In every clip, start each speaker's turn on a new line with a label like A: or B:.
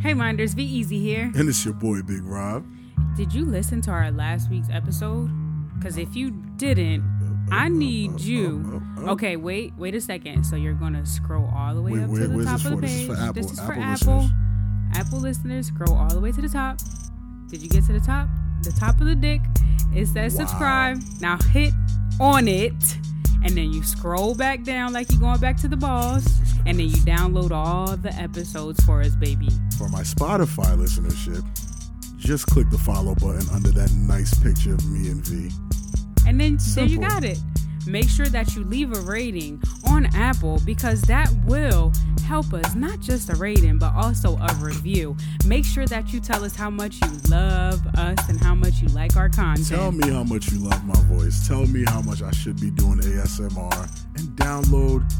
A: Hey Minders, be easy here.
B: And it's your boy, Big Rob.
A: Did you listen to our last week's episode? Because if you didn't, I need you. Okay, wait, wait a second. So you're gonna scroll all the way
B: Wait,
A: up
B: where-
A: to the
B: where's
A: top
B: this
A: of the
B: for? This is
A: page.
B: for Apple-
A: This is for
B: Apple
A: Apple.
B: listeners.
A: Apple listeners, scroll all the way to the top. Did you get to the top? The top of the dick. It says
B: Wow.
A: subscribe. Now hit on it, and then you scroll back down like you're going back to the balls, and then you download all the episodes for us, baby.
B: For my Spotify listenership, just click the follow button under that nice picture of me and V.
A: And then there you
B: Simple.
A: got it. Make sure that you leave a rating on Apple because that will help us, not just a rating, but also a review. Make sure that you tell us how much you love us and how much you like our content.
B: Tell me how much you love my voice. Tell me how much I should be doing ASMR and download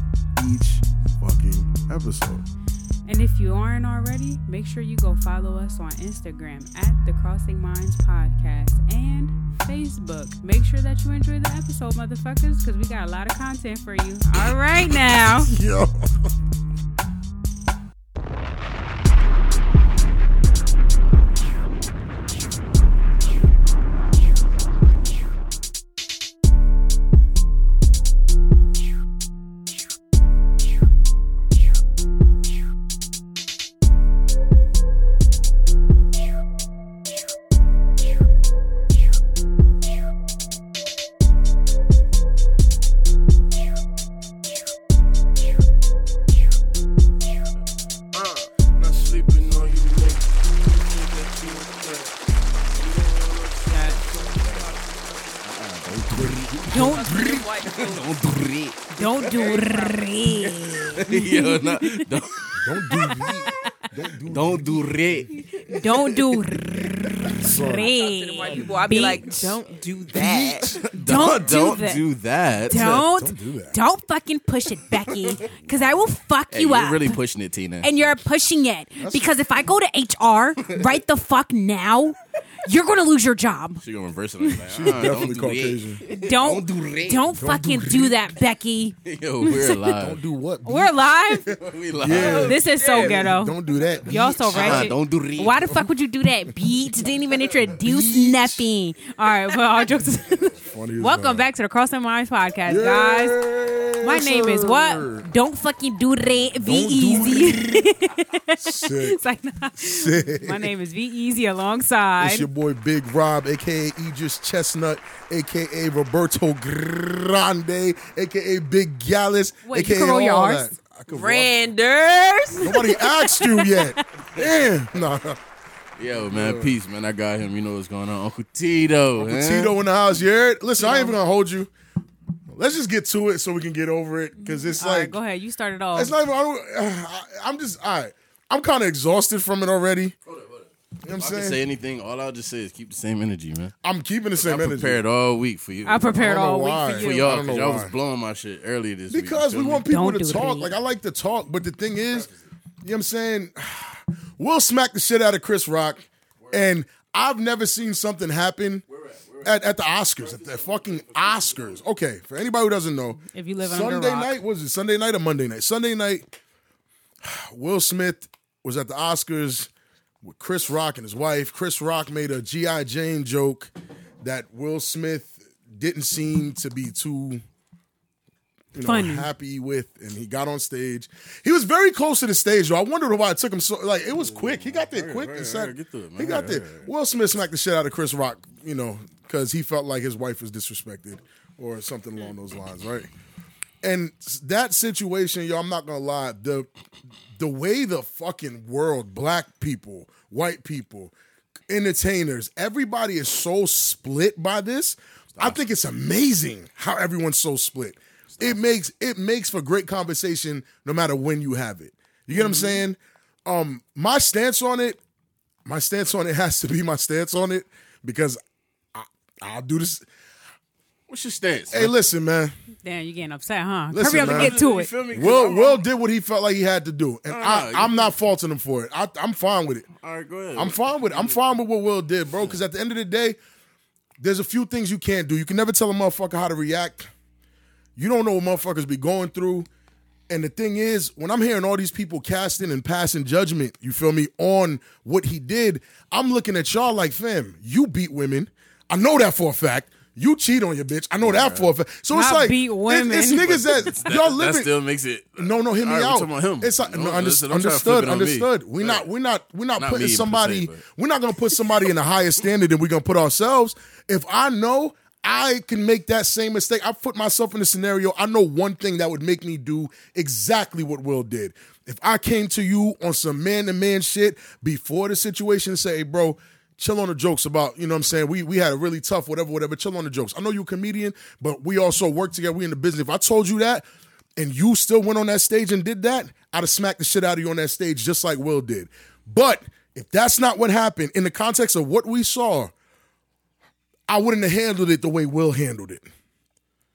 B: each fucking episode.
A: And if you aren't already, make sure you go follow us on Instagram at the Crossing Minds Podcast and Facebook. Make sure that you enjoy the episode, motherfuckers, because we got a lot of content for you. All right now.
B: Yo.
C: Uh, not sleeping on you, nigga.
A: Don't
D: Don't do it.
A: Don't do it.
D: Yo, nah, don't, don't do it.
A: Don't do it.
E: Well, I'd be
A: Beat.
E: like, don't do that.
A: Don't do
D: don't
A: that.
D: do that.
B: Don't do
A: Don't
B: that.
A: don't fucking push it, Becky, because I will fuck
D: Hey,
A: you
D: you're
A: up.
D: really pushing it, Tina.
A: and you're pushing it because if I go to HR right the fuck now, you're gonna lose your job.
D: She's gonna reverse it. Like, ah,
B: Definitely
D: don't do
B: Caucasian.
A: Don't
D: do it.
A: don't fucking do that, Becky.
D: It. Yo, we're alive.
B: Do what?
A: We're alive.
D: we live.
A: This is so ghetto.
B: Don't do that.
A: Y'all so
D: Ah,
A: ratchet.
D: don't do it.
A: Why the fuck would you do that, beach? Didn't even introduce nothing. All right, well, all jokes. Welcome back to the Crossing Minds podcast, guys. My name is what? Don't fucking do that. V E Easy.
B: Sick.
A: It's like, nah. My name is V Easy alongside.
B: It's your boy Big Rob, aka Idris Chestnut, aka Roberto Grande, aka Big Gallus,
A: Wait, you
B: aka
A: can roll your
B: all
A: Rs?
B: that. I could roll-
E: Randers.
B: Nobody asked you yet. Damn, nah.
D: Yo, man, peace, man. I got him. You know what's going on, Uncle Tito. man.
B: Tito in the house. You heard? Listen, I ain't even gonna hold you. Let's just get to it so we can get over it because it's
A: all right,
B: like
A: go ahead. You started off.
B: it's not even. I don't, I, I'm just. All right. I'm kind of exhausted from it already. You know what I'm
D: I can
B: saying?
D: say anything. All I'll just say is keep the same energy, man.
B: I'm keeping the
D: I
B: same energy.
D: prepared all week for you.
A: I prepared
B: I don't know
A: all
B: why.
A: week for you.
D: for
B: I
D: y'all
B: don't
D: because
B: know
D: y'all
B: why.
D: was blowing my shit earlier this week.
B: Because we
D: feel me?
B: want people
A: Don't
B: to
A: do
B: talk.
A: that.
B: Like I like to talk, but the thing is, you know what I'm saying? We'll smack the shit out of Chris Rock. And I've never seen something happen at, at the Oscars, at the fucking Oscars. Okay, for anybody who doesn't know,
A: If you live under
B: Sunday
A: rock.
B: night was it Sunday night or Monday night? Sunday night, Will Smith was at the Oscars with Chris Rock and his wife. Chris Rock made a G.I. Jane joke that Will Smith didn't seem to be too you know,
A: Funny.
B: happy with, and he got on stage. He was very close to the stage, though. I wondered why it took him so. Like it was quick. He got there quick and said,
D: get through it, man.
B: "He got there." Will Smith smacked the shit out of Chris Rock, you know, because he felt like his wife was disrespected or something along those lines, right? And s- that situation, yo, I'm not gonna lie. The the way the fucking world, black people, white people, entertainers, everybody is so split by this. I think it's amazing how everyone's so split. It makes it makes for great conversation no matter when you have it. You get what I'm saying? Um, my stance on it, my stance on it has to be my stance on it because I, I'll do this.
D: What's your stance?
B: Hey, listen, man.
A: Damn, you getting upset, huh?
B: Listen,
A: Hurry up
B: man.
A: and get to it.
D: feel me? 'Cause
B: Will
D: I'm-
B: Will did what he felt like he had to do, and I,
D: no,
B: I'm not faulting him for it. I, I'm fine with it.
D: All right, go ahead.
B: I'm fine with it. I'm fine with what Will did, bro. Because at the end of the day, there's a few things you can't do. You can never tell a motherfucker how to react. You don't know what motherfuckers be going through. And the thing is, when I'm hearing all these people casting and passing judgment, you feel me, on what he did, I'm looking at y'all like, fam, you beat women. I know that for a fact. You cheat on your bitch. I know that for a fact. So it's
A: Not
B: like
A: beat
B: it-
A: women.
B: it's niggas that,
D: That,
B: y'all
D: that
B: living.
D: still makes it.
B: No, no, hear me
D: All right, we're
B: out.
D: talking about him.
B: It's not, no,
D: No,
B: underst-
D: listen, I'm trying to flip
B: understood,
D: it on me.
B: understood. We're not, we're not, we're not,
D: Not
B: putting
D: me, per se,
B: somebody.
D: but-
B: we're not gonna put somebody in a higher standard than we're gonna put ourselves. If I know I can make that same mistake, I put myself in a scenario. I know one thing that would make me do exactly what Will did. If I came to you on some man to man shit before the situation, and say, hey, bro. Chill on the jokes about, you know what I'm saying? We we had a really tough whatever, whatever. Chill on the jokes. I know you're a comedian, but we also work together. We in the business. If I told you that, and you still went on that stage and did that, I'd have smacked the shit out of you on that stage just like Will did. But if that's not what happened in the context of what we saw, I wouldn't have handled it the way Will handled it.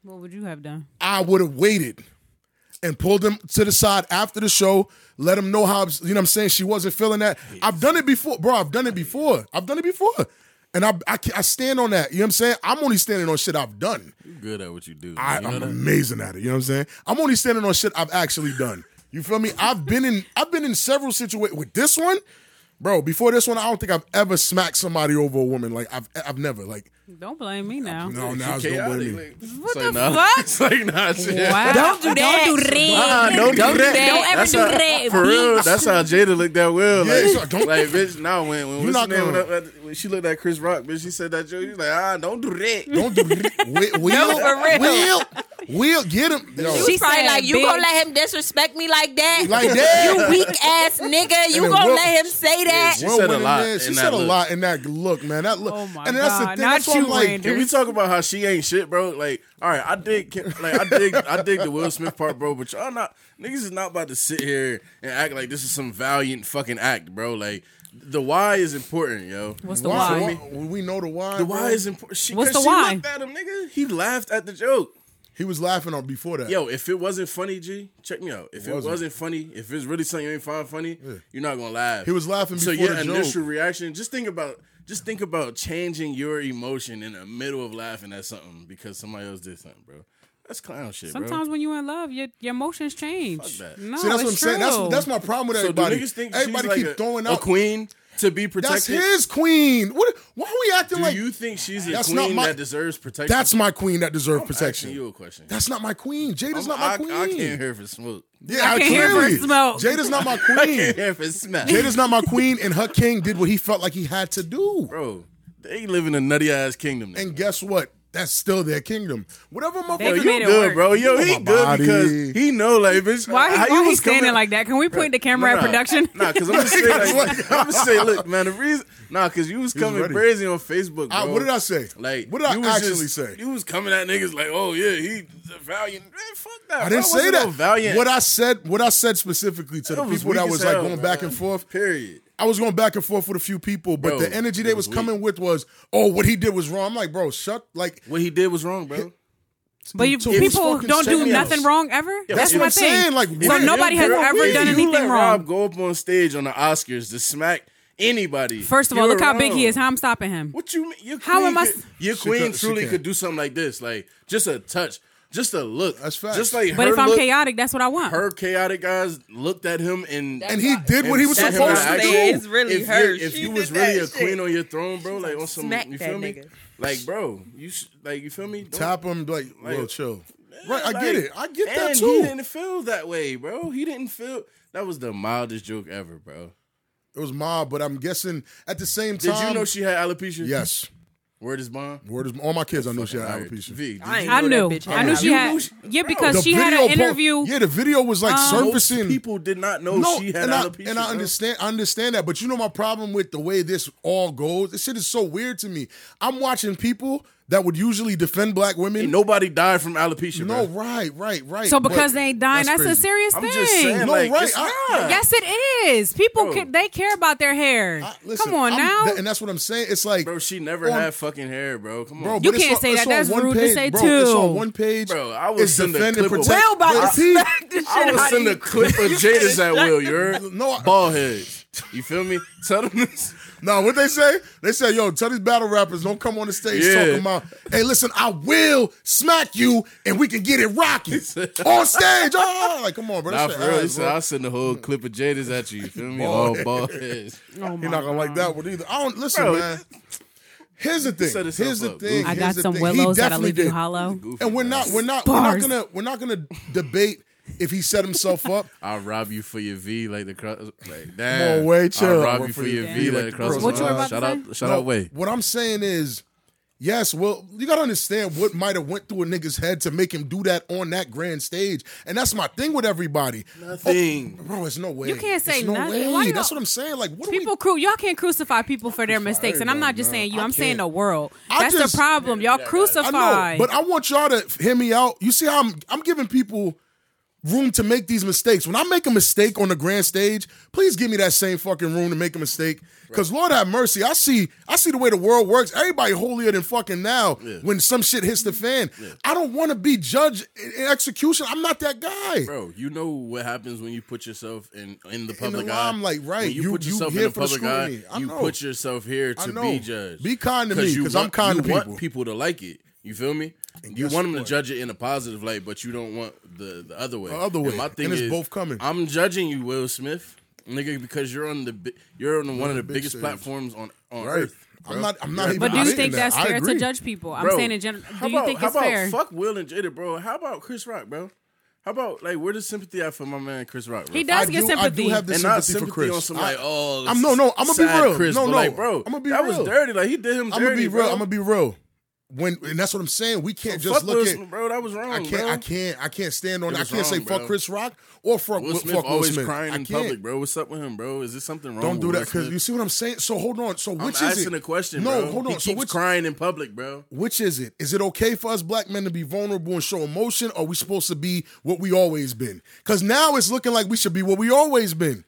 A: What would you have done?
B: I would have waited and pulled them to the side after the show, let them know how, you know what I'm saying? She wasn't feeling that. I've done it before, bro. I've done it before. I've done it before. And I, I, ca- I stand on that. You know what I'm saying? I'm only standing on shit I've done.
D: You good at what you do.
B: I,
D: you know
B: I'm
D: that?
B: amazing at it. You know what I'm saying? I'm only standing on shit I've actually done. You feel me? I've been in I've been in several situations with this one, bro. Before this one, I don't think I've ever smacked somebody over a woman. Like I've I've never like
A: Don't blame me now.
B: no now it's don't blame
D: Chaotic,
B: me.
D: like, what
A: the fuck?
D: It's like nah, shit.
A: Wow.
E: Don't do that.
F: Don't do
D: Nah,
F: that.
D: don't,
E: Don't
D: do
E: do
D: that.
E: that. Don't
F: ever
D: That's
F: do
D: how-
F: that,
D: For real,
F: bitch.
D: that's how Jada locked at Will.
B: Yeah,
D: like,
B: so don't-
D: like, bitch, nah, when, when,
B: You're
D: what's
B: not
D: the name
B: gonna-
D: when, I- when she looked at Chris Rock, bitch, she said that joke. She was like, ah, don't do that.
B: Don't do wheel
E: for real.
B: wheel wheel get him yo,
F: She's probably
A: said,
F: like, you
A: "Bitch."
F: gonna let him disrespect me like that?
B: like that.
F: you weak ass nigga. You
B: And then
F: gonna
B: Will-
F: let him say that?
D: She
B: Will
D: said a
B: went in
D: lot
B: there. She
D: in
B: said
D: that
B: a
D: look.
B: lot in that look, man. That look.
A: Oh my
B: and that's the
A: God.
B: thing.
A: Not
B: that's why I'm
A: you,
B: like,
A: Randy.
D: Can we talk about how she ain't shit, bro? Like, all right, I dig, like, I dig, I dig the Will Smith part, bro. But y'all not niggas is not about to sit here and act like this is some valiant fucking act, bro. Like, the why is important, yo.
A: What's the
B: why?
A: why?
B: why- We know the why.
D: The
B: bro.
D: why is important. She,
A: What's the
D: 'cause she
A: why?
D: looked at him, nigga. He laughed at the joke.
B: he was laughing on before that.
D: Yo, if it wasn't funny, G, check me out. If it
B: wasn't.
D: wasn't, funny, if it's really something you ain't find funny, you're not gonna laugh.
B: He was laughing
D: So
B: before
D: your
B: the joke.
D: initial reaction, just think about, just think about changing your emotion in the middle of laughing at something because somebody else did something, bro. That's clown shit,
A: Sometimes when you're in love, your your emotions change.
D: Fuck that.
A: No,
B: See,
A: Oh, it's
B: that's what
A: true.
B: I'm saying. That's that's my problem with
D: bro. So do
B: everybody.
D: niggas think
B: everybody
D: she's
B: keep
D: like a,
B: throwing
D: a
B: out
D: queen to be protected?
B: That's his queen. What? Why are we acting
D: Do
B: like
D: you think she's a
B: That's not
D: queen
B: my-
D: that deserves protection?
B: that's my queen that deserves
D: I'm
B: protection?
D: Asking you a question.
B: That's not my queen. Jada's
D: I'm-
B: not my
D: I-
B: queen.
D: I can't hear for smoke.
B: yeah,
A: I can't hear her
B: clearly-
A: smoke.
B: Jada's not my
D: I can't
B: queen.
D: hear for smack.
B: Jada's not my queen, and her king did what he felt like he had to do.
D: Bro, they live in a nutty ass kingdom. nigga.
B: And guess what? That's still their kingdom. Whatever my
A: They
D: Yo,
A: made it
D: you good,
A: work.
D: bro. Yo, he
B: my
D: good
B: body.
D: because he know, like, bitch.
A: why he,
D: how
A: why
D: you
A: he
D: was
A: standing
D: coming-
A: like that? Can we point the camera
D: Nah,
A: at production?
D: Nah, because I'm just saying, like, I'm just saying, look, man, the reason, nah, because you was coming
B: ready.
D: crazy on Facebook, bro.
B: I- what did I say?
D: Like,
B: what did I
D: you was
B: actually
D: just-
B: say?
D: You was coming at niggas like, oh yeah, he's a valiant. Man, fuck that.
B: I didn't say
D: bro. wasn't no
B: that.
D: Valiant.
B: What I said, what I said specifically to the
D: That was
B: people that
D: weak
B: was
D: as
B: like
D: hell,
B: going back
D: man.
B: and forth.
D: Period.
B: I was going back and forth with a few people, but
D: Bro,
B: the energy
D: it
B: they was,
D: was
B: coming with was, oh, what he did was wrong. I'm like, bro, shut. Like,
D: What he did was wrong, bro.
A: but you,
B: so it was
A: people
B: fucking
A: don't do
B: serious.
A: nothing wrong ever. that's
B: what
A: my
B: I'm
A: thing.
B: saying, like,
A: so
B: what-
A: nobody has
D: Bro,
A: ever
D: if
A: done
D: you let
A: anything
D: Rob
A: wrong.
D: go up on stage on the Oscars to smack anybody.
A: First of all,
D: you're
A: look how big he
D: wrong.
A: is. How I'm stopping him.
D: What you mean? Your
A: How
D: queen
A: am I
D: could-
A: s-
D: Your
B: She
D: queen
B: could- she
D: truly
B: can.
D: could do something like this, like just a touch, just a look.
B: That's facts.
D: Just like
A: But
D: her
A: if I'm
D: look,
A: chaotic, that's what I want.
D: her chaotic guys looked at him and
B: and he did what he was
D: sat
E: That's
D: him
B: supposed
D: down.
E: what
B: to
E: I'm
B: do.
E: saying. It's really
D: if
E: her.
D: you- If
E: She
D: you
E: did
D: was really
E: that
D: a queen
E: shit.
D: on your throne, bro, like on some,
E: smack
D: you
E: that
D: feel me?
E: nigga.
D: Like, bro, you sh- like you feel me? Don't-
B: Tap him, like,
D: Like-
B: well, chill. Right, I
D: like,
B: get it. I get that
D: and
B: too.
D: He didn't feel that way, bro. He didn't feel. That was the mildest joke ever, bro.
B: It was mob, but I'm guessing at the same
D: Did
B: time.
D: you know she had alopecia?
B: Yes.
D: Word is bond.
B: Word is all my kids. I know she had
D: Alright.
B: alopecia.
D: V, did
E: I ain't
A: I
E: You know
A: knew.
E: that bitch
A: I knew
E: had-
A: she
E: You
A: had.
D: knew she-
A: Yeah,
D: bro,
A: because
B: The
A: she had
B: video
A: an
B: po-
A: interview.
B: yeah, the video was like
D: Most
B: surfacing.
D: people did not know Oh, she had
B: and
D: alopecia.
B: I, and I
D: bro.
B: understand, I understand that. But you know my problem with the way this all goes. This shit is so weird to me. I'm watching people that would usually defend black
D: Ain't
B: women.
D: nobody died from alopecia.
B: no,
D: bro.
B: right, right, right.
A: So
B: but
A: because they ain't dying, that's, a
B: crazy.
A: serious
D: I'm
A: thing.
D: just saying.
B: No,
D: like,
B: right,
D: it's
B: I-
D: not.
A: Yes, it is. People
D: Bro.
A: ca- they care about their hair.
B: I- listen,
A: Come on
B: I'm-
A: now.
B: that- and that's what I'm saying. It's like,
D: bro, she never
B: On-
D: had fucking hair, bro. Come on,
B: bro,
D: bro.
A: You
B: but it's
A: can't
B: on-
A: say
B: it's
A: that.
B: on
A: That's
B: one
A: rude to
B: page,
A: say
B: bro,
A: too.
B: It's on one page.
D: Bro, I would
B: it's
D: send a
B: defend and
D: clip of-
B: protect.
E: Will about
B: But
E: to
B: he-
E: smack the shit
D: I
E: out
D: was
E: of
D: send
E: you.
D: a clip of Jada's at Will. You're
B: No, I-
D: bald heads. You feel me? Tell them this.
B: No, what they say? They say, yo, tell these battle rappers don't come on the stage
D: Yeah.
B: talking about, hey, listen, I will smack you and we can get it rocking on stage. Oh, like, come on, bro.
D: Nah,
B: That's
D: for
B: your
D: real. He
B: ass,
D: said,
B: bro. Mm.
D: I'll send the whole clip of Jada's at you. You feel me?
B: Bald
D: All bald heads.
A: Oh my
B: You're not gonna like that one either. I don't listen,
D: Bro,
B: man. Here's the
D: set
B: thing.
D: yourself
B: Here's the
D: up,
B: thing.
D: boo.
A: I
B: Here's
A: got
B: the
A: some
B: thing. He
A: willows that'll
B: definitely
A: leave you
B: did.
A: hollow.
D: Goofy,
B: And we're
D: man.
B: not, we're not, we're not
A: Bars.
B: gonna, we're not gonna debate if he set himself up.
D: I'll rob you for your V like the cross. Like,
B: Come
D: damn.
B: on, Way, chill.
D: I'll rob
B: Well,
D: you
B: for
D: for
B: you,
D: your
B: yeah.
D: V like the cross.
B: What you were
A: about to
D: shout out, shout
B: No,
D: out, Way.
B: What I'm saying is, yes, well, you gotta understand what might have went through a nigga's head to make him do that on that grand stage, and that's my thing with everybody.
D: Nothing.
B: bro. It's no way.
A: You can't say
B: It's no
A: nothing.
B: way.
A: Why you
B: that's
A: don't-
B: what I'm saying. Like, what
A: People, cru- y'all can't crucify people for their mistakes, and I'm not just
B: man.
A: saying you.
B: I
A: I'm saying
B: can't.
A: the world.
B: I
A: That's
B: just-
A: the problem. Y'all
B: do we?
A: crucify.
B: I know, but I want y'all to hear me out. You see how I'm? I'm giving people room to make these mistakes. When I make a mistake on the grand stage, please give me that same fucking room to make a mistake. Because Lord have mercy, I see I see the way the world works. Everybody holier than fucking now when some shit hits the fan. I don't want to be judged in in execution. I'm not that guy.
D: Bro, you know what happens when you put yourself in in the
B: In the
D: public
B: limelight,
D: eye.
B: right.
D: When you,
B: You-
D: put
B: you
D: yourself
B: here
D: in the
B: for the
D: public eye.
B: scrutiny. I
D: you
B: know.
D: put yourself here
B: I
D: to
B: know.
D: be judged.
B: Be kind to me,
D: you
B: 'cause I'm
D: want-
B: kind
D: you
B: to people.
D: Want people to like it. You feel me? you
B: guess
D: want them
B: what?
D: to judge it in a positive light, but you don't want the, the other way. The
B: other way.
D: my thing
B: And it's
D: is,
B: both coming.
D: I'm judging you, Will Smith, nigga, because you're on the bi- you're on one of the
B: big
D: biggest
B: stage.
D: platforms on on
B: Right.
D: earth.
B: I'm not. I'm not. even
A: But do you
B: debating
A: think
B: that.
A: that's
B: I
A: fair to
B: agree.
A: judge people? I'm
D: Bro,
A: saying in general. Do
D: how
A: you
D: about-
A: think
D: how
A: it's
D: about
A: fair?
D: Fuck Will and Jada, bro. How about Chris Rock, bro? How about like where the sympathy at for my man Chris Rock? Bro?
A: He
B: I
A: does get
B: do, I
A: sympathy.
B: do have the
D: and
B: sympathy,
D: not sympathy
B: for Chris.
D: on some
B: I-
D: like, oh,
B: I'm no, no. I'm gonna be
D: sad
B: real.
D: Chris,
B: no,
D: but,
B: no,
D: like, bro,
B: I'm gonna be
D: that
B: real.
D: was dirty. Like he did him dirty.
B: I'm gonna be real.
D: Bro.
B: I'm gonna be real. When and that's what I'm saying. We can't
D: Fuck
B: just look
D: Will
B: at.
D: Smith, bro. That was wrong.
B: I can't.
D: Bro.
B: I can't. I can't stand on.
D: It
B: I
D: was
B: can't say
D: wrong,
B: fuck
D: bro.
B: Chris Rock or fuck
D: Will Smith
B: fuck Will
D: always
B: Smith.
D: crying
B: I
D: in
B: can't.
D: public, bro. What's up with him, bro? Is there something wrong?
B: Don't do
D: with
B: that
D: Will
B: because
D: Smith?
B: you see what I'm saying. So hold on. So
D: I'm
B: which is
D: asking
B: it?
D: a question,
B: No,
D: bro.
B: hold on.
D: He
B: so
D: keeps
B: which
D: crying in public, bro.
B: which is it? Is it okay for us black men to be vulnerable and show emotion? Or are we supposed to be what we always been? Because now it's looking like we should be what we always been.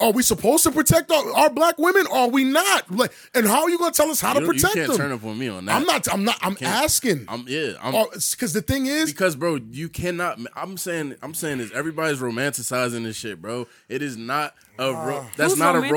B: Are we supposed to protect our, our black women? Or are we not? Like, and how are you going to tell us how to
D: You, don't- you
B: protect
D: can't
B: them?
D: turn up on me on that.
B: I'm not. Oh, I'm not. I'm asking.
D: I'm yeah. I'm
B: Because the thing is,
D: because bro, you cannot. I'm saying. I'm saying is everybody's romanticizing this shit, bro. It is not a. Ro- that's
A: Who's
D: not a
A: romanticizing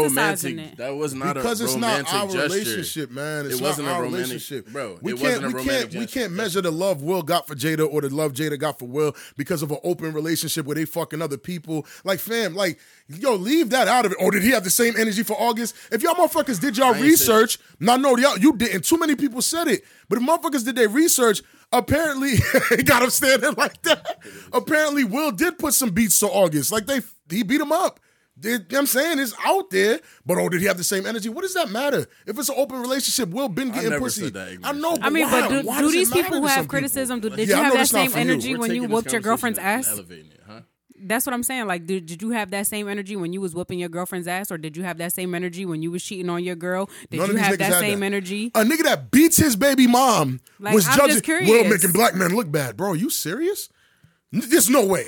D: romantic.
A: it?
D: That was not
B: Ah. because
D: a
B: it's
D: romantic
B: not our
D: gesture.
B: relationship, man. It's
D: it wasn't
B: not
D: a
B: our
D: romantic,
B: relationship,
D: bro.
B: We
D: it
B: can't,
D: wasn't a
B: we
D: romantic.
B: can't, we
D: gesture.
B: can't measure the love Will got for Jada or the love Jada got for Will because of an open relationship where they fucking other people. Like, fam, like, yo, leave that out of it. Or did he have the same energy for August? If y'all motherfuckers did y'all
D: ain't say-
B: research, no, no, y'all you didn't. Too many people said it, but if motherfuckers did their research. Apparently, he got him standing like that. Apparently, Will did put some beats to August. Like they, he beat him up. Did- you know what I'm saying it's out there, but oh, did he have the same energy? What does that matter? If it's an open relationship, Will been getting
D: never
B: pussy.
D: said that, Ignorant.
B: I know. But
A: I mean,
B: why,
A: but do,
B: why
A: do
B: does it
A: these
B: matter
A: people
B: to
A: who
B: some
A: have
B: people?
A: criticism, do, did
B: Yeah, I
A: you
B: know
A: have that
B: that's not
A: same
B: for you.
A: energy
D: We're
A: when you
D: taking this
A: whooped your girlfriend's
D: conversation and
A: ass?
D: elevating it, huh?
A: That's what I'm saying. Like, did, did you have that same energy when you was whooping your girlfriend's ass, or did you have that same energy when you was cheating on your girl? Did
B: None
A: you
B: of these
A: have
B: niggas
A: that
B: had
A: same
B: that.
A: energy?
B: A nigga that beats his baby mom
A: Like,
B: was
A: I'm
B: judging
A: just curious.
B: Will making black men look bad. Bro, are you serious? N- There's no way.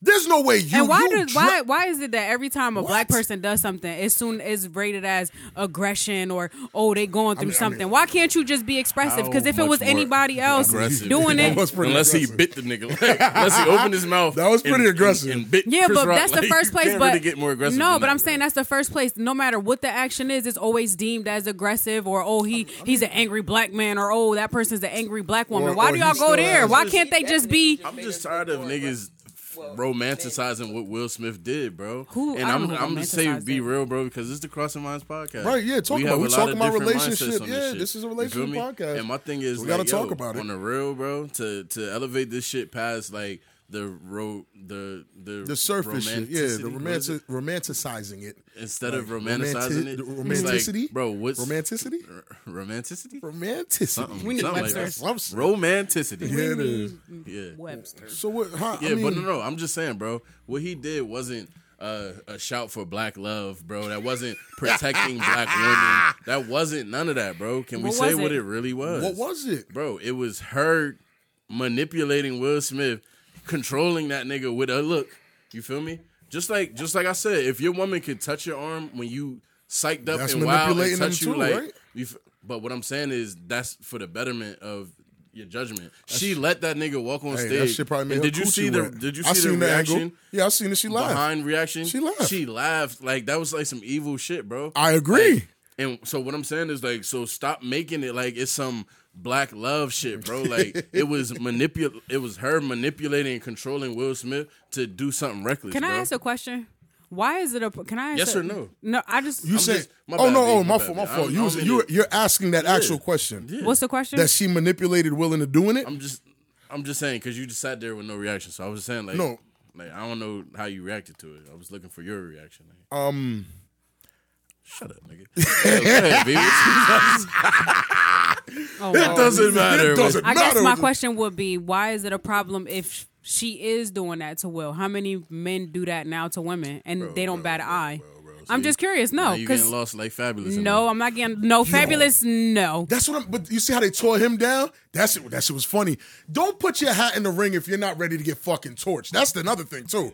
B: There's no way you.
A: and why
B: you
A: does
B: dra-
A: why why is it that every time a black
B: What?
A: person does something, it's soon is rated as aggression or oh they going through
B: mean- I
A: something?
B: mean-
A: why can't you just be expressive? Because if
D: How
A: it was
D: much more
A: anybody else
D: aggressive.
A: doing
B: That
A: it,
B: was pretty
D: Unless
B: aggressive.
D: he bit the nigga, like, unless he opened his mouth.
B: That was pretty
D: and- and-
B: aggressive.
D: and bit
A: Yeah,
D: Chris
A: but
D: Rock,
A: that's
D: like,
A: the
D: you
A: first place.
D: can't
A: But
D: really get more aggressive.
A: no,
D: than
A: but
D: that,
A: I'm saying
D: bro.
A: that's the first place. No matter what the action is, it's always deemed as aggressive or oh he he's an angry black man or oh that person's an angry black woman.
B: Or-
A: Why
B: or
A: do y'all
B: he
A: go
B: still
A: there?
B: has
A: Why
B: his-
A: can't they just be?
D: I'm just tired of niggas romanticizing what Will Smith did, bro.
A: Who-
D: and
A: I don't
D: I'm,
A: know who
D: I'm just saying,
A: romanticized
D: be
A: it.
D: real, bro, because this is the Crossing Minds podcast,
B: Right, yeah, talk
D: We
B: about-
D: have
B: we
D: a lot
B: talking
D: of
B: about
D: different mindsets
B: relationship.
D: on
B: Yeah,
D: shit.
B: this is a
D: You feel
B: relationship
D: me?
B: podcast.
D: And my thing is,
B: We
D: got
B: gotta
D: to
B: talk about it.
D: on the real, bro. To to elevate this shit past like the road, the the
B: the surface shit. Yeah, the
D: romanticity- what is it?
B: romantic romanticizing it.
D: instead of
B: Romantic-
D: romanticizing it, it's like,
B: romanticity,
D: bro. What's
B: romanticity?
D: r- romanticity?
B: Romanticity.
D: We need Something like
B: That's
D: Webster's.
B: what I'm saying.
D: Romanticity.
B: Yeah, it is.
D: yeah.
A: Webster.
B: So what? Huh,
D: Yeah,
B: I mean,
D: but no, no. I'm just saying, bro. What he did wasn't uh, a shout for black love, bro. That wasn't protecting black women. That wasn't none of that, bro. Can we
A: What
D: say
A: was
D: what
A: it?
D: it really was?
B: What was it?
D: bro? It was her manipulating Will Smith, controlling that nigga with a look. You feel me? Just like, just like I said, if your woman could touch your arm when you psyched up
B: That's
D: and wild and
B: manipulating them
D: touch
B: too,
D: you, like,
B: right?
D: you f- but what I'm saying is that's for the betterment of your judgment. she let that nigga walk on
B: Hey,
D: stage.
B: that shit probably made
D: And
B: her
D: did you
B: coochie
D: see the
B: wet.
D: Did you
B: I
D: see the
B: seen angle.
D: reaction?
B: Yeah, I seen that she laughed.
D: Behind reaction,
B: She laughed.
D: She laughed like that was like some evil shit, bro.
B: I agree.
D: Like, and so what I'm saying is like, so stop making it like it's some black love shit, bro. Like it was manipul, it was her manipulating and controlling Will Smith to do something reckless.
A: Can
D: bro.
A: I ask a question? Why is it a? Can I? Ask
D: Yes
A: a-
D: or no?
A: No, I just.
B: you said,
D: just- my
B: "Oh
D: bad,
B: no,
D: B,
B: oh
D: my
B: my
D: bad,
B: fault, my
D: B. I
B: fault."
D: don't-
B: You
D: I
B: was,
D: don't
B: you
D: mean
B: were- you're asking that actual question
A: what's the question?
B: that she manipulated Will into doing it.
D: I'm just, I'm just saying because you just sat there with no reaction. So I was just saying like,
B: No.
D: like I don't know how you reacted to it. I was looking for your reaction. Like,
B: Um,
D: shut up, nigga. Yo, go ahead, B.
A: oh,
D: it
A: wow.
D: doesn't matter.
B: it doesn't
A: I guess
B: matter.
A: my question would be: Why is it a problem if she is doing that to Will? How many men do that now to women, and they don't bat an eye? I'm just curious. No,
D: you getting
A: because
D: lost like fabulous. in
A: no,
D: there.
A: I'm not getting no fabulous. No,
B: That's what I'm. But you see how they tore him down? That's it. That shit was funny. Don't put your hat in the ring if you're not ready to get fucking torched. That's another thing too.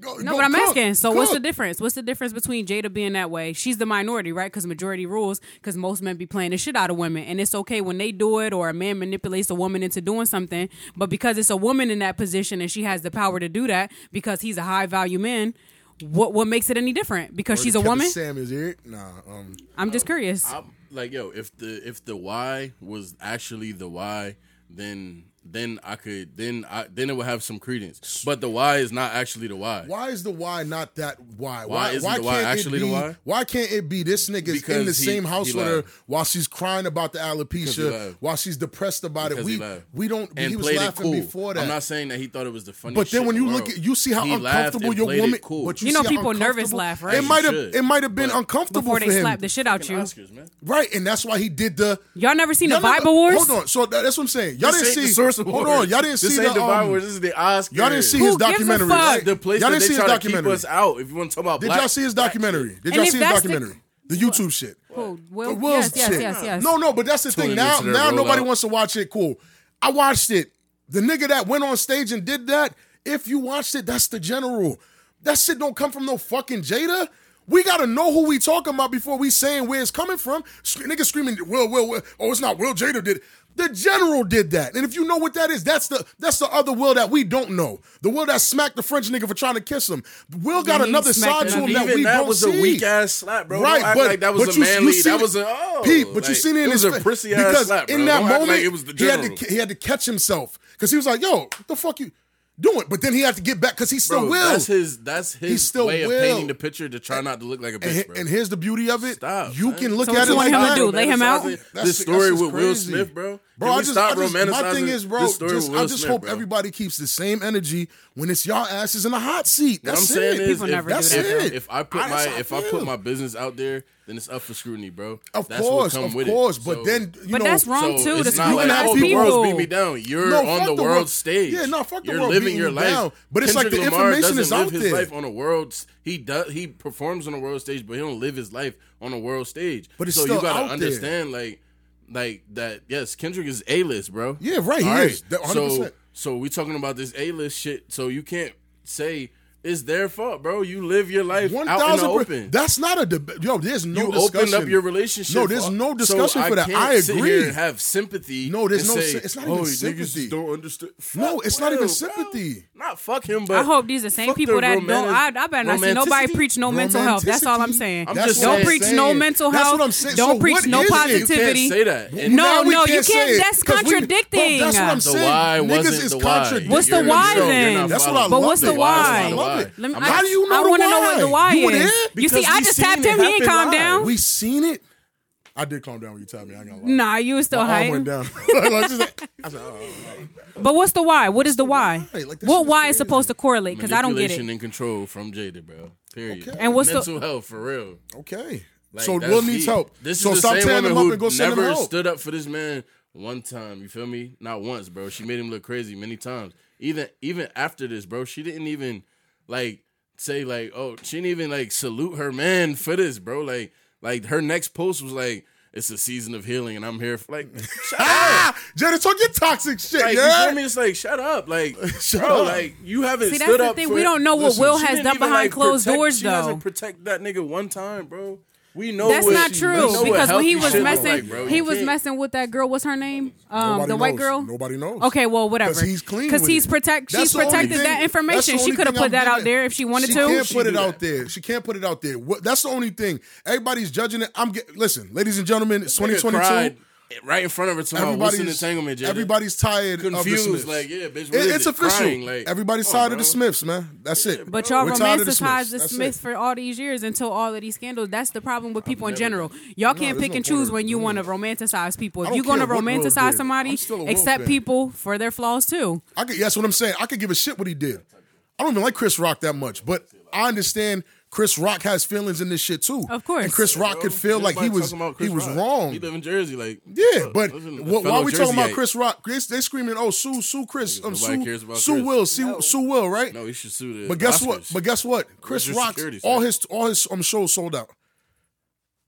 B: Go,
A: No,
B: go
A: but I'm
B: cook,
A: asking. So, what's the
B: cook.
A: difference? What's the difference between Jada being that way? She's the minority, right? Because majority rules. Because most men be playing the shit out of women, and it's okay when they do it, or a man manipulates a woman into doing something. But because it's a woman in that position and she has the power to do that, because he's a high value man, what what makes it any different? Because she's a
B: Kevin
A: woman.
B: Sam is here. Nah. Um.
A: I'm just curious.
D: I'm, like yo, if the if the why was actually the why, then then I could then I then it would have some credence. But the why is not actually the why.
B: Why is the why not that why?
D: Why isn't the why
B: it
D: actually the
B: be-
D: why?
B: Why can't it be this nigga's in
D: Because
B: the
D: he-
B: same
D: he
B: house with her
D: lied.
B: while she's crying about the
D: he
B: alopecia,
D: lied.
B: while she's depressed about
D: Because
B: it?
D: he
B: We
D: lied.
B: we don't.
D: And
B: he was
D: played it
B: laughing
D: cool.
B: before that.
D: I'm not saying that he thought it was the funniest.
B: but then
D: shit
B: when
D: in
B: you
D: the
B: look
D: world.
B: at you see how
D: He laughed
B: uncomfortable
D: and
B: your
D: played it
B: woman.
D: cool.
B: But you,
A: You know
B: see how
A: people nervous
B: uncomfortable-
A: laugh, right?
B: It might have
D: Should.
B: it might have been
D: But-
B: uncomfortable
A: before
B: for
A: they
B: him.
A: slap the shit out you,
D: Oscars, man.
B: Right, and that's why he did the.
A: y'all never seen the
B: No, no, no,
A: Bible Wars?
B: Hold on, so that, that's what I'm saying. Y'all
D: This
B: didn't see.
D: ain't the source of
B: hold
D: wars.
B: on, y'all didn't
D: this
B: see
D: ain't the,
B: um,
D: Bible Wars, This is the Oscars.
B: Y'all didn't see
A: Who
B: his
A: gives a
B: documentary.
A: fuck?
B: right?
D: the place
B: y'all
D: that
B: didn't see
D: they
B: his
D: try to keep
B: documentary.
D: us out. If you want to talk about
B: Did
D: black,
B: y'all see his
D: black
B: documentary?
D: shit.
B: Did
A: And
B: y'all
A: if
B: see his
A: that's the-
B: documentary? The, YouTube shit.
A: Cool.
B: The
A: Will, yes,
B: Will's
A: yes,
B: shit.
A: yes, yes.
B: No, no, but that's the thing.
D: Tuning
B: Now,
D: into the
B: now nobody
D: rollout.
B: wants to watch it. Cool. I watched it. The nigga that went on stage and did that. If you watched it, that's the general. That shit don't come from no fucking Jada. We gotta know who we talking about before we saying where it's coming from. Sc- nigga screaming, Will, Will, Will. Oh, it's not Will. Jada did it. The general did that, and if you know what that is, that's the that's the other Will that we don't know. The Will that smacked the French nigga for trying to kiss him. Will got
A: he
B: another
A: smacked
B: side
A: him.
B: to him that
D: Even
B: we
D: that
B: don't
D: was
B: see.
D: a weak ass slap, bro.
B: Right,
D: Don't act
B: but-
D: like that was
B: but
D: a
B: you- you
D: manly.
B: seen
D: that
B: it-
D: was a oh,
B: Pete, but you
D: like,
B: seen it in
D: was
B: his
D: a
B: face.
D: prissy ass
B: because
D: slap. bro.
B: in that
D: Don't act like
B: moment
D: it was the
B: he had
D: general.
B: to he had to catch himself because he was like, "Yo, what the fuck you doing?" But then he had to get back because he still
D: Bro,
B: will.
D: That's his. That's his
B: still
D: way
B: will.
D: of painting the picture to try not to look like a
B: and,
D: bitch, bro.
B: and here's the beauty of it:
D: Stop,
B: you
D: man.
B: can look
A: So
B: at
A: what
B: it
A: you
B: like
A: want him to
B: that.
A: do? Lay him out?
B: That's-
D: This
B: that's
D: story
B: just
D: with Will
B: crazy.
D: Smith, bro.
B: Bro,
D: Can
B: I
D: we
B: just,
D: stop
B: I just my
D: romanticizing
B: thing is, bro.
D: this story
B: Just,
D: with
B: I
D: Will
B: just
D: Smith,
B: hope
D: bro?
B: everybody keeps the same energy when it's y'all asses in the hot seat.
D: What I'm
B: That's
D: saying
B: it.
D: is,
A: People
D: if,
A: never do
D: that's
B: that,
D: it.
B: bro.
D: if I put
B: I- that's
D: my
B: how I
D: if I
B: feel.
D: put my business out there, then it's up for scrutiny, bro.
B: of
D: That's
B: course,
D: what come
B: of
D: with
B: course.
D: It.
B: But
D: So-
B: then you
A: But
B: know,
A: that's wrong
D: so
A: too.
D: it's
A: That's
D: not
B: you
D: like
B: can have
D: oh, the
B: people-
D: world's beat me down. You're
B: No,
D: on
B: fuck
D: the
B: the
D: world
B: world-
D: stage.
B: Yeah, no, fuck the
D: You're
B: world
D: living
B: beating
D: your
B: you
D: life.
B: down. But it's like
D: Kendrick
B: the
D: Lamar
B: information
D: doesn't
B: is
D: live
B: out
D: his
B: there.
D: Life on a world, s- he does. He performs on a world stage, but he don't live his life on a world stage.
B: But it's
D: so
B: still
D: you gotta
B: out there.
D: understand, like, like that. Yes, Kendrick is a list, bro.
B: Yeah, right, he
D: All
B: is. That- 100%.
D: So so we talking about this A list shit. So you can't say it's their fault, bro. You live your life
B: One
D: out in the
B: thousand.
D: open.
B: That's not a debate. Yo, there's no
D: you
B: discussion.
D: opened up your relationship. uh,
B: No, there's no discussion
D: so
B: for that.
D: can't
B: I
D: sit
B: agree.
D: here and have sympathy.
B: No, there's
D: and
B: no
D: say,
B: sy- it's not
D: oh,
B: even
D: niggas
B: sympathy.
D: just don't understand.
B: No,
D: Fuck
B: it's not even
D: Will, bro.
B: sympathy.
D: Not fuck him, but
A: I hope these are the same
D: fuck
A: people
D: the
A: that don't. I,
D: romantic-
A: I better not see nobody
D: romanticity.
A: preach no mental health. That's all I'm
B: Romanticity?
A: saying.
D: I'm
B: That's
D: just
B: what
A: don't
D: saying.
A: preach no mental
B: That's
A: health.
B: what I'm saying.
A: Don't
B: So
A: preach
B: what
A: no
B: is it? You can't
D: You can't
A: positivity.
D: say that. And
A: No,
B: Now we
A: no, you can't-
B: say it,
A: that's
B: 'cause we-
A: contradicting.
B: No, that's what I'm
A: The
B: saying.
D: why wasn't
B: Niggas is
D: the why.
B: contradicting.
A: What's the You're why
B: Yo,
A: then?
B: you're not
A: That's
D: what I
B: following.
D: But what's the
B: That's what I
D: why?
B: love it.
A: Let me-
B: How do you know
A: I
B: the
A: wanna know
B: why?
A: what the why
B: You were
A: is.
B: there?
A: You see,
D: Because
A: I
D: we
A: just
D: seen
A: tapped
D: it
A: him. He ain't
D: happen
A: calm
D: live.
A: down.
B: We seen it. I did calm down when you tapped me. I ain't gonna lie.
A: nah, you was still
B: I
A: high.
B: went down. I was just like- I said, oh,
A: But what's the why? What is the why?
B: why? Like, that shit
A: What
B: is
A: why is
B: crazy.
A: supposed to correlate? Because I don't get
D: Manipulation
A: it.
D: and control from Jada, bro. Period.
B: Okay.
A: And what's the-
D: mental health for real?
B: okay.
D: Like,
B: so
D: that's
B: Will needs
D: deep.
B: help.
D: This
B: so
D: is the
B: stop
D: same
B: tearing
D: woman
B: him
D: who
B: up and go send him
D: never
B: help.
D: stood up for this man one time. You feel me? Not once, bro. She made him look crazy many times. Even even after this, bro, she didn't even like say like, oh, she didn't even like salute her man for this, bro. Like like her next post was like, it's a season of healing, and I'm here for like, shut up.
B: Ah, Jada, talk your toxic shit.
D: Like,
B: yeah.
D: you feel me? It's like, shut up. Like,
B: Shut
D: bro,
B: up.
D: like, you haven't
A: See, that's
D: stood
A: the
D: up
A: thing.
D: for
A: We don't know what Will
D: she
A: has
D: didn't
A: done
D: even,
A: behind closed
D: protect-
A: doors,
D: she
A: though.
D: hasn't protect that nigga one time, bro. We know
A: That's
D: what
A: not
D: she-
A: true
D: we know what
A: because when he
D: healthy
A: was
D: shit look
A: messing,
D: like, bro.
A: he
D: You
A: was
D: can't-
A: messing with that girl. What's her name? Um,
B: Nobody
A: the white
B: knows.
A: girl.
B: Nobody knows.
A: Okay, well, whatever.
B: 'Cause he's clean
A: Because
B: with
A: he's
B: it.
A: protect.
B: That's
A: She's
B: the only
A: protected
B: thing-
A: that
B: that's the
A: information. She
B: only
A: could have
B: thing
A: put
B: I'm
A: that out
B: getting.
A: there if she wanted
B: she
A: to.
B: can't
D: She
B: put
D: do
B: it
D: that.
B: out there. She can't put it out there. What, that's the only thing. Everybody's judging it. I'm get, listen, ladies and gentlemen. It's
D: nigga
B: 2022.
D: cried Right in front of her tomorrow. What's
B: Everybody's
D: an entanglement, JJ?
B: Everybody's tired of the
D: confused.
B: Smiths.
D: like, yeah, bitch,
B: It-
D: what is
B: it's
D: it?
B: official.
D: Crying, like,
B: Everybody's
D: come on,
B: tired of the
D: bro.
B: Smiths, man. That's it.
A: But y'all
B: We're tired of the
A: romanticized the
B: That's it.
A: Smiths for all these years until all of these scandals. That's the problem with people in general. Y'all can't
B: there's
A: pick
B: no
A: and choose
B: point.
A: when you
B: No.
A: want to romanticize people. If
B: don't
A: you're going to
B: care what Will
A: romanticize
B: did.
A: somebody,
B: I'm still a Will
A: accept
B: fan.
A: people for their flaws too.
B: I could, that's what I'm saying. I could give a shit what he did. I don't even like Chris Rock that much, but I understand Chris Rock has feelings in this shit too.
A: Of course.
B: and Chris Rock could feel like he
D: Nobody
B: was
D: talking about
B: he
D: Chris
B: was
D: Rock.
B: wrong.
D: He live in Jersey, like
B: Yeah, but
D: those are
B: wh-
D: the
B: why
D: fellow
B: we talking about
D: Jerseyites.
B: Chris Rock? They, they screaming, "Oh, sue, sue, Chris, um,
D: Nobody
B: sue,
D: cares about
B: sue,
D: Chris.
B: Will, sue, sue, Will, right?"
D: No, he should sue the.
B: But guess what?
D: Oscars.
B: But guess what? Chris
D: your
B: Rock,
D: security,
B: all
D: sir?
B: his all his um, shows sold out.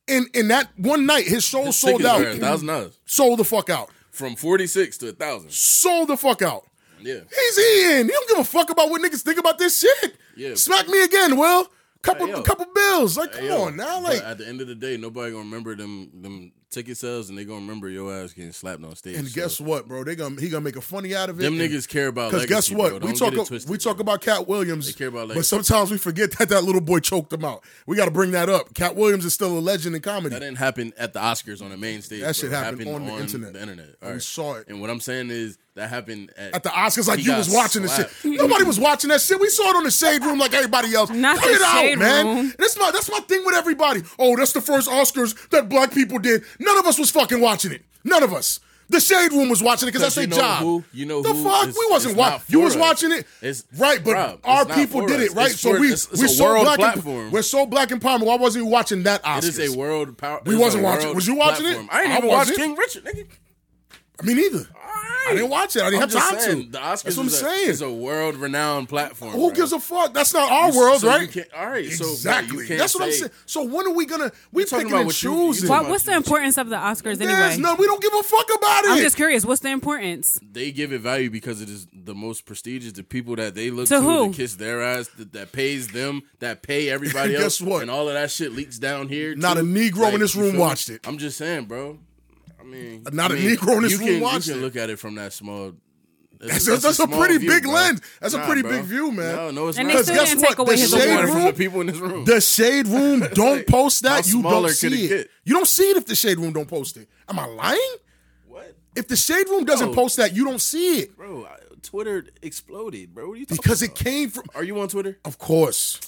B: In in that one night, his show
D: His
B: sold
D: tickets
B: out.
D: were a thousand dollars
B: Sold the fuck out.
D: from forty six to a thousand.
B: Sold the fuck out.
D: Yeah,
B: He's in. He don't give a fuck about what niggas think about this shit.
D: Yeah.
B: Smack me again, Will. Couple
D: Hey, yo.
B: a couple bills. Like, come
D: Hey, yo,
B: on now.
D: but
B: Like
D: at the end of the day, nobody gonna remember them them ticket sales, and they gonna remember your ass getting slapped on stage.
B: And
D: so
B: guess what, bro? They gonna he gonna make a funny out of it.
D: Them niggas care about.
B: Because guess
D: legacy,
B: what?
D: bro.
B: We
D: Don't
B: talk
D: get it
B: a-
D: twisted,
B: we talk
D: bro.
B: about Cat Williams.
D: They care
B: but
D: about legacy.
B: sometimes we forget that that little boy choked him out. We got to bring that up. Cat Williams is still a legend in comedy.
D: That didn't happen at the Oscars on the main stage.
B: That
D: bro.
B: shit
D: It
B: happened on the internet.
D: The internet.
B: We
D: Alright.
B: saw it.
D: And what I'm saying is that happened at,
B: at the Oscars, like
D: He
B: you
D: got
B: was watching
D: slapped.
B: this shit. Nobody was watching that shit. We saw it on the shade room like everybody else.
A: Not
B: Cut
A: the
B: it
A: Shade
B: out, man.
A: Room.
B: That's my that's my thing with everybody. Oh, that's the first Oscars that black people did. None of us was fucking watching it. None of us. The shade room was watching it because that's
D: you
B: their
D: know
B: job.
D: Who, you know
B: the
D: who
B: fuck?
D: is-
B: we wasn't
D: it's not
B: watching. You
D: for
B: was
D: us.
B: watching it,
D: It's
B: right? But
D: Rob,
B: our
D: it's not
B: people
D: for
B: did
D: us.
B: it, right?
D: It's
B: so
D: for-
B: we
D: it's, it's
B: we're
D: a
B: so
D: world
B: black.
D: platform.
B: And, we're so black and palm. Why wasn't we watching that Oscars?
D: It is a world power.
B: We
D: it's a
B: wasn't watching-
D: world
B: was you watching it?
D: platform. I didn't
B: I
D: even watch
B: wasn't.
D: King Richard, nigga.
B: Me neither. I didn't watch it. I didn't
D: I'm
B: have
D: just
B: time
D: saying,
B: to.
D: The Oscars
B: That's what I'm
D: is a,
B: saying.
D: is a world renowned platform.
B: Who
D: bro.
B: gives a fuck? That's not our world,
D: so you
B: right?
D: can't- all right, so, bro, you
B: exactly.
D: can't
B: That's what I'm
D: say-
B: saying. So when are we gonna? We
D: talking
B: picking
D: about
B: and
D: what you- you
B: choosing.
A: Why,
D: talking
A: what's the importance of the Oscars
B: There's
A: anyway?
B: none. We don't give a fuck about it.
A: I'm just curious. What's the importance?
D: They give it value because it is the most prestigious. The people that they look
A: To
D: to,
A: who?
D: to kiss their ass, that, that pays them, that pay everybody
B: Guess
D: else,
B: what?
D: and all of that shit leaks down here.
B: Not a
D: too.
B: Negro in this
D: you
B: room
D: feel me?
B: watched it.
D: I'm just saying, bro. I mean,
B: Not
D: I
B: a
D: mean,
B: Negro in this
D: you
B: room
D: can,
B: watched
D: You can
B: it.
D: look at it from that small.
B: That's- that's a
D: small
B: pretty
D: view,
B: big
D: bro.
B: lens. That's a
D: Nah,
B: pretty
D: bro.
B: big view, man.
D: No, no, it's
A: And they
D: not.
B: Because
A: still
B: guess
A: didn't
B: what?
A: take away
B: The
A: his
B: shade
A: award.
B: room-
D: from the people in this room.
B: The shade room don't
D: Like,
B: post that.
D: how
B: You
D: smaller
B: don't
D: could
B: see
D: it
B: it.
D: get?
B: You don't see it if the shade room don't post it. Am I lying?
D: what?
B: If the shade room doesn't
D: No.
B: post that, you don't see it
D: Bro, I- Twitter exploded, bro. What are you talking
B: because it
D: about?
B: came from.
D: Are you on Twitter?
B: Of course.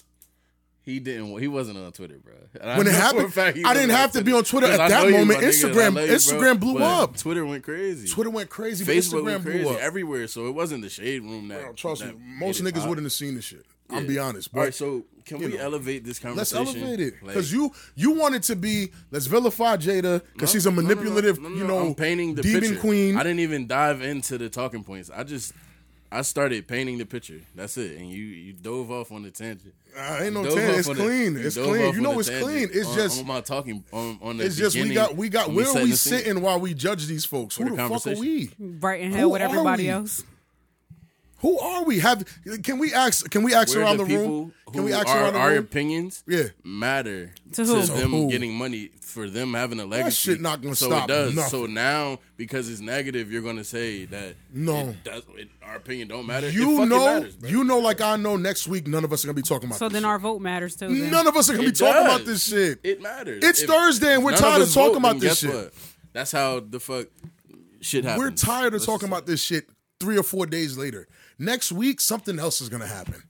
D: He didn't. He wasn't on Twitter, bro. And I
B: When it
D: know for a
B: happened,
D: fact he
B: I didn't
D: wasn't
B: have to be on Twitter
D: 'Cause
B: at
D: I
B: that
D: know you,
B: moment.
D: my nigga, and I
B: Instagram-
D: love you,
B: Instagram blew
D: but
B: up.
D: Twitter went crazy.
B: Twitter went crazy. but
D: Facebook
B: Instagram
D: went crazy
B: blew up.
D: everywhere. So it wasn't the shade room that.
B: Bro, trust me,
D: that
B: most
D: made it
B: niggas
D: pop.
B: wouldn't have seen this shit. i will
D: Yeah.
B: be honest. But
D: All right, so can we elevate this
B: let's
D: conversation?
B: elevate it
D: Like,
B: because you you wanted to be let's vilify Jada because she's a
D: No, no, no,
B: manipulative,
D: no, no,
B: you
D: no,
B: know,
D: I'm painting the
B: demon
D: picture.
B: queen.
D: I didn't even dive into the talking points. I just I started painting the picture. That's it. And you you dove off on the tangent.
B: I ain't
D: You
B: no
D: dove
B: tan.
D: off
B: It's
D: on the-
B: clean. It's
D: dove
B: clean.
D: off
B: You
D: on
B: know
D: the
B: it's
D: tangent Oh,
B: clean. It's
D: on-
B: just-
D: on my talking on, on the
B: It's just we
D: beginning,
B: got we got
D: when
B: where
D: set
B: we
D: the scene.
B: sitting while we judge these folks. Who
D: For the
B: the fuck are
D: conversation.
B: we?
A: Bright and
B: Who
A: hell with
B: are
A: everybody
B: we?
A: else.
B: Who are we? Have can we ask? Can we ask
D: We're
B: around the,
D: the, people
B: room?
D: Who
B: Can we ask
D: are,
B: around the
D: our
B: room?
D: opinions
B: Yeah.
D: matter
A: To
D: to,
A: who?
D: them
B: who?
D: getting money for them having a legacy.
B: shit not gonna
D: so
B: stop
D: it does.
B: nothing.
D: So now because it's negative, you're gonna say that
B: No.
D: it does, it, our opinion don't matter. It
B: You
D: fucking
B: know,
D: matters, bro.
B: you know, like I know. Next week, none of us are gonna be talking about.
A: So
B: this
A: then
B: shit.
A: our vote matters too. Then.
B: none of us are gonna be
D: It
B: talking about
D: does.
B: this shit.
D: It matters.
B: It's Thursday and we're
D: none
B: tired of
D: us
B: talking about
D: then
B: this
D: guess
B: shit.
D: What? That's how the fuck shit happens.
B: We're tired of
D: Let's
B: talking
D: just-
B: about this shit three or four days later. Next week, something else is gonna happen.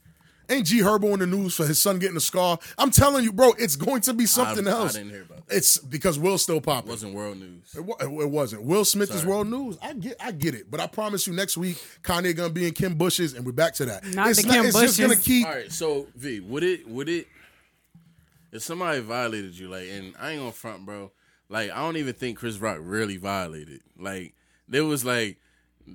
B: Ain't G Herbo in the news for his son getting a scar? I'm telling you, bro, it's going to be something
D: I
B: else.
D: didn't hear about that.
B: It's because Will's still popping.
D: Wasn't world news.
B: It, wa- it wasn't. Will Smith is world news. I get, I get it, but I promise you, next week Kanye gonna be in Kim Bush's, and we're back to that.
A: Not
B: it's
A: the Kim
B: it's
A: Bushes.
B: just gonna keep.
D: All right, so V, would it would it if somebody violated you like and I ain't gonna front, bro. Like I don't even think Chris Rock really violated. Like there was like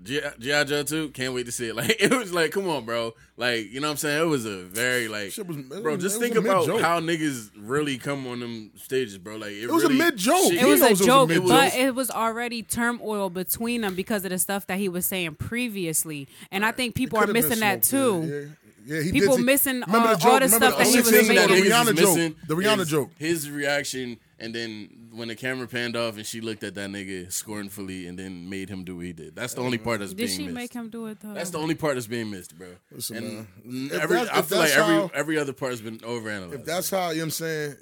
D: G- G.I. Joe too. Can't wait to see it. Like it was like, come on, bro. Like you know what I'm saying. It was a very like,
B: Shit was- it
D: bro.
B: was-
D: Just
B: it was
D: think
B: a mid
D: about
B: joke.
D: how niggas really come on them stages, bro. Like it,
B: It was a
D: really-
B: mid joke.
D: shit
A: It was
B: knows
A: a
B: it was a
A: joke,
B: mid-joke.
A: but it was already turmoil between them because of the stuff that he was saying previously, and I think people are
B: Could've been
A: missing that too.
B: smoked, yeah, yeah, Yeah, he
A: People
B: did.
A: missing
B: Remember
A: all-
B: the
A: all
B: joke?
A: the
B: Remember
A: stuff that
B: only
A: he was
B: thing
A: making.
B: The
A: niggas
D: is
B: Rihanna
D: missing
B: joke. The Rihanna
D: is
B: joke.
D: His reaction, and then when the camera panned off and she looked at that nigga scornfully, and then made him do what he did. That's the only part that's
A: Did
D: being
A: she
D: missed.
A: make him do it though?
D: that's the only part that's being missed, bro.
B: Listen,
D: and
B: man. If
D: every,
B: that's-
D: I
B: if
D: feel like
B: that's how-
D: every every other part has been overanalyzed.
B: If that's how you know what I'm saying,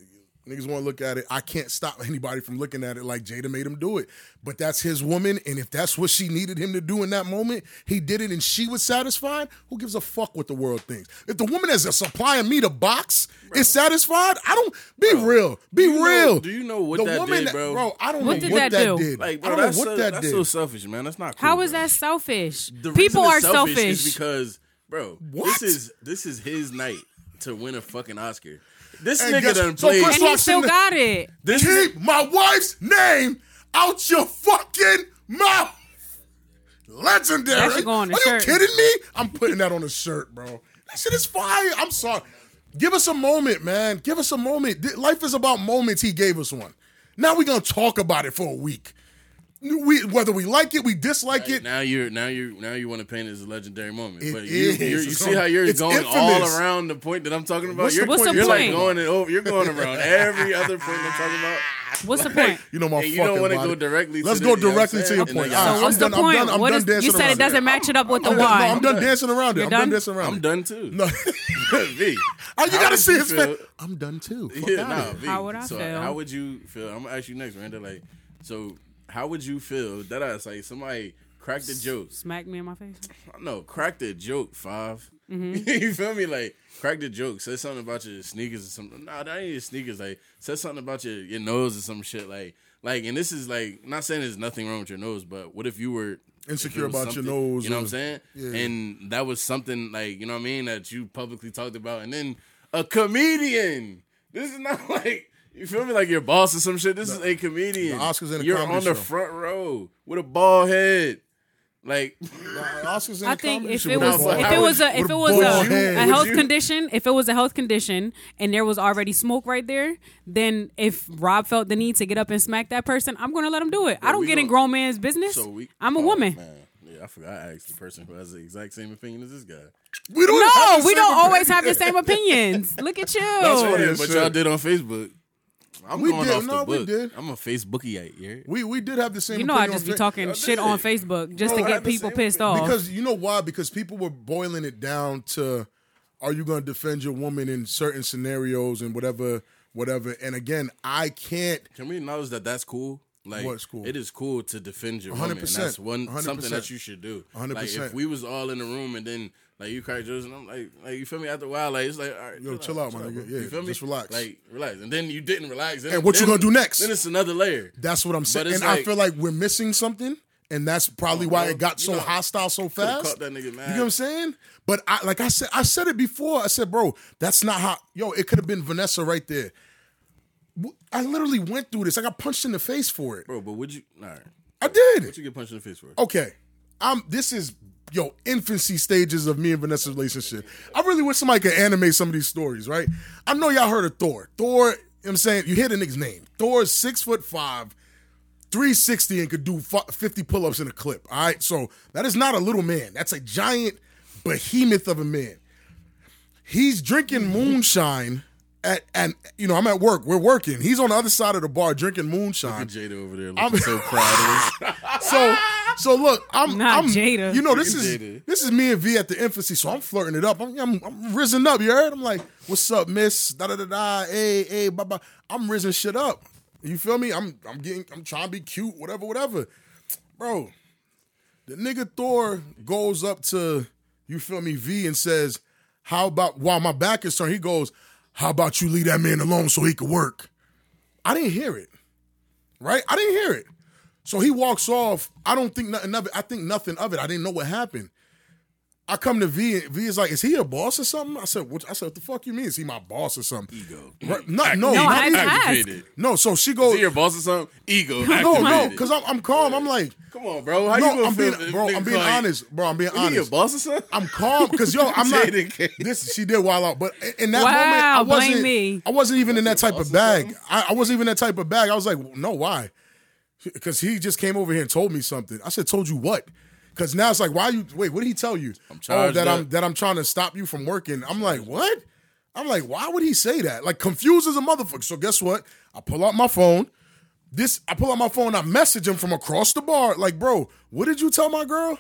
B: niggas want to look at it. I can't stop anybody from looking at it like Jada made him do it. But that's his woman, and if that's what she needed him to do in that moment, he did it, and she was satisfied. Who gives a fuck what the world thinks? If the woman that's supplying me the box is satisfied, I don't be real. Be
D: you know-
B: real.
D: do you know what that did, bro?
B: I don't
A: What
B: know
A: did
B: what
A: that
B: that
A: do?
B: did.
D: like,
B: I
D: bro,
B: don't
D: that's,
B: know what
D: so,
B: that
D: that's
B: did.
D: so selfish, man. That's not. Cool,
A: How is
D: bro.
A: that selfish? People
D: The reason
A: are
D: it's
A: selfish.
D: Is because, bro,
B: What?
D: this is this is his night to win a fucking Oscar. This
B: And
D: nigga
B: guess-
D: done
B: so
D: played.
B: Chris
A: and he
B: Rock
A: still
B: shouldn't-
A: got it.
D: this is,
B: Keep my wife's name out your fucking mouth. Legendary.
A: That should go on the
B: Are
A: shirt.
B: you kidding me? I'm putting that on a shirt, bro. That shit is fire. I'm sorry. Give us a moment, man. Give us a moment. Th- Life is about moments. He gave us one. Now we're gonna talk about it for a week. We whether we like it, we dislike it.
D: now you're now you now you want to paint it as a legendary moment,
B: It
D: but you
B: is.
D: you you
B: It's
D: see how you're
B: it's
D: going
B: infamous.
D: all around the point that I'm talking about.
B: What's the
D: you're
A: point?
D: you're like
A: What's the
D: going and over. You're going around every other point I'm talking about.
A: What's the point?
B: You know my
D: And you don't
B: fucking
D: wanna
B: body.
D: go directly to
B: Let's
D: the-
B: go
D: you know what I'm
B: directly to
D: saying?
B: your
D: And
B: point.
D: then y'all-
B: All right,
A: What's
B: I'm
A: the
B: done,
A: point?
B: I'm done, I'm
A: What
B: done
A: is-
B: dancing
A: you said it
B: around
A: doesn't match it up with the
B: I'm done-
A: wine.
B: no, I'm done dancing around it. I'm done
A: done?
B: dancing around
D: I'm
B: it.
D: done too.
B: No.
D: V,
B: Oh, you
D: how
B: gotta
D: would
B: see
D: you
B: his
D: feel-
B: face. I'm done too. Fuck
D: Yeah,
B: outta
D: nah,
B: here.
D: V,
A: How would I
D: so
A: feel?
D: How would you feel? I'm gonna ask you next, Randa. Like, so how would you feel that I like somebody cracked the joke?
A: Smack me in my face.
D: No, crack the joke, 5
B: Mm-hmm.
D: you feel me? Like, crack the joke. Say something about your sneakers or something. Nah, that ain't your sneakers. Like, say something about your, your nose or some shit. Like, like, and this is like, not saying there's nothing wrong with your nose, but what if you were
B: Insecure
D: if it was
B: about your
D: something-
B: nose
D: You know what
B: or-
D: I'm saying?
B: yeah.
D: And that was something like, you know what I mean, that you publicly talked about. And then a comedian. This is not like. You feel me? Like your boss or some shit. This is a comedian.
B: the Oscars and a
D: You're
B: comedy
D: on the
B: show.
D: front row with a bald head. Like,
B: Oscars in
A: I
B: the
A: think
B: comedy
A: if
B: show
A: it
B: with
A: was
B: a
D: bald
A: if
D: head.
A: it
B: ball.
A: was a if
B: With
A: it was
B: bald
A: a,
B: head.
A: a health
D: you-
A: condition, if it was a health condition and there was already smoke right there, then if Rob felt the need to get up and smack that person, I'm gonna let him do it. I don't
D: we
A: get in
D: don't-
A: grown man's business.
D: So we,
A: I'm a
D: oh,
A: woman.
D: man. Yeah, I forgot. I asked the person who has the exact same opinion as this guy.
B: we don't
A: No,
B: have the
A: we
B: same
A: don't always
B: opinion.
A: have the same opinions. Look at you.
B: right.
D: Oh, Yeah,
B: yeah,
D: but
B: sure.
D: y'all did on Facebook. I'm
B: We
D: going
B: did.
D: off
B: No,
D: the
B: we
D: book.
B: did.
D: I'm a Facebookiite here.
B: We we did have the same.
A: You know I
B: opinion
A: just
B: on
A: be
B: fa-
A: talking shit on
D: did.
A: Facebook just
D: Bro,
A: to
D: I
A: get
D: had the
A: people
D: same
A: pissed
D: opinion.
A: off.
B: because you know why? Because people were boiling it down to, are you going to defend your woman in certain scenarios and whatever, whatever. And again, I can't.
D: Can we acknowledge that that's cool? Like,
B: What's cool?
D: It is cool to defend your woman. And
B: 100%,
D: that's one something
B: 100%.
D: that you should do. Like,
B: 100%.
D: if we was all in the room and then like you cracked yours, and I'm like, like you feel me? After a while, like it's like, all right,
B: Yo, chill out, my nigga.
D: bro.
B: Yeah,
D: you feel me?
B: just relax.
D: Like relax, and then you didn't relax.
B: And what you
D: then-
B: gonna do next?
D: Then it's another layer.
B: That's what I'm saying.
D: it's
B: And I
D: like-
B: feel like we're missing something. And that's probably
D: Oh,
B: why
D: bro.
B: it got
D: You
B: so
D: know,
B: hostile so
D: coulda
B: fast.
D: caught that nigga
B: you
D: mad.
B: know what I'm saying? But I, like I said, I said it before. I said, bro, that's not how. Yo, it could have been Vanessa right there. W- I literally went through this. I got punched in the face for it.
D: bro. But would you? All right,
B: I did.
D: what you get punched in the face for?
B: okay, I'm this is yo infancy stages of me and Vanessa's relationship. I really wish somebody could animate some of these stories, right? I know y'all heard of Thor. Thor, you know what I'm saying you hear the nigga's name. Thor is six foot five. 360 and could do fu- 50 pull-ups in a clip. All right, so that is not a little man. That's a giant behemoth of a man. He's drinking moonshine at and you know I'm at work. We're working. He's on the other side of the bar drinking moonshine.
D: Jada over there looking so proud of us.
B: So so look, I'm
A: Not
B: I'm,
A: Jada.
B: You know this is
D: Jada.
B: this is me and V at the infancy, so I'm flirting it up. I'm I'm, I'm risen up. You heard? I'm like, what's up, Miss? Da da da da. Hey hey, bye bye. I'm risen shit up. You feel me? I'm I'm getting I'm trying to be cute, whatever, whatever. Bro, the nigga Thor goes up to you feel me V and says, "How about while my back is turned?" He goes, "How about you leave that man alone so he could work?" I didn't hear it. Right? I didn't hear it. So he walks off. I don't think nothing of it. I think nothing of it. I didn't know what happened. I come to V and V is like, is he a boss or something? I said, what I said, what the fuck you mean? Is he my boss or something?
D: Ego.
B: Right? No, no,
A: No,
B: not
A: I
B: even-
A: asked.
D: Activated.
B: no. So she goes,
D: See your boss or something? Ego.
B: no, no,
D: activated.
B: because I'm, I'm calm. I'm like,
D: Come on, bro. How you
B: no,
D: gonna
B: I'm
D: feel
B: being,
D: if
B: bro,
D: niggas
B: I'm being
D: like,
B: honest, bro. I'm being
D: "Is he your
B: honest.
D: boss or something?
B: I'm calm because yo, I'm not.
D: Say it again.
B: This she did wild out, but in that
A: Wow,
B: moment, I wasn't.
A: blame me.
B: I wasn't even in that type of bag. I, I wasn't even that type of bag. I was like, no, why? Because he just came over here and told me something. I said, told you what? Because now it's like, why you wait? What did he tell you? I'm
D: charged
B: that I'm
D: up.
B: that I'm trying to stop you from working. I'm like, what? I'm like, why would he say that? Like, confused as a motherfucker. So guess what? I pull out my phone. This I pull out my phone. I message him from across the bar. Like, bro, what did you tell my girl?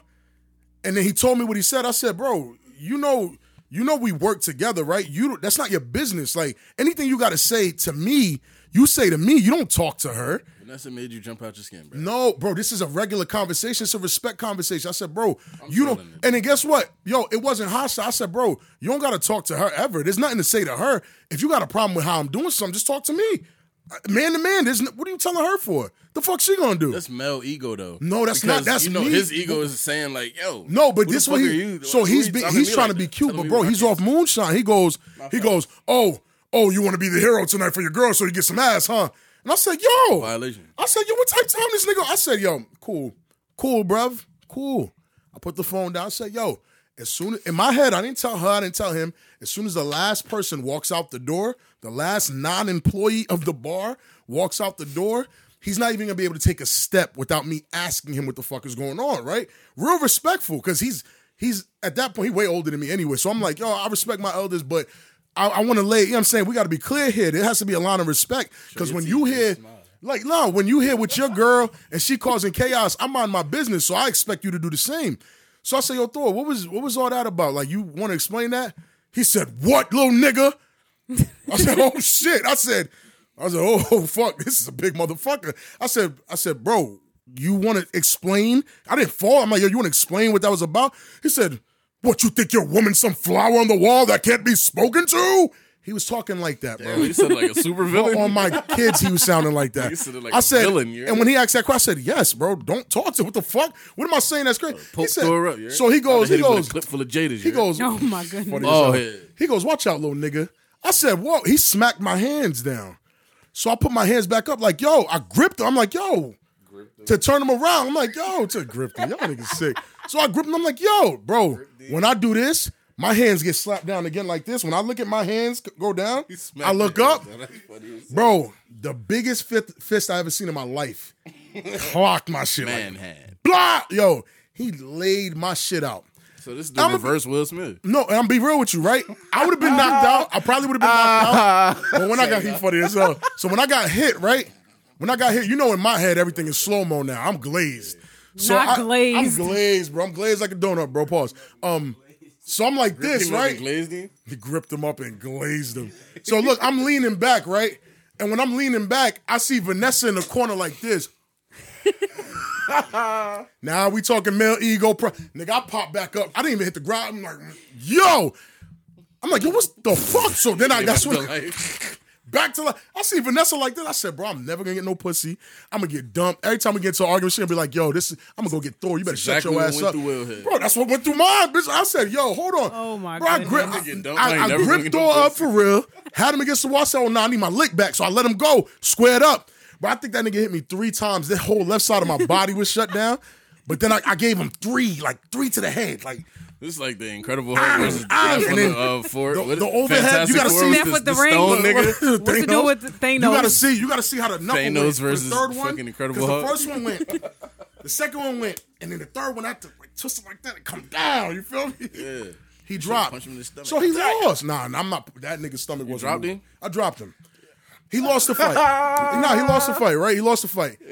B: And then he told me what he said. I said, bro, you know, you know, we work together, right? You that's not your business. Like anything you got to say to me, you say to me. You don't talk to her.
D: Vanessa made you jump out your skin, bro.
B: No, bro, this is a regular conversation. It's a respect conversation. I said, bro, you don't. And then guess what? Yo, it wasn't hostile. I said, bro, you don't got to talk to her ever. There's nothing to say to her. If you got a problem with how I'm doing something, just talk to me. Uh, Man to man, there's no, what are you telling her for? The fuck she gonna do?
D: That's male ego though.
B: No, that's not-
D: Because,
B: that's
D: you know
B: me.
D: his ego is saying like, yo,
B: No, but
D: who
B: this
D: the
B: what he.
D: fuck are you?
B: So
D: Who
B: he's
D: you
B: be,
D: talking
B: he's
D: to me
B: trying
D: like
B: to be
D: that?
B: cute,
D: Telling
B: but
D: me
B: bro,
D: what
B: he's
D: I
B: off
D: can-
B: moonshine. He goes, he goes, oh, oh, you want to be the hero tonight for your girl, so you get some ass, huh? And I said, yo,
D: Violation.
B: I said, yo, what type of time this nigga? I said, yo, cool, cool, bruv, cool. I put the phone down. I said, yo, as soon as, in my head, I didn't tell her, I didn't tell him. As soon as the last person walks out the door, the last non-employee of the bar walks out the door. He's not even gonna be able to take a step without me asking him what the fuck is going on, right? Real respectful, because he's he's at that point he way older than me anyway. So I'm like, yo, I respect my elders, but I, I want to lay. You know what I'm saying? We got to be clear here. There has to be a line of respect because when you hear, like, no, when you hear with your girl and she causing chaos, I mind my business, so I expect you to do the same. So I say, yo, Thor, what was what was all that about? Like, you want to explain that? He said, what, little nigga? I said, oh shit. I said, I said, oh fuck, this is a big motherfucker. I said, I said, bro, you want to explain? I didn't fall. I'm like, yo, you want to explain what that was about? He said, what you think you're a woman, some flower on the wall that can't be spoken to? He was talking like that, bro.
D: Damn, you sound like a super villain.
B: On my kids, he was sounding like that.
D: You sounded like
B: I
D: a
B: said,
D: villain, you're-
B: and when he asked that question, I said, "Yes, bro, don't talk to what the fuck. What am I saying? That's crazy." He
D: Poke
B: said,
D: Thor up, yeah?
B: so he goes,
D: I'd hit
B: he
D: him with
B: goes,
D: a clip full of jaders.
B: he goes,
A: Oh my goodness.
D: Oh,
B: Funny as hell.
D: yeah.
B: He goes, watch out, little nigga. I said, whoa. He smacked my hands down. So I put my hands back up, like, yo, I gripped him. I'm like, yo, to turn him around. I'm like, yo, to grip him. Y'all niggas sick. So I gripped him. I'm like, yo, bro, when I do this, my hands get slapped down again like this. When I look at my hands c- go down, I look up. Bro, the biggest fifth, fist I ever seen in my life. Clocked my shit.
D: man
B: Like,
D: had.
B: blah! Yo, he laid my shit out.
D: So this is the
B: I'm a-
D: reverse Will Smith.
B: No, and I'm be real with you, right? I would have been knocked out. I probably would have been knocked out. But when I got hit funny as hell. So when I got hit, right? When I got hit, you know, in my head, everything is slow mo now. I'm glazed. So
A: Not
B: I,
A: glazed.
B: I'm glazed, bro. I'm glazed like a donut, bro. Pause. Um, so I'm like this,
D: He wasn't
B: right?
D: glazed in?
B: He gripped him up and glazed him. So look, I'm leaning back, right? And when I'm leaning back, I see Vanessa in the corner like this. now we talking male ego. Pro- Nigga, I pop back up. I didn't even hit the ground. I'm like, yo. I'm like, yo, what's the fuck? So then I that's
D: The
B: when
D: light.
B: back to life. I see Vanessa like this. I said, bro, I'm never gonna get no pussy. I'm gonna get dumped. Every time we get into an argument, she gonna be like, yo, this is I'm gonna go get Thor. You better shut
D: exactly
B: your
D: what
B: ass
D: went
B: up.
D: through Will here.
B: Bro, that's what went through mine, bitch. I said, yo, hold on.
A: Oh, my
B: bro,
A: goodness.
B: I
A: I'm
D: gonna get
B: gripped
D: dumped. I
B: I,
D: ain't
B: I,
D: never gonna
B: gripped
D: get no
B: Thor up
D: pussy.
B: for real. Had him against the wall. I said, oh nah, I need my lick back. So I let him go, squared up. But I think that nigga hit me three times. The whole left side of my body was shut down. But then I, I gave him three, like three to the head. Like
D: This is like the Incredible Hulk versus
B: ah,
D: Jack
B: and
D: from
B: then
D: the, uh, Ford.
B: the-
D: what is-
B: the overhead, you
D: Fantastic
B: gotta
D: Four
B: see-
D: with
A: That
D: the,
A: with the
D: the
A: ring.
D: stone nigga.
B: What
A: What's to do with Thanos?
B: You gotta see. You gotta see how the knuckle
D: Thanos
B: went. For
D: versus
B: the third one,
D: fucking Incredible
B: 'cause The
D: Hulk.
B: first one went. The second one went, and then the third one I had to like twist it like that and come down. You feel me? Yeah. He dropped.
D: punch him in the stomach.
B: So he lost. Nah, nah, I'm not. That nigga's stomach was
D: dropped him?
B: I dropped him. He lost the fight. nah, he lost the fight. Right? He lost the fight. Um,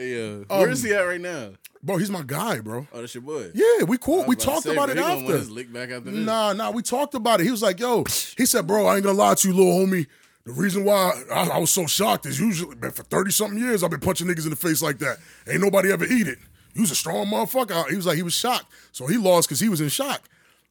D: Yeah. Where is he at right now?
B: Bro, he's my guy, bro.
D: Oh, that's your boy.
B: Yeah, we cool.
D: I was
B: We
D: to
B: talked
D: say,
B: about
D: bro,
B: it
D: he gonna want
B: after.
D: his lick back after this.
B: Nah, nah, we talked about it. He was like, yo, he said, bro, I ain't gonna lie to you, little homie. The reason why I, I was so shocked is usually, man, for 30 something years, I've been punching niggas in the face like that. Ain't nobody ever eat it. He was a strong motherfucker. He was like, he was shocked. So he lost because he was in shock.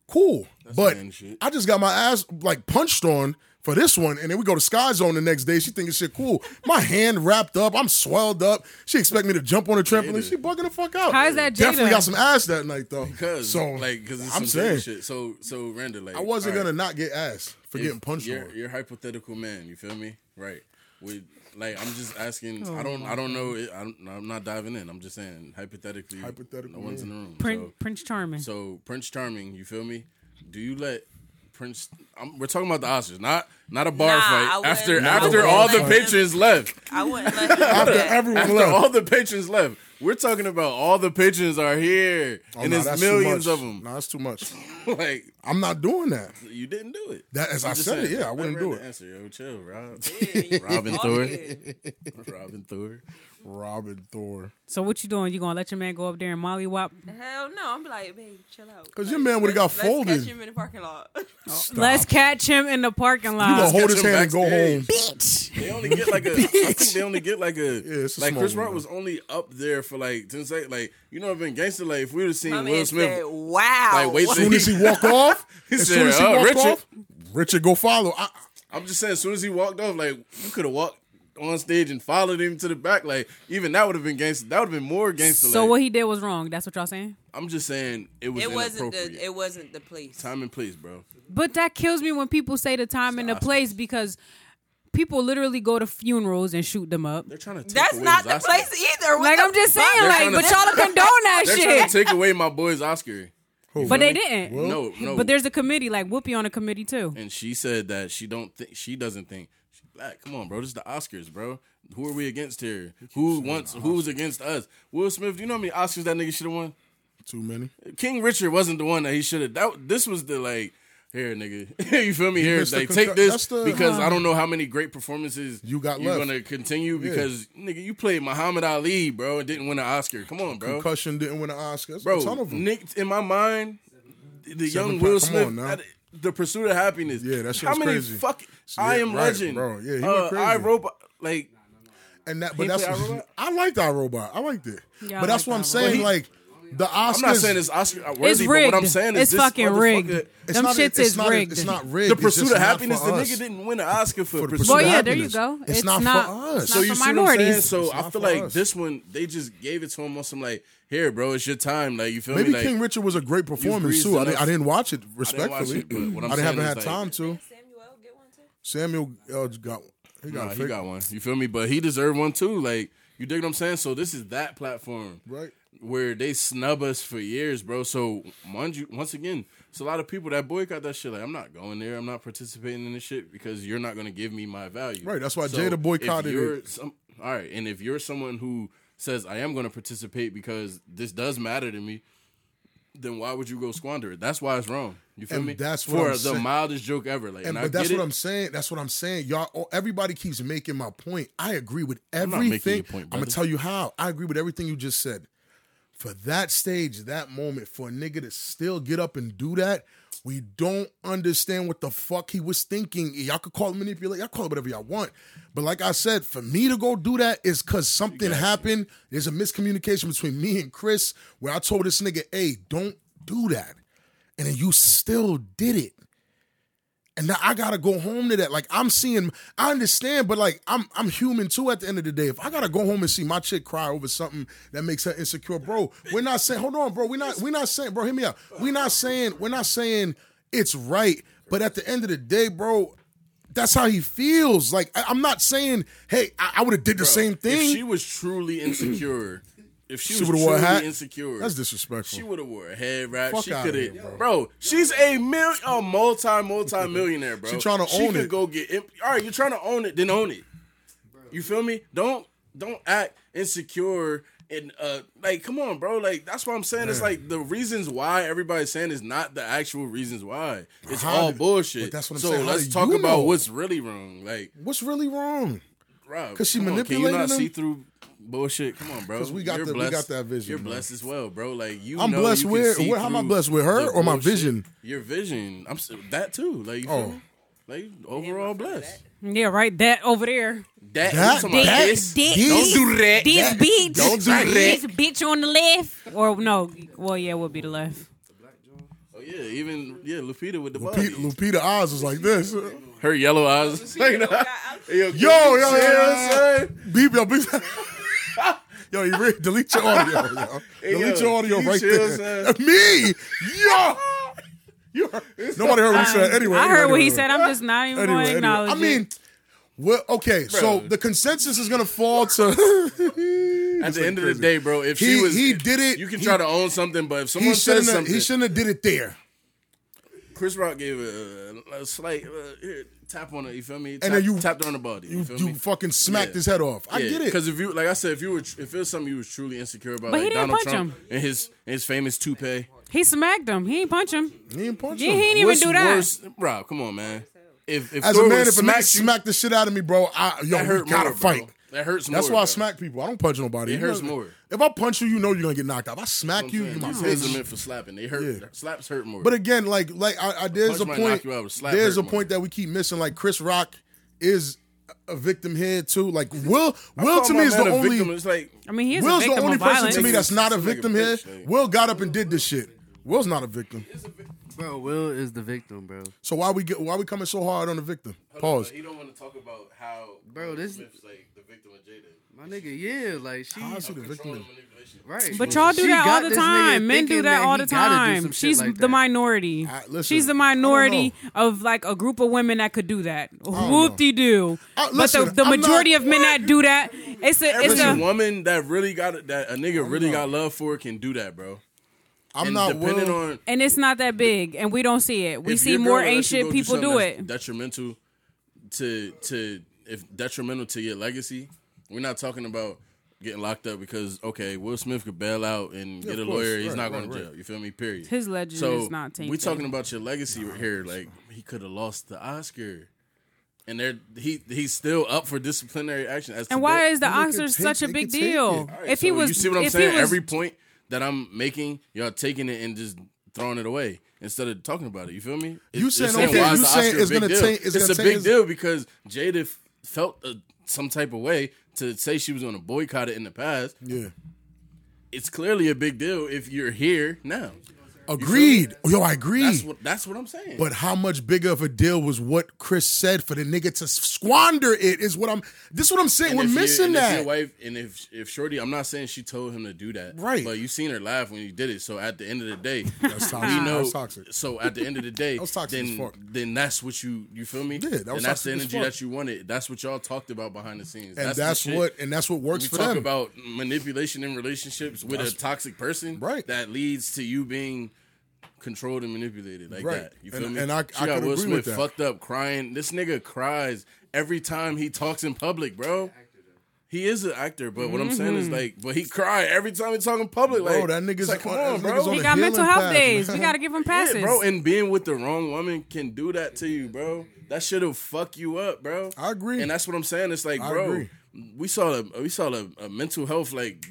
B: Cool. but
D: man shit.
B: I just got my ass like punched on for this one. And then we go to Sky Zone the next day. She thinking shit cool. My hand wrapped up. I'm swelled up. She expect me to jump on a trampoline. She bugging the fuck out.
A: How is that
B: Definitely
A: Jada?
B: got some ass that night though.
D: Cause
B: so
D: like because it's
B: I'm
D: some
B: saying
D: serious shit. So so Randa like
B: I wasn't
D: all right,
B: gonna not get ass for
D: if
B: getting punched
D: you're,
B: on.
D: You're a hypothetical man. You feel me? Right. With like I'm just asking.
B: Oh
D: I don't. I don't know. it- I'm, I'm not diving in. I'm just saying hypothetically.
B: Hypothetical
D: No one's in the room.
A: Prin- Prince Charming.
D: So, so Prince Charming. You feel me? Do you let Prince I'm, we're talking about the Oscars, not not a bar
E: Nah, I
D: fight.
E: wouldn't-
D: After
E: Nah, I
D: after
E: wouldn't
D: all the
E: let him-
D: patrons left,
E: I wouldn't let him do
B: After
E: that.
B: everyone
D: after
B: left.
D: all the patrons left, we're talking about all the patrons are here,
B: Oh,
D: and
B: nah,
D: there's
B: that's too
D: millions
B: much.
D: of them.
B: Nah, that's too much.
D: like
B: I'm not doing that.
D: you didn't do it.
B: That- as
D: You
B: I
D: just
B: said it, yeah, I
D: I
B: wouldn't
D: read
B: do
D: the
B: it.
D: Answer, yo, chill, Rob.
E: Yeah, you-
D: Robin
E: oh,
D: Thor.
E: yeah.
D: Robin Thor.
B: Robin Thor.
A: So what you doing? You gonna let your man go up there and mollywop?
E: Hell no! I'm like, babe, chill out.
B: 'Cause your man would've got
E: let's- let's
B: folded.
E: Catch him in the parking lot.
A: Let's catch him in the parking
B: You gonna
A: lot.
B: hold his
D: catch him
B: hand and go
D: backstage.
B: home.
D: They only get like a. I think they only get like a.
B: it's a
D: like
B: small
D: Chris
B: one,
D: Rock
B: though.
D: was only up there for like ten seconds. Like you know, I've been gangster. Like if we would have seen
E: My
D: Will
E: man
D: Smith,
E: said, "Wow."
D: like wait
B: As soon as he walk off,
D: He
B: as
D: said,
B: soon as he
D: "Uh,
B: walk
D: Richard."
B: off, Richard go follow. I,
D: I'm just saying, as soon as he walked off, like you could have walked on stage and followed him to the back. Like even that would have been gangster. That would have been more gangster.
A: So
D: like,
A: what he did was wrong. That's what y'all saying.
D: I'm just saying it was
E: It wasn't
D: inappropriate.
E: the. It wasn't the police.
D: Time and place, bro.
A: But that kills me when people say the time and the place because people literally go to funerals and shoot them up.
D: They're trying to. Take
E: That's
D: away
E: not
D: his
E: the
D: Oscar.
E: place either. What
A: Like
E: the
A: I'm just saying,
E: fuck?
D: They're
A: like,
D: trying to-
A: but y'all condone that
D: They're trying to
A: shit.
D: take away my boy's Oscar.
A: But they didn't.
D: No, no.
A: But there's a committee, like Whoopi on a committee too.
D: and she said that she don't think she doesn't think she's black. Come on, bro. This is the Oscars, bro. Who are we against here? Who wants? Who's against us? Will Smith. You know how many Oscars that nigga should have won?
B: too many.
D: King Richard wasn't the one that he should have. That this was the like. Here, nigga. you feel me? Here,
B: missed the
D: like,
B: con-
D: take this
B: that's the-
D: because I don't know how many great performances
B: You got
D: You're
B: left.
D: gonna continue because nigga, you played Muhammad Ali, bro, and didn't win an Oscar. Come on, bro.
B: Concussion didn't win an Oscar. That's
D: Bro,
B: a ton of them.
D: Nick, in my mind, the
B: Seven
D: young Will
B: Pounds, come
D: Smith,
B: on now.
D: that- the pursuit of happiness.
B: Yeah, that shit
D: How
B: was
D: many
B: crazy.
D: fucking I
B: Yeah,
D: Am
B: right,
D: Legend,
B: bro. Yeah, he
D: uh,
B: went crazy.
D: I Robot, like
B: And that, but
D: He
B: that's
D: played
B: what-
D: iRobot?
B: I liked iRobot. I liked it.
A: Yeah, I
B: but
A: liked
B: that's what I'm
A: iRobot.
B: saying.
D: Well,
B: like the Oscars.
D: I'm not saying it's Oscar worthy,
A: It's
D: but
A: rigged.
D: what I'm saying is
A: it's
D: this
A: fucking
D: motherfucker-
A: rigged.
B: it's
A: Them
B: not-
A: shits
B: it's
A: is
B: not-
A: rigged.
B: It's not rigged.
D: The
B: It's just
D: pursuit of
B: not
D: happiness.
B: for
D: The
B: us.
D: nigga didn't win an Oscar for,
B: For the
D: pursuit.
A: Well,
D: of
A: yeah,
D: happiness.
A: there you go.
B: It's
A: It's,
B: not for
A: not
B: us.
A: it's
B: So
A: not
D: So you
A: for
D: see
A: minorities.
D: what I'm saying? So
B: It's
D: I
B: not
D: feel
B: for
D: like
B: us.
D: this one they just gave it to him on some like, here, bro, it's your time. Like you feel
B: Maybe
D: me? Like,
B: King Richard was a great performance
D: breezed
B: too. I, didn't-
D: enough.
B: I didn't watch it
D: watch
B: respectfully. I,
D: it, but what I'm
B: haven't
D: saying
B: had
D: is, like-
B: time to.
E: Samuel, get one too.
B: Samuel L. got he got,
D: Nah,
B: a
D: he
B: fake-
D: got one. You feel me? But he deserved one too. Like you dig what I'm saying? So this is that platform,
B: Right.
D: Where they snub us for years, bro. So mind you, once again, it's a lot of people that boycott that shit. Like I'm not going there. I'm not participating in this shit because you're not going to give me my value.
B: Right, that's why
D: So
B: Jada
D: if
B: boycotted
D: you're
B: it.
D: Some, all right, and if you're someone who says I am going to participate because this does matter to me. Then why would you go squander it? That's why it's wrong. You feel
B: And
D: me?
B: that's what
D: for
B: I'm
D: the
B: saying.
D: mildest joke ever. Like,
B: And
D: and I
B: but that's
D: get
B: what
D: it.
B: I'm saying. That's what I'm saying. Y'all, oh, everybody keeps making my point. I agree with
D: not making
B: everything.
D: your point,
B: I'm gonna
D: brother.
B: tell you how. I agree with everything you just said. For that stage, that moment, for a nigga to still get up and do that, we don't understand what the fuck he was thinking. Y'all could call it manipulate. Y'all call it whatever y'all want. But like I said, for me to go do that is because something happened. There's a miscommunication between me and Chris where I told this nigga, "Hey, don't do that," and then you still did it and now I gotta go home to that. Like I'm seeing, I understand, but like I'm I'm human too. At the end of the day, if I gotta go home and see my chick cry over something that makes her insecure, bro, we're not saying. Hold on, bro, we're not we're not saying, bro, hear me out. We're not saying we're not saying it's right, but at the end of the day, bro. That's how he feels. Like I, am not saying, hey, I, I would have did the same
D: If
B: thing.
D: she was truly insecure, if she,
B: She
D: was
B: would've
D: truly
B: wore a hat?
D: insecure,
B: That's disrespectful.
D: She would have wore a head wrap.
B: Fuck
D: she
B: outta
D: could have,
B: here,
D: bro. She's a mil, a multi, multi millionaire, bro.
B: She tryna
D: she
B: own
D: could
B: it.
D: Go get imp- all right. You're trying to own it, then own it. You feel me? Don't don't act insecure. And uh, like, come on, bro. Like, that's what I'm saying. It's like the reasons why everybody's saying is not the actual reasons why. It's
B: How
D: all
B: did-
D: bullshit.
B: but that's what I'm
D: so
B: saying. How
D: let's
B: do
D: talk
B: you
D: about
B: know?
D: what's really wrong. Like,
B: What's really wrong?
D: Rob,
B: 'Cause she
D: come on, Can you
B: manipulated
D: not
B: him?
D: see through bullshit? Come on, bro.
B: 'Cause we got
D: You're
B: the- we
D: blessed.
B: got that vision,
D: You're
B: bro.
D: blessed as well, bro. Like you,
B: I'm
D: know
B: blessed
D: you can
B: where-
D: see
B: where- how am I
D: through
B: blessed? With her
D: the
B: or my
D: bullshit.
B: vision?
D: Your vision. I'm s- that too. Like you,
B: Oh.
D: feel me? like overall blessed.
A: Yeah, right. That over there.
D: That,
B: That-
D: you talking about
B: that-
D: this?
B: Dick.
D: Don't do that.
A: This bitch.
D: Don't do that.
A: This bitch on the left. Or no. Well, yeah, we'll be the left.
D: Oh, yeah, even yeah, Lupita with the
B: Pete,
D: body.
B: Lupita Oz was like this. Yo,
D: her yellow eyes. Like, nah. yo,
B: yo,
D: yo,
B: yo,
D: I'm
B: yo,
D: saying?
B: beep, yo, beep. Yo, you re- delete your audio. Yo. delete
D: yo,
B: your audio
D: you
B: right
D: chill,
B: there. Me, yo. You heard- nobody heard what he said. Anyway,
A: I
B: anyway,
A: heard what he
B: anyway.
A: said. I'm just not even
B: Anyway,
A: going to
B: anyway.
A: acknowledge
B: I mean,
A: it.
B: well, okay. So
D: Bro.
B: the consensus is gonna fall to.
D: At the end of the
B: crazy.
D: day, bro, if
B: He-
D: she was,
B: he did it.
D: You can
B: He-
D: try to own something, but if
B: he
D: someone says
B: shouldn't. Have,
D: something,
B: he shouldn't have did it there.
D: Chris Rock gave a, a slight uh, here, tap on it. You feel me? Tap,
B: then you-
D: tapped her on the body. You,
B: You,
D: feel
B: you
D: me?
B: fucking smacked
D: Yeah.
B: his head off. I get it.
D: Because if you, like I said, if you were, if it was something you was truly insecure about,
A: But he
D: like
A: didn't
D: Donald
A: punch
D: Trump
A: him.
D: and his and his famous toupee.
A: He smacked him. He ain't punch him.
B: He didn't punch
A: Yeah,
B: him.
A: he ain't even
D: What's
A: do that.
D: worse- Rob, come on, man. If, if
B: As a
D: Thor
B: man,
D: would
B: if a nigga
D: smack you,
B: smacked the shit out of me, bro, I yo,
D: that hurt
B: we gotta
D: more, bro.
B: fight.
D: That hurts more.
B: That's why I
D: bro.
B: smack people. I don't punch nobody.
D: It
B: You
D: hurts
B: know-
D: more.
B: If I punch you, you know you're gonna get knocked out. If I smack you, you
D: Yeah,
B: my
D: these
B: bitch.
D: hits are meant for slapping. They hurt.
B: Yeah.
D: Slaps hurt more.
B: But again, like like I, I, there's
D: punch
B: a
D: might
B: point.
D: knock you out, a slap
B: There's
D: hurt
B: a
D: more.
B: point that we keep missing. Like Chris Rock is a victim here too. Like Will
D: Call
B: Will to
D: my
B: me is the
D: man a
B: only
D: victim. It's like
A: I mean, he is
B: Will's
A: a
B: the
A: victim
B: only
A: of
B: person
A: violence.
B: to me that's not a
D: Nigga,
B: victim here.
D: bitch, nigga.
B: Will got up and did this shit. Will's not a victim.
G: Bro, Will is the victim, bro.
B: So why we get why we coming so hard on the victim? Pause.
D: He don't want to talk about how
G: Bro, this-
D: Smith's like the victim of Jada.
G: My nigga, yeah, like she
B: How's he the victim? of-
D: manipulation.
G: right.
A: But y'all do
G: She
A: that
G: got
A: all the
G: this nigga
A: time. Men do
G: thinking
A: that all
G: he
A: the
G: gotta do
A: time.
G: some shit
A: She's
G: like
A: the
G: that.
A: minority.
B: I- listen,
A: She's the
B: I don't know.
A: minority of like a group of women that could do that. Whoop de doo.
B: I-
A: But the,
B: listen,
A: the
B: I'm not-
A: majority of men that do that, it's a it's
D: Every
A: a
D: woman that really got it, that a nigga really got love for can do that, bro.
B: I'm
D: And
B: not
D: depending
B: Will.
D: on
A: and it's not that big, and we don't see it. We
D: if
A: see
D: your
A: more
D: girl lets you
A: ancient
D: go
A: people
D: something
A: do
D: that's
A: it.
D: Detrimental to to if detrimental to your legacy. We're not talking about getting locked up because okay, Will Smith could bail out and get a
B: of course.
D: lawyer. He's
B: Right,
D: not
B: right,
D: going to
B: right.
D: jail. You feel me? Period.
A: His legend
D: so
A: is not tainted.
D: We're talking about your legacy right here. Like he could have lost the Oscar, and there he he's still up for disciplinary action. As
A: And
D: to
A: why
D: that-
A: is the
B: Nigga could
A: Oscar
B: take-
A: such a
B: they
A: big
B: could take it.
A: deal?
B: All
D: All right,
A: If he
D: so
A: was,
D: you see what I'm
A: if he
D: saying?
A: was,
D: Every point that I'm making, y'all taking it and just throwing it away instead of talking about it. You feel me?
B: You
D: It's-
B: saying,
D: it's
B: okay,
D: why
B: you
D: is the
B: saying
D: Oscar a
B: it's
D: big
B: gonna
D: deal?
B: taint- it's
D: It's
B: gonna
D: a
B: taint
D: big
B: his-
D: deal because Jada f- felt a, some type of way to say she was going to boycott it in the past.
B: Yeah.
D: It's clearly a big deal if you're here now.
B: Agreed. Oh, Yo, I
D: That's
B: agree.
D: what that's what I'm saying.
B: But how much bigger of a deal was what Chris said for the nigga to squander it? Is what I'm. This is what I'm saying.
D: And
B: We're
D: if you-
B: missing
D: and If
B: that.
D: your wife and if if Shorty, I'm not saying she told him to do that,
B: Right.
D: But you seen her laugh when you did it. So at the end of the day,
B: That's toxic.
D: we know.
B: That's toxic.
D: So at the end of the day,
B: was toxic as
D: then
B: fuck.
D: then that's what you you feel me?
B: Yeah, that was
D: and that's
B: toxic as
D: the energy
B: fuck.
D: that you wanted. That's what y'all talked about behind the scenes.
B: and
D: the
B: that's
D: shit.
B: what. And that's what works
D: we
B: for
D: talk
B: them.
D: about manipulation in relationships with a toxic person,
B: Right.
D: That leads to you being controlled and manipulated like
B: Right.
D: that. You feel
B: And-
D: me?
B: and I-
D: She
B: I
D: got
B: could
D: Will
B: agree
D: Smith
B: with that.
D: fucked up, crying. This nigga cries every time he talks in public, bro. He is an actor, but what I'm saying is like, but he cry every time he talk in public.
B: Mm-hmm. Bro,
D: like
B: that nigga's
D: it's like, come
B: on- that
D: on, bro.
B: nigga's on
A: he
B: a
A: got mental
B: healing
A: health
B: path,
A: days.
B: man.
A: We got to give him
D: Yeah,
A: passes,
D: bro, and being with the wrong woman can do that to you, bro. That should have fuck you up, bro.
B: I agree.
D: and that's what I'm saying. It's like,
B: I
D: bro,
B: agree.
D: we saw a we saw a, a mental health like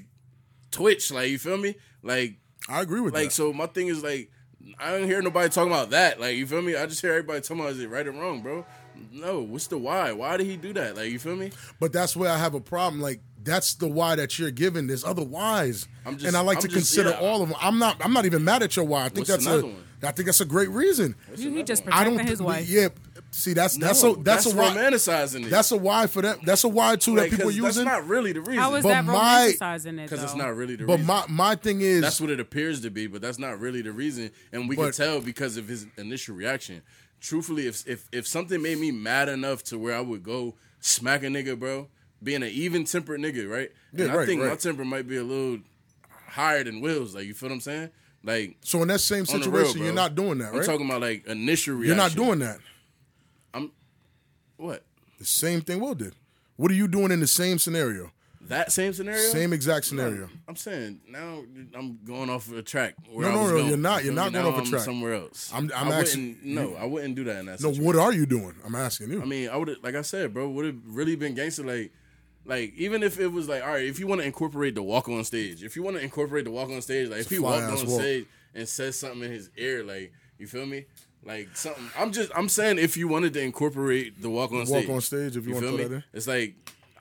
D: twitch, like you feel me, like
B: I agree with
D: like
B: that.
D: so. My thing is like, I don't hear nobody talking about that, like you feel me. I just hear everybody talking about is it right or wrong, bro. No, what's the why? Why did he do that? Like you feel me?
B: But that's where I have a problem. Like that's the why that you're giving. There's other whys,
D: I'm just-
B: and I like
D: I'm
B: to
D: just-
B: consider
D: yeah.
B: all of them. I'm not. I'm not even mad at your why. I think
D: What's
B: that's a. I
D: another one?
B: think that's a great reason.
A: He he just
B: I don't.
A: protecting his
B: thi-
A: wife.
B: Yeah. See, that's that's
D: No,
B: a that's, a why.
D: romanticizing it.
B: That's a why for them. That's a why too
D: Like,
B: that people
D: 'cause
B: using.
D: That's not really the reason.
A: How is
B: But
A: that
B: my-
A: romanticizing it?
D: Because it's
A: though?
D: not really the
B: But
D: reason.
B: my my thing is
D: That's what it appears to be, but that's not really the reason. And we can
B: But-
D: tell because of his initial reaction. Truthfully, if if if something made me mad enough to where I would go smack a nigga, bro, being an even tempered nigga, right?
B: Yeah,
D: and I
B: right,
D: think my
B: right.
D: temper might be a little higher than Will's. Like you feel what I'm saying? Like
B: so in that same
D: on the
B: situation
D: real, bro.
B: you're not doing that,
D: I'm
B: right?
D: talking about like initial reaction.
B: You're not doing that.
D: what
B: The same thing Will did. What are you doing in the same scenario?
D: that same scenario.
B: Same exact scenario.
D: I'm saying now I'm going off of a track. Where
B: No,
D: I
B: no,
D: was
B: no,
D: going.
B: you're not.
D: You
B: You're
D: feel
B: not
D: me?
B: going
D: Now
B: off a
D: I'm
B: track.
D: somewhere else.
B: I'm- I'm
D: I
B: actually-
D: wouldn't- no, I wouldn't do that in that.
B: No,
D: situation.
B: what are you doing? I'm asking you.
D: I mean, I would like I said, bro, would have really been gangster like like even if it was like, all right, if you want to incorporate the walk on stage, if you want to incorporate the walk on stage, like if he
B: fly
D: walked on
B: ass walk.
D: stage and said something in his ear, like you feel me, like something. I'm just I'm saying if you wanted to incorporate the walk on stage,
B: on stage, if you wanna
D: feel
B: throw
D: me,
B: that in.
D: it's like.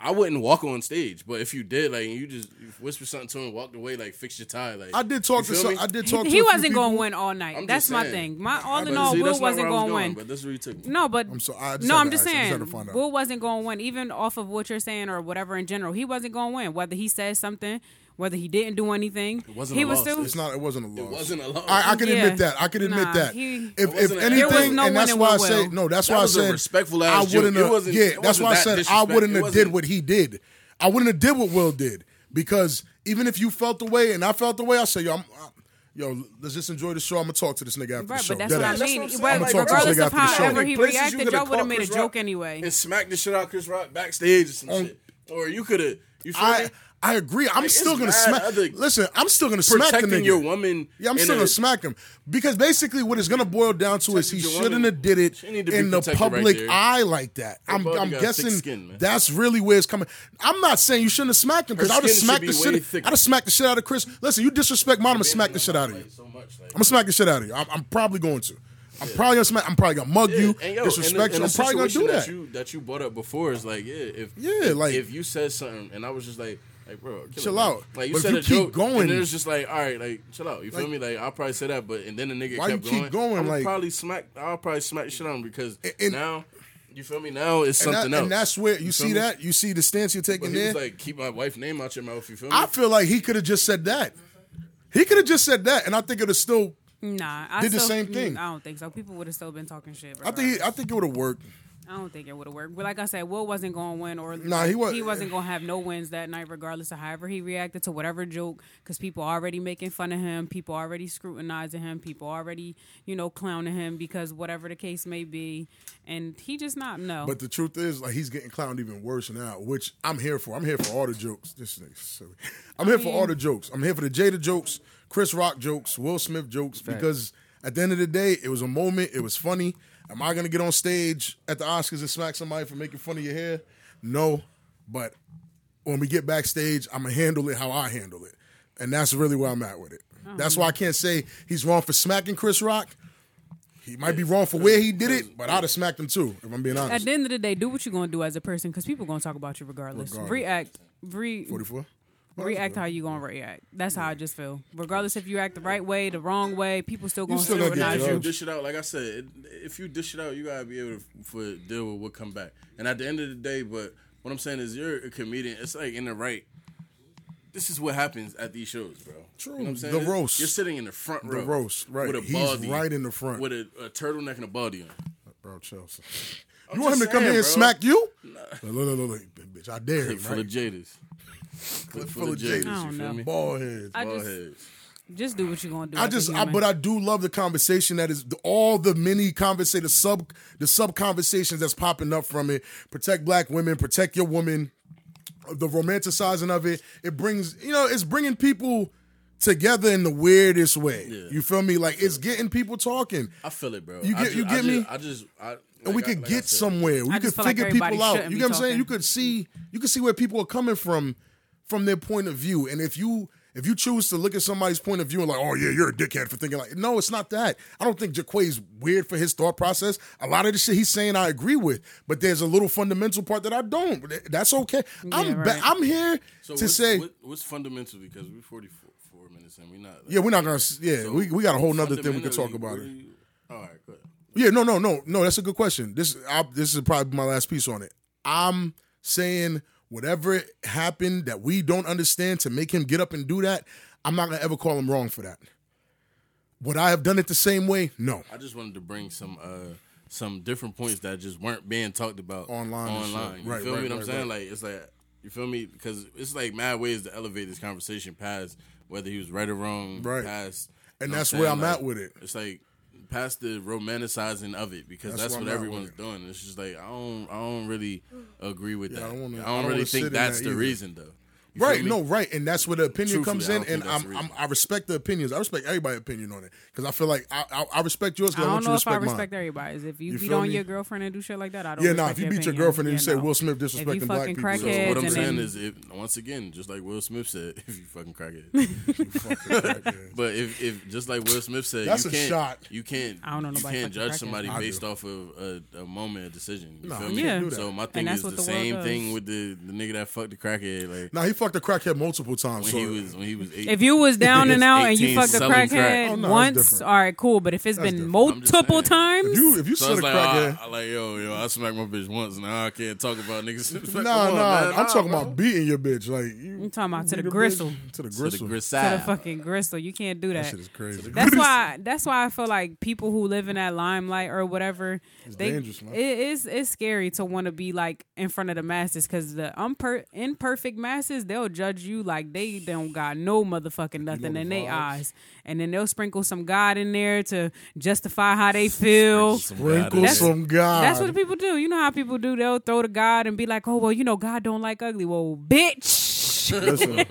D: I wouldn't walk on stage, but if you did, like you just whisper something to him, walked away, like fix your tie, like
B: I did talk
D: you
B: to
D: feel
B: some,
D: me?
B: I did talk to a
A: He
B: few
A: wasn't
B: people.
A: going to win all night.
D: I'm
A: that's
D: just
A: my
D: saying.
A: thing. My all in
D: But
A: all,
D: see,
A: Will
D: that's not
A: wasn't
D: where I was
A: going to win.
D: But that's where you took me.
A: No, but
B: I'm so- I just
A: no,
B: had
A: I'm
B: to
A: just
B: ask. I just
A: saying
B: had to find out.
A: Will wasn't going to win, even off of what you're saying or whatever in general. He wasn't going to win, whether he said something, whether he didn't do anything.
D: wasn't
A: he
D: a
A: was
D: loss.
A: still.
B: It's not. It wasn't a loss.
D: wasn't a loss.
B: I, I can
A: Yeah.
B: admit that. I can admit
A: Nah,
B: that.
A: he- It
B: if if
D: wasn't a-
B: anything,
D: There was
A: no
B: and that's
A: winning
B: why I
A: with
B: say
A: Will.
B: no. That's
D: That
B: why I
D: was a
B: said
D: respectful ass
B: I
D: joke.
B: wouldn't
D: It
B: have.
D: wasn't-
B: Yeah,
D: it
B: that's
D: wasn't
B: why I
D: that
B: said I
D: disrespect.
B: wouldn't
D: It
B: have did
D: wasn't-
B: what he did. I wouldn't have did what Will did because even if you felt the way and I felt the way, I say yo, I'm, I, yo, let's just enjoy the show. I'm gonna talk to this nigga
A: Right,
B: after the show.
A: but that's
B: Dead
A: what I
B: ass.
D: That's
A: mean.
D: what I'm saying.
A: But
D: I'ma talk to you
A: regardless
B: after
A: of
B: the show.
A: however he
D: Places you coulda
A: reacted, y'all
D: caught
A: would have made a
D: Chris
A: joke
D: Rock
A: anyway.
D: and smack the shit out of Chris Rock backstage or some
B: Um,
D: shit. Or you could have. You feel me?
B: I I agree. I'm
D: Like, it's
B: still gonna
D: mad
B: smack.
D: other-
B: Listen, I'm still gonna smack the
D: Protecting
B: nigga.
D: your woman.
B: yeah, I'm
D: in
B: still
D: a-
B: gonna smack him because basically what it's gonna boil down to is he
D: Protecting your
B: shouldn't
D: woman.
B: have did it
D: She need to be
B: in the
D: protected right
B: public
D: there.
B: eye like that. I'm,
D: brother
B: I'm
D: got thick
B: guessing
D: skin, man.
B: that's really where it's coming. I'm not saying you shouldn't have smacked him because
D: Her
B: I would have
D: skin should
B: smacked
D: be
B: the
D: way
B: shit.
D: thicker.
B: I'd have smacked the shit out of Chris. Listen, you disrespect mine, I'm gonna smack the shit out of you.
D: Like, so much, like-
B: I'm gonna smack the shit out of you. I'm, I'm probably going to. I'm probably gonna smack. I'm probably gonna mug you,
D: and yo,
B: disrespect you.
D: and the-
B: I'm
D: and the
B: probably gonna do
D: situation
B: that.
D: you, that you brought up before is like, yeah, if
B: Yeah,
D: if-
B: like-
D: if you said something and I was just like, like bro, chill,
B: Chill
D: it, man.
B: out.
D: Like you
B: But if
D: said
B: you
D: a
B: keep
D: joke,
B: going-
D: and then it's just like, all right, like chill out. You feel
B: Like-
D: me? Like I'll probably say that, but and then the nigga
B: Why you
D: kept
B: keep going,
D: I'm
B: like-
D: probably smack. I'll probably smack the shit on him because
B: and-
D: now you feel me. Now it's
B: And, that-
D: something else.
B: and that's where you,
D: feel
B: see
D: me?
B: that. You see the stance you're
D: But
B: taking
D: he
B: there.
D: was like, keep my wife's name out your mouth. You feel me?
B: I feel like he could have just said that. He could have just said that, and I think it would still.
A: Nah, I
B: Did the
A: still-
B: same
A: mm,
B: thing.
A: I don't think so. People would have still been talking shit.
B: I think. He, I think it would have worked.
A: I don't think it would have worked. But like I said, Will wasn't going to win, or
B: Nah, he wa-
A: not going to have no wins that night, regardless of however he reacted to whatever joke, because people already making fun of him, people already scrutinizing him, people already you know clowning him because whatever the case may be, and he just not no.
B: But the truth is, like he's getting clowned even worse now, which I'm here for. I'm here for all the jokes. This nigga's silly. I'm here for all the jokes. I'm here for the Jada jokes, Chris Rock jokes, Will Smith jokes, because at the end of the day, it was a moment. It was funny. Am I gonna get on stage at the Oscars and smack somebody for making fun of your hair? No, but when we get backstage, I'm gonna handle it how I handle it, and that's really where I'm at with it. That's why I can't say he's wrong for smacking Chris Rock. He might be wrong for where he did it, but I'd have smacked him too, if I'm being honest.
A: At the end of the day, do what you're gonna do as a person, because people gonna talk about you regardless.
B: Regardless.
A: React, re,
B: 44?
A: react how you gonna react. That's how I just feel. Regardless if you act the right way, the wrong way, people still gonna
B: still gonna get
A: scrutinize
D: if
B: judged.
D: you
A: you.
D: dish it out, like I said, it- if you dish it out, you gotta be able to for, deal with what come back. And at the end of the day, but what I'm saying is, you're a comedian. It's like in the right. This is what happens at these shows, bro.
B: True.
D: You know what I'm saying?
B: The
D: It's-
B: roast.
D: You're sitting in the front row.
B: roast, right.
D: With a
B: He's
D: baldy,
B: right in the front.
D: With a, a turtleneck and a baldy on.
B: Bro, Chelsea. you want him
D: just
B: to come
D: saying,
B: here and
D: bro.
B: smack you? Look, look, look, look, bitch, I dare
D: Clip
B: him,
D: full of
B: right?
D: Jadis. Clip full of
B: Jadis.
D: Jadis.
A: I don't
D: You feel
A: know.
D: me?
B: Ball heads.
A: I
D: Ball
A: just,
D: heads.
A: just do what you're gonna do.
B: I
A: as a
B: just, I,
A: human.
B: but I do love the conversation that is all the many conversation, the sub, the sub conversations that's popping up from it. Protect black women, protect your woman. The romanticizing of it, it brings, you know, it's bringing people together in the weirdest way. You feel me? Like it's getting people talking,
D: I feel it, bro.
B: You
D: I
B: get-
D: just,
B: you
D: I
B: get
D: just-
B: me?
D: I just, I,
B: and we
D: like I-
B: could
D: like I
B: get
D: said,
B: somewhere. We
A: I
B: could
A: just feel like
B: figure
A: everybody
B: people out.
A: shouldn't
B: You
A: be
B: get what I'm saying?
A: talking.
B: You could see you could see where people are coming from from their point of view. And if you if you choose to look at somebody's point of view and like, oh yeah, you're a dickhead for thinking like, no, it's not that. I don't think Jaquay's weird for his thought process. A lot of the shit he's saying, I agree with, but there's a little fundamental part that I don't. That's okay. I'm ba-
A: right.
B: I'm here
D: So
B: to
D: what's,
B: say,
D: what, what's fundamental because we're 44 four minutes and we're not.
B: yeah, we're not gonna. s- Yeah, we, we got a whole nother thing we could
D: Fundamentally,
B: talk about
D: what
B: it.
D: do you- All right, good.
B: Yeah, no, no, no, no. That's a good question. This I, this is probably my last piece on it. I'm saying whatever happened that we don't understand to make him get up and do that, I'm not gonna ever call him wrong for that. Would I have done it the same way? No.
D: I just wanted to bring some uh some different points that just weren't being talked about
B: Online and shit.
D: Online, you
B: Right,
D: feel
B: right,
D: me? What I'm
B: right,
D: saying, like it's like you feel me because it's like mad ways to elevate this conversation past whether he was right or wrong,
B: Right.
D: Past,
B: And
D: you know
B: that's
D: what
B: where
D: saying?
B: I'm
D: Like,
B: at with it.
D: It's like past the romanticizing of it because
B: That's
D: that's,
B: where I'm
D: what
B: at
D: everyone's
B: with it.
D: doing. It's just like I don't, I don't really agree with that. I
B: I don't
D: don't,
B: wanna- I don't wanna
D: really
B: sit
D: think
B: in
D: that's
B: that
D: the
B: either.
D: reason though. You feel
B: Right,
D: me?
B: no, right, and that's where the opinion comes
D: Truthfully, I
B: in,
D: don't
B: and
D: think that's
B: I'm,
D: the
B: I'm
D: reason.
B: I respect the opinions. I respect everybody's opinion on it because I feel like I I, I respect yours
A: I
B: because I,
A: don't
B: want you
A: know
B: to
A: if I
B: respect,
A: respect
B: mine.
A: everybody's. If you,
B: You
A: beat
B: feel
A: on
B: me?
A: your girlfriend and do shit like that, I don't.
B: Yeah, nah,
A: respect
B: if you
A: your
B: beat your
A: opinion.
B: girlfriend and
A: Yeah,
B: you say
A: no.
B: Will
A: If
B: Smith
A: you
B: disrespecting black
A: fucking
B: people,
A: crackheads
B: so-
D: So what I'm
A: and
D: saying
A: then-
D: is, if, once again, just like Will Smith said, if you fucking crack it. But if, if just like Will Smith said,
B: That's
D: you
B: a
D: can't,
B: shot.
D: You can't.
A: I don't know
D: You
A: nobody fucking
D: can't judge
A: cracking.
D: somebody
B: I
D: based
B: do.
D: off of a, a moment, a decision. You
B: Nah,
D: feel
B: you
D: me?
A: can't do that.
D: So my thing
A: that's
D: is
A: what the
D: the,
A: world
D: same
A: does.
D: thing with the, the nigga that fucked the crackhead. Like
B: Now he fucked a crackhead multiple times.
D: when
B: so
D: he was when he was eight.
A: If you was down and out and you
D: 18
A: fucked a
D: selling
A: crackhead
D: crack.
B: Oh, no, that's
A: once,
B: different.
A: all right, cool. But if it's been
B: different.
A: multiple
D: I'm just saying.
A: times,
B: if you if you
D: so I
B: slit
D: was
B: a
D: like,
B: crackhead,
D: oh, I, I like yo, yo, I smacked my bitch once. Now I can't talk about niggas. Like, come
B: Nah,
D: on,
B: nah.
D: man,
B: I'm talking
D: bro.
B: about beating your bitch. Like you,
A: I'm talking about to
B: beat
A: the
B: a bitch
A: gristle.
B: To the
D: to the
B: gristle.
D: gristle.
A: to the fucking gristle, you can't do that.
B: Shit is crazy.
A: That's why. That's why I feel like people who live in that limelight or whatever, they
B: dangerous, man.
A: it is it's scary to want to be like in front of the masses because the unper- imperfect masses they'll judge you like they don't got no motherfucking nothing
B: the
A: in their
B: vibes.
A: eyes, and then they'll sprinkle some God in there to justify how they feel.
B: Wrinkle
A: That's-
B: some God.
A: That's what people do. You know how people do. They'll throw to God and be like, "Oh well, you know God don't like ugly." Well, bitch.
B: Listen,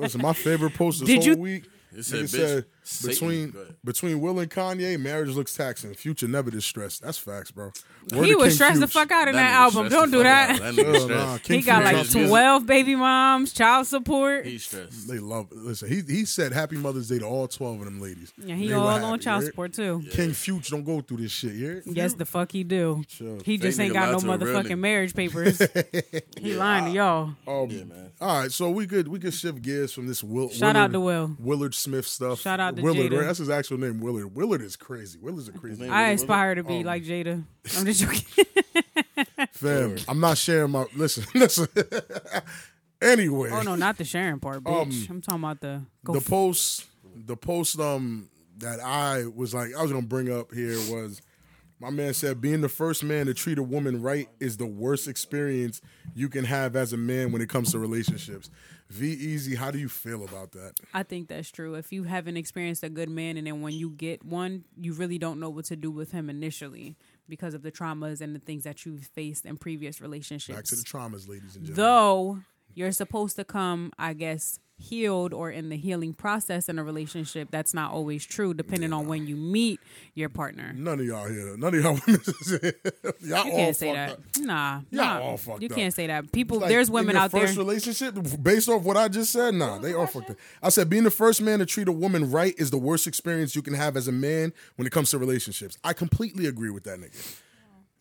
B: listen, my favorite post this
A: Did
B: whole
A: you-
B: week.
D: It said,
B: nigga
D: "Bitch, Satan."
B: between
D: Go ahead.
B: between Will and Kanye, marriage looks taxing. Future never distressed. That's facts, bro. Word
A: He
B: to
A: was
B: King
A: stressed the
B: Fuge.
A: fuck out in that,
D: nigga
A: album.
D: stressed
A: Don't
D: the
A: do
D: fuck out.
A: that.
D: That
B: Hell
D: nigga
B: nah,
D: stressed.
B: King
A: he got
B: Fuge
A: like
B: is-
D: music.
A: twelve baby moms, child support.
D: He's stressed.
B: They love. Listen, he he said happy Mother's Day to all twelve of them ladies.
A: yeah, he
B: They were
A: all on
B: happy,
A: child
B: right?
A: support too.
B: King Future don't go through this shit. Yeah.
A: Yes, the fuck he do.
B: Sure.
A: He just
D: Fake
A: ain't
D: nigga
A: got no
D: lied to a real
A: motherfucking
D: nigga.
A: marriage papers. he lying to y'all.
B: Um, All right, so we could we could shift gears from this Will.
A: Shout
B: Willard,
A: out to Will.
B: Willard Smith stuff.
A: Shout out to
B: Willard.
A: Jada.
B: Right? That's his actual name, Willard. Willard is crazy. Willard's a crazy
A: I aspire to
B: Um.
A: be like Jada. I'm just joking.
B: fam. I'm not sharing my. Listen, listen. anyway,
A: oh no, not the sharing part, bitch. I'm talking about the go
B: Um, the post the post um that I was like I was gonna bring up here was my man said being the first man to treat a woman right is the worst experience you can have as a man when it comes to relationships. V Easy, how do you feel about that?
A: I think that's true. If you haven't experienced a good man, and then when you get one, you really don't know what to do with him initially because of the traumas and the things that you've faced in previous relationships.
B: Back to the traumas, ladies and gentlemen.
A: Though you're supposed to come, I guess, healed or in the healing process in a relationship, that's not always true, depending on when you meet your partner.
B: None of y'all here. None of y'all women. y'all
A: You
B: all
A: can't say
B: fucked
A: that.
B: up.
A: Nah,
B: Y'all
A: nah.
B: all fucked
A: you
B: up.
A: can't say that. People,
B: Like,
A: there's
B: in
A: women
B: your
A: out there.
B: First relationship, based off what I just said, nah, they all fucked up. I said being the first man to treat a woman right is the worst experience you can have as a man when it comes to relationships. I completely agree with that nigga.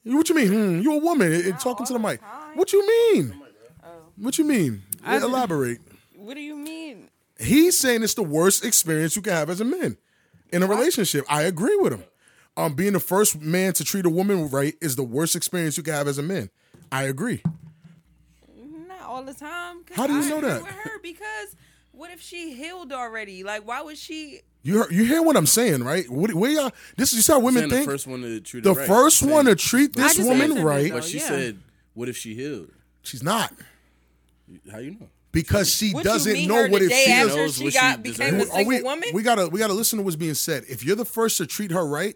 B: What you mean? Hmm, you a woman? It- it- talking to the mic. What you mean?
A: Oh.
B: What you mean? Yeah, elaborate.
E: What do you mean?
B: He's saying it's the worst experience you can have as a man in a relationship. I agree with him. Um, being the first man to treat a woman right is the worst experience you can have as a man. I agree.
E: Not all the time. 'cause
B: How do you
E: I
B: know
E: agree
B: that?
E: With her because what if she healed already? Like, why would she?
B: You hear, you hear what I'm saying, right? What, where y'all? This is how women
D: Saying the
B: think.
D: first one to treat
B: The
D: her right.
B: first
D: Saying-
B: one to treat this
A: just
B: woman
A: answered
B: right,
A: though.
D: But she
A: Yeah.
D: said, "What if she healed?
B: she's not
D: How you know?"
B: because she
E: What you
B: doesn't
E: meet
B: know
E: her
B: what
E: the
B: it
E: day
B: feels.
E: after
D: Knows
E: she
D: what she
E: got became a
D: deserves.
B: Are
E: single
B: we,
E: woman?
B: we gotta we gotta listen to what's being said. If you're the first to treat her right,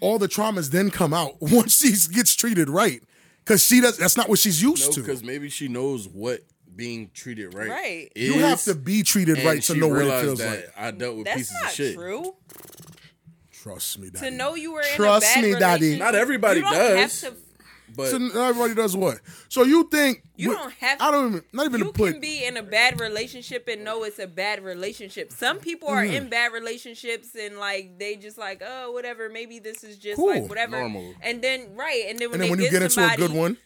B: all the traumas then come out once she gets treated right, because she does. That's not what she's
D: No,
B: used
D: because
B: to.
D: maybe she knows what being treated right.
E: Right.
D: Is,
B: You have to be treated
D: and
B: right to
D: she
B: know what it
D: realized
B: feels
D: that
B: like.
D: I dealt with
E: That's
D: pieces
E: not
D: of shit.
E: true.
B: Trust me,
E: To
B: daddy.
E: know you were
B: Trust
E: in a bad
B: me, Daddy.
E: relationship,
D: Not everybody
E: you don't
D: does.
E: Have to,
D: But
B: So everybody does what? So you think
E: You
B: wh-
E: don't have-
B: I don't even not even
E: you
B: to put
E: can be in a bad relationship and know it's a bad relationship. Some people are
B: Mm-hmm.
E: in bad relationships and like they just like oh whatever. Maybe this is just
B: Cool.
E: like whatever.
D: Normal.
E: And then right, and then when,
B: and then
E: they
B: when you get into a
E: somebody,
B: good one.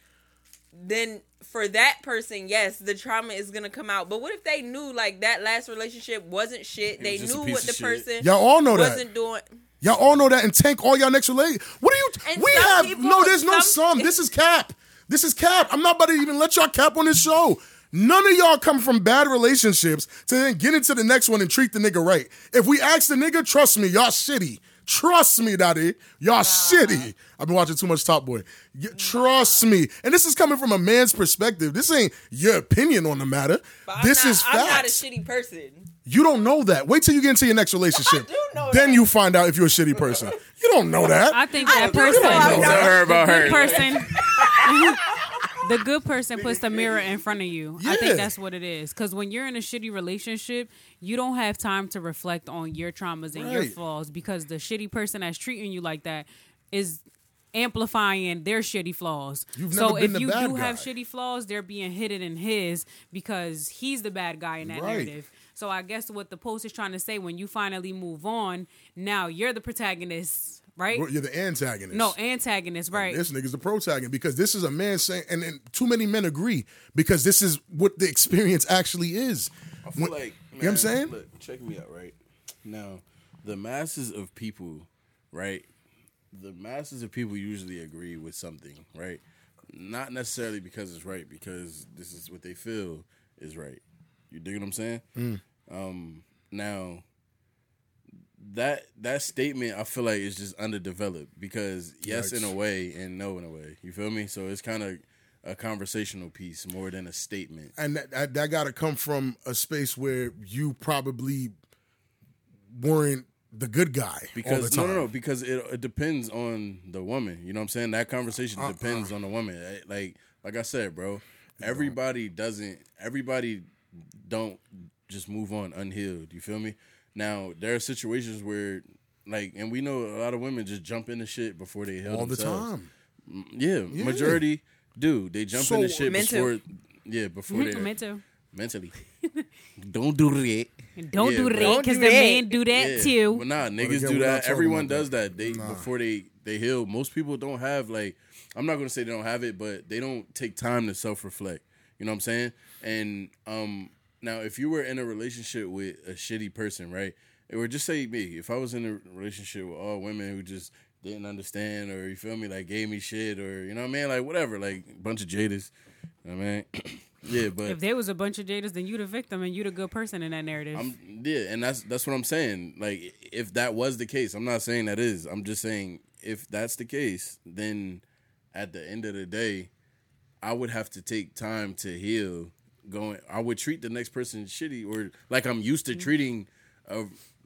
E: then for that person, yes, the trauma is gonna come out. But what if they knew like that last relationship wasn't shit? They
D: just a
E: knew
D: piece
E: what
D: of
E: the
D: shit.
E: person
B: Y'all all know that.
E: wasn't doing.
B: Y'all all know that and tank all y'all next relate. What are you?
E: And
B: we
E: some
B: have
E: people-
B: no. There's no
E: some-
B: some. This is cap. This is cap. I'm not about to even let y'all cap on this show. None of y'all come from bad relationships to then get into the next one and treat the nigga right. If we ask the nigga, trust me, y'all shitty. Trust me, daddy, y'all shitty. I've been watching too much Top Boy. Y- Trust me, and this is coming from a man's perspective. This ain't your opinion on the matter.
E: But I'm
B: this
E: not,
B: is facts.
E: I'm not a shitty person.
B: You don't know that. Wait till you get into your next relationship.
E: know
B: then you find out if you're a shitty person. You don't know that.
A: I think that
E: don't know
A: person,
E: I'm not-
D: tell her about her.
A: person, the good person puts the mirror in front of you. I
B: Yeah.
A: think that's what it is. Because when you're in a shitty relationship, you don't have time to reflect on your traumas and your
B: Right.
A: flaws because the shitty person that's treating you like that is amplifying their shitty flaws.
B: You've
A: so
B: never been
A: if
B: the
A: you
B: bad
A: do have
B: guy.
A: shitty flaws, they're being hidden in his because he's the bad guy in that
B: Right.
A: narrative. So I guess what the post is trying to say when you finally move on, now you're the protagonist, right?
B: Well, you're the antagonist.
A: No, antagonist, right?
B: This nigga's the protagonist because this is a man saying, and, and too many men agree because this is what the experience actually is.
D: I feel
B: When-
D: like
B: you know what I'm
D: man,
B: saying?
D: Look, check me out, right? Now, the masses of people, right? The masses of people usually agree with something, right? Not necessarily because it's right, because this is what they feel is right. You dig what I'm saying?
B: Mm.
D: Um, now, that that statement I feel like is just underdeveloped because yes in a way and no in a way. You feel me? So it's kind of a conversational piece more than a statement.
B: and that, that, that got to come from a space where you probably weren't the good guy all the
D: Because
B: time.
D: no, no, no. Because it, it depends on the woman. You know what I'm saying? That conversation
B: Uh,
D: depends on the woman. Eh, Like, like I said, bro. Everybody doesn't. Everybody don't just move on unhealed. You feel me? Now there are situations where, like, and we know a lot of women just jump into shit before they heal
B: all the
D: themselves.
B: time.
D: Yeah, majority do. They jump
B: So-
D: into shit
E: Me too.
D: before. Yeah, before they
A: Me too.
D: mentally. Don't do that.
A: Don't
D: Yeah,
A: do
D: bro.
A: that
D: Don't
A: because
F: do
A: the
F: that.
A: men do that
D: Yeah,
A: too.
D: But nah, niggas
B: again,
D: do
B: we're not
D: that.
B: talking
D: Everyone
B: about
D: does that. They before they they heal. Most people don't have like I'm not gonna say they don't have it, but they don't take time to self reflect. You know what I'm saying? And um now if you were in a relationship with a shitty person, right? Or just say me, if I was in a relationship with all women who just didn't understand or you feel me, like gave me shit or you know what I mean, like whatever, like bunch of jaders. You know what I mean? yeah, but
A: If there was a bunch of Jadas, then you the victim and you the good person in that narrative.
D: I'm yeah, and that's that's what I'm saying. Like if that was the case, I'm not saying that is. I'm just saying if that's the case, then at the end of the day, I would have to take time to heal. Going, I would treat the next person shitty or like I'm used
A: Mm-hmm.
D: to treating uh,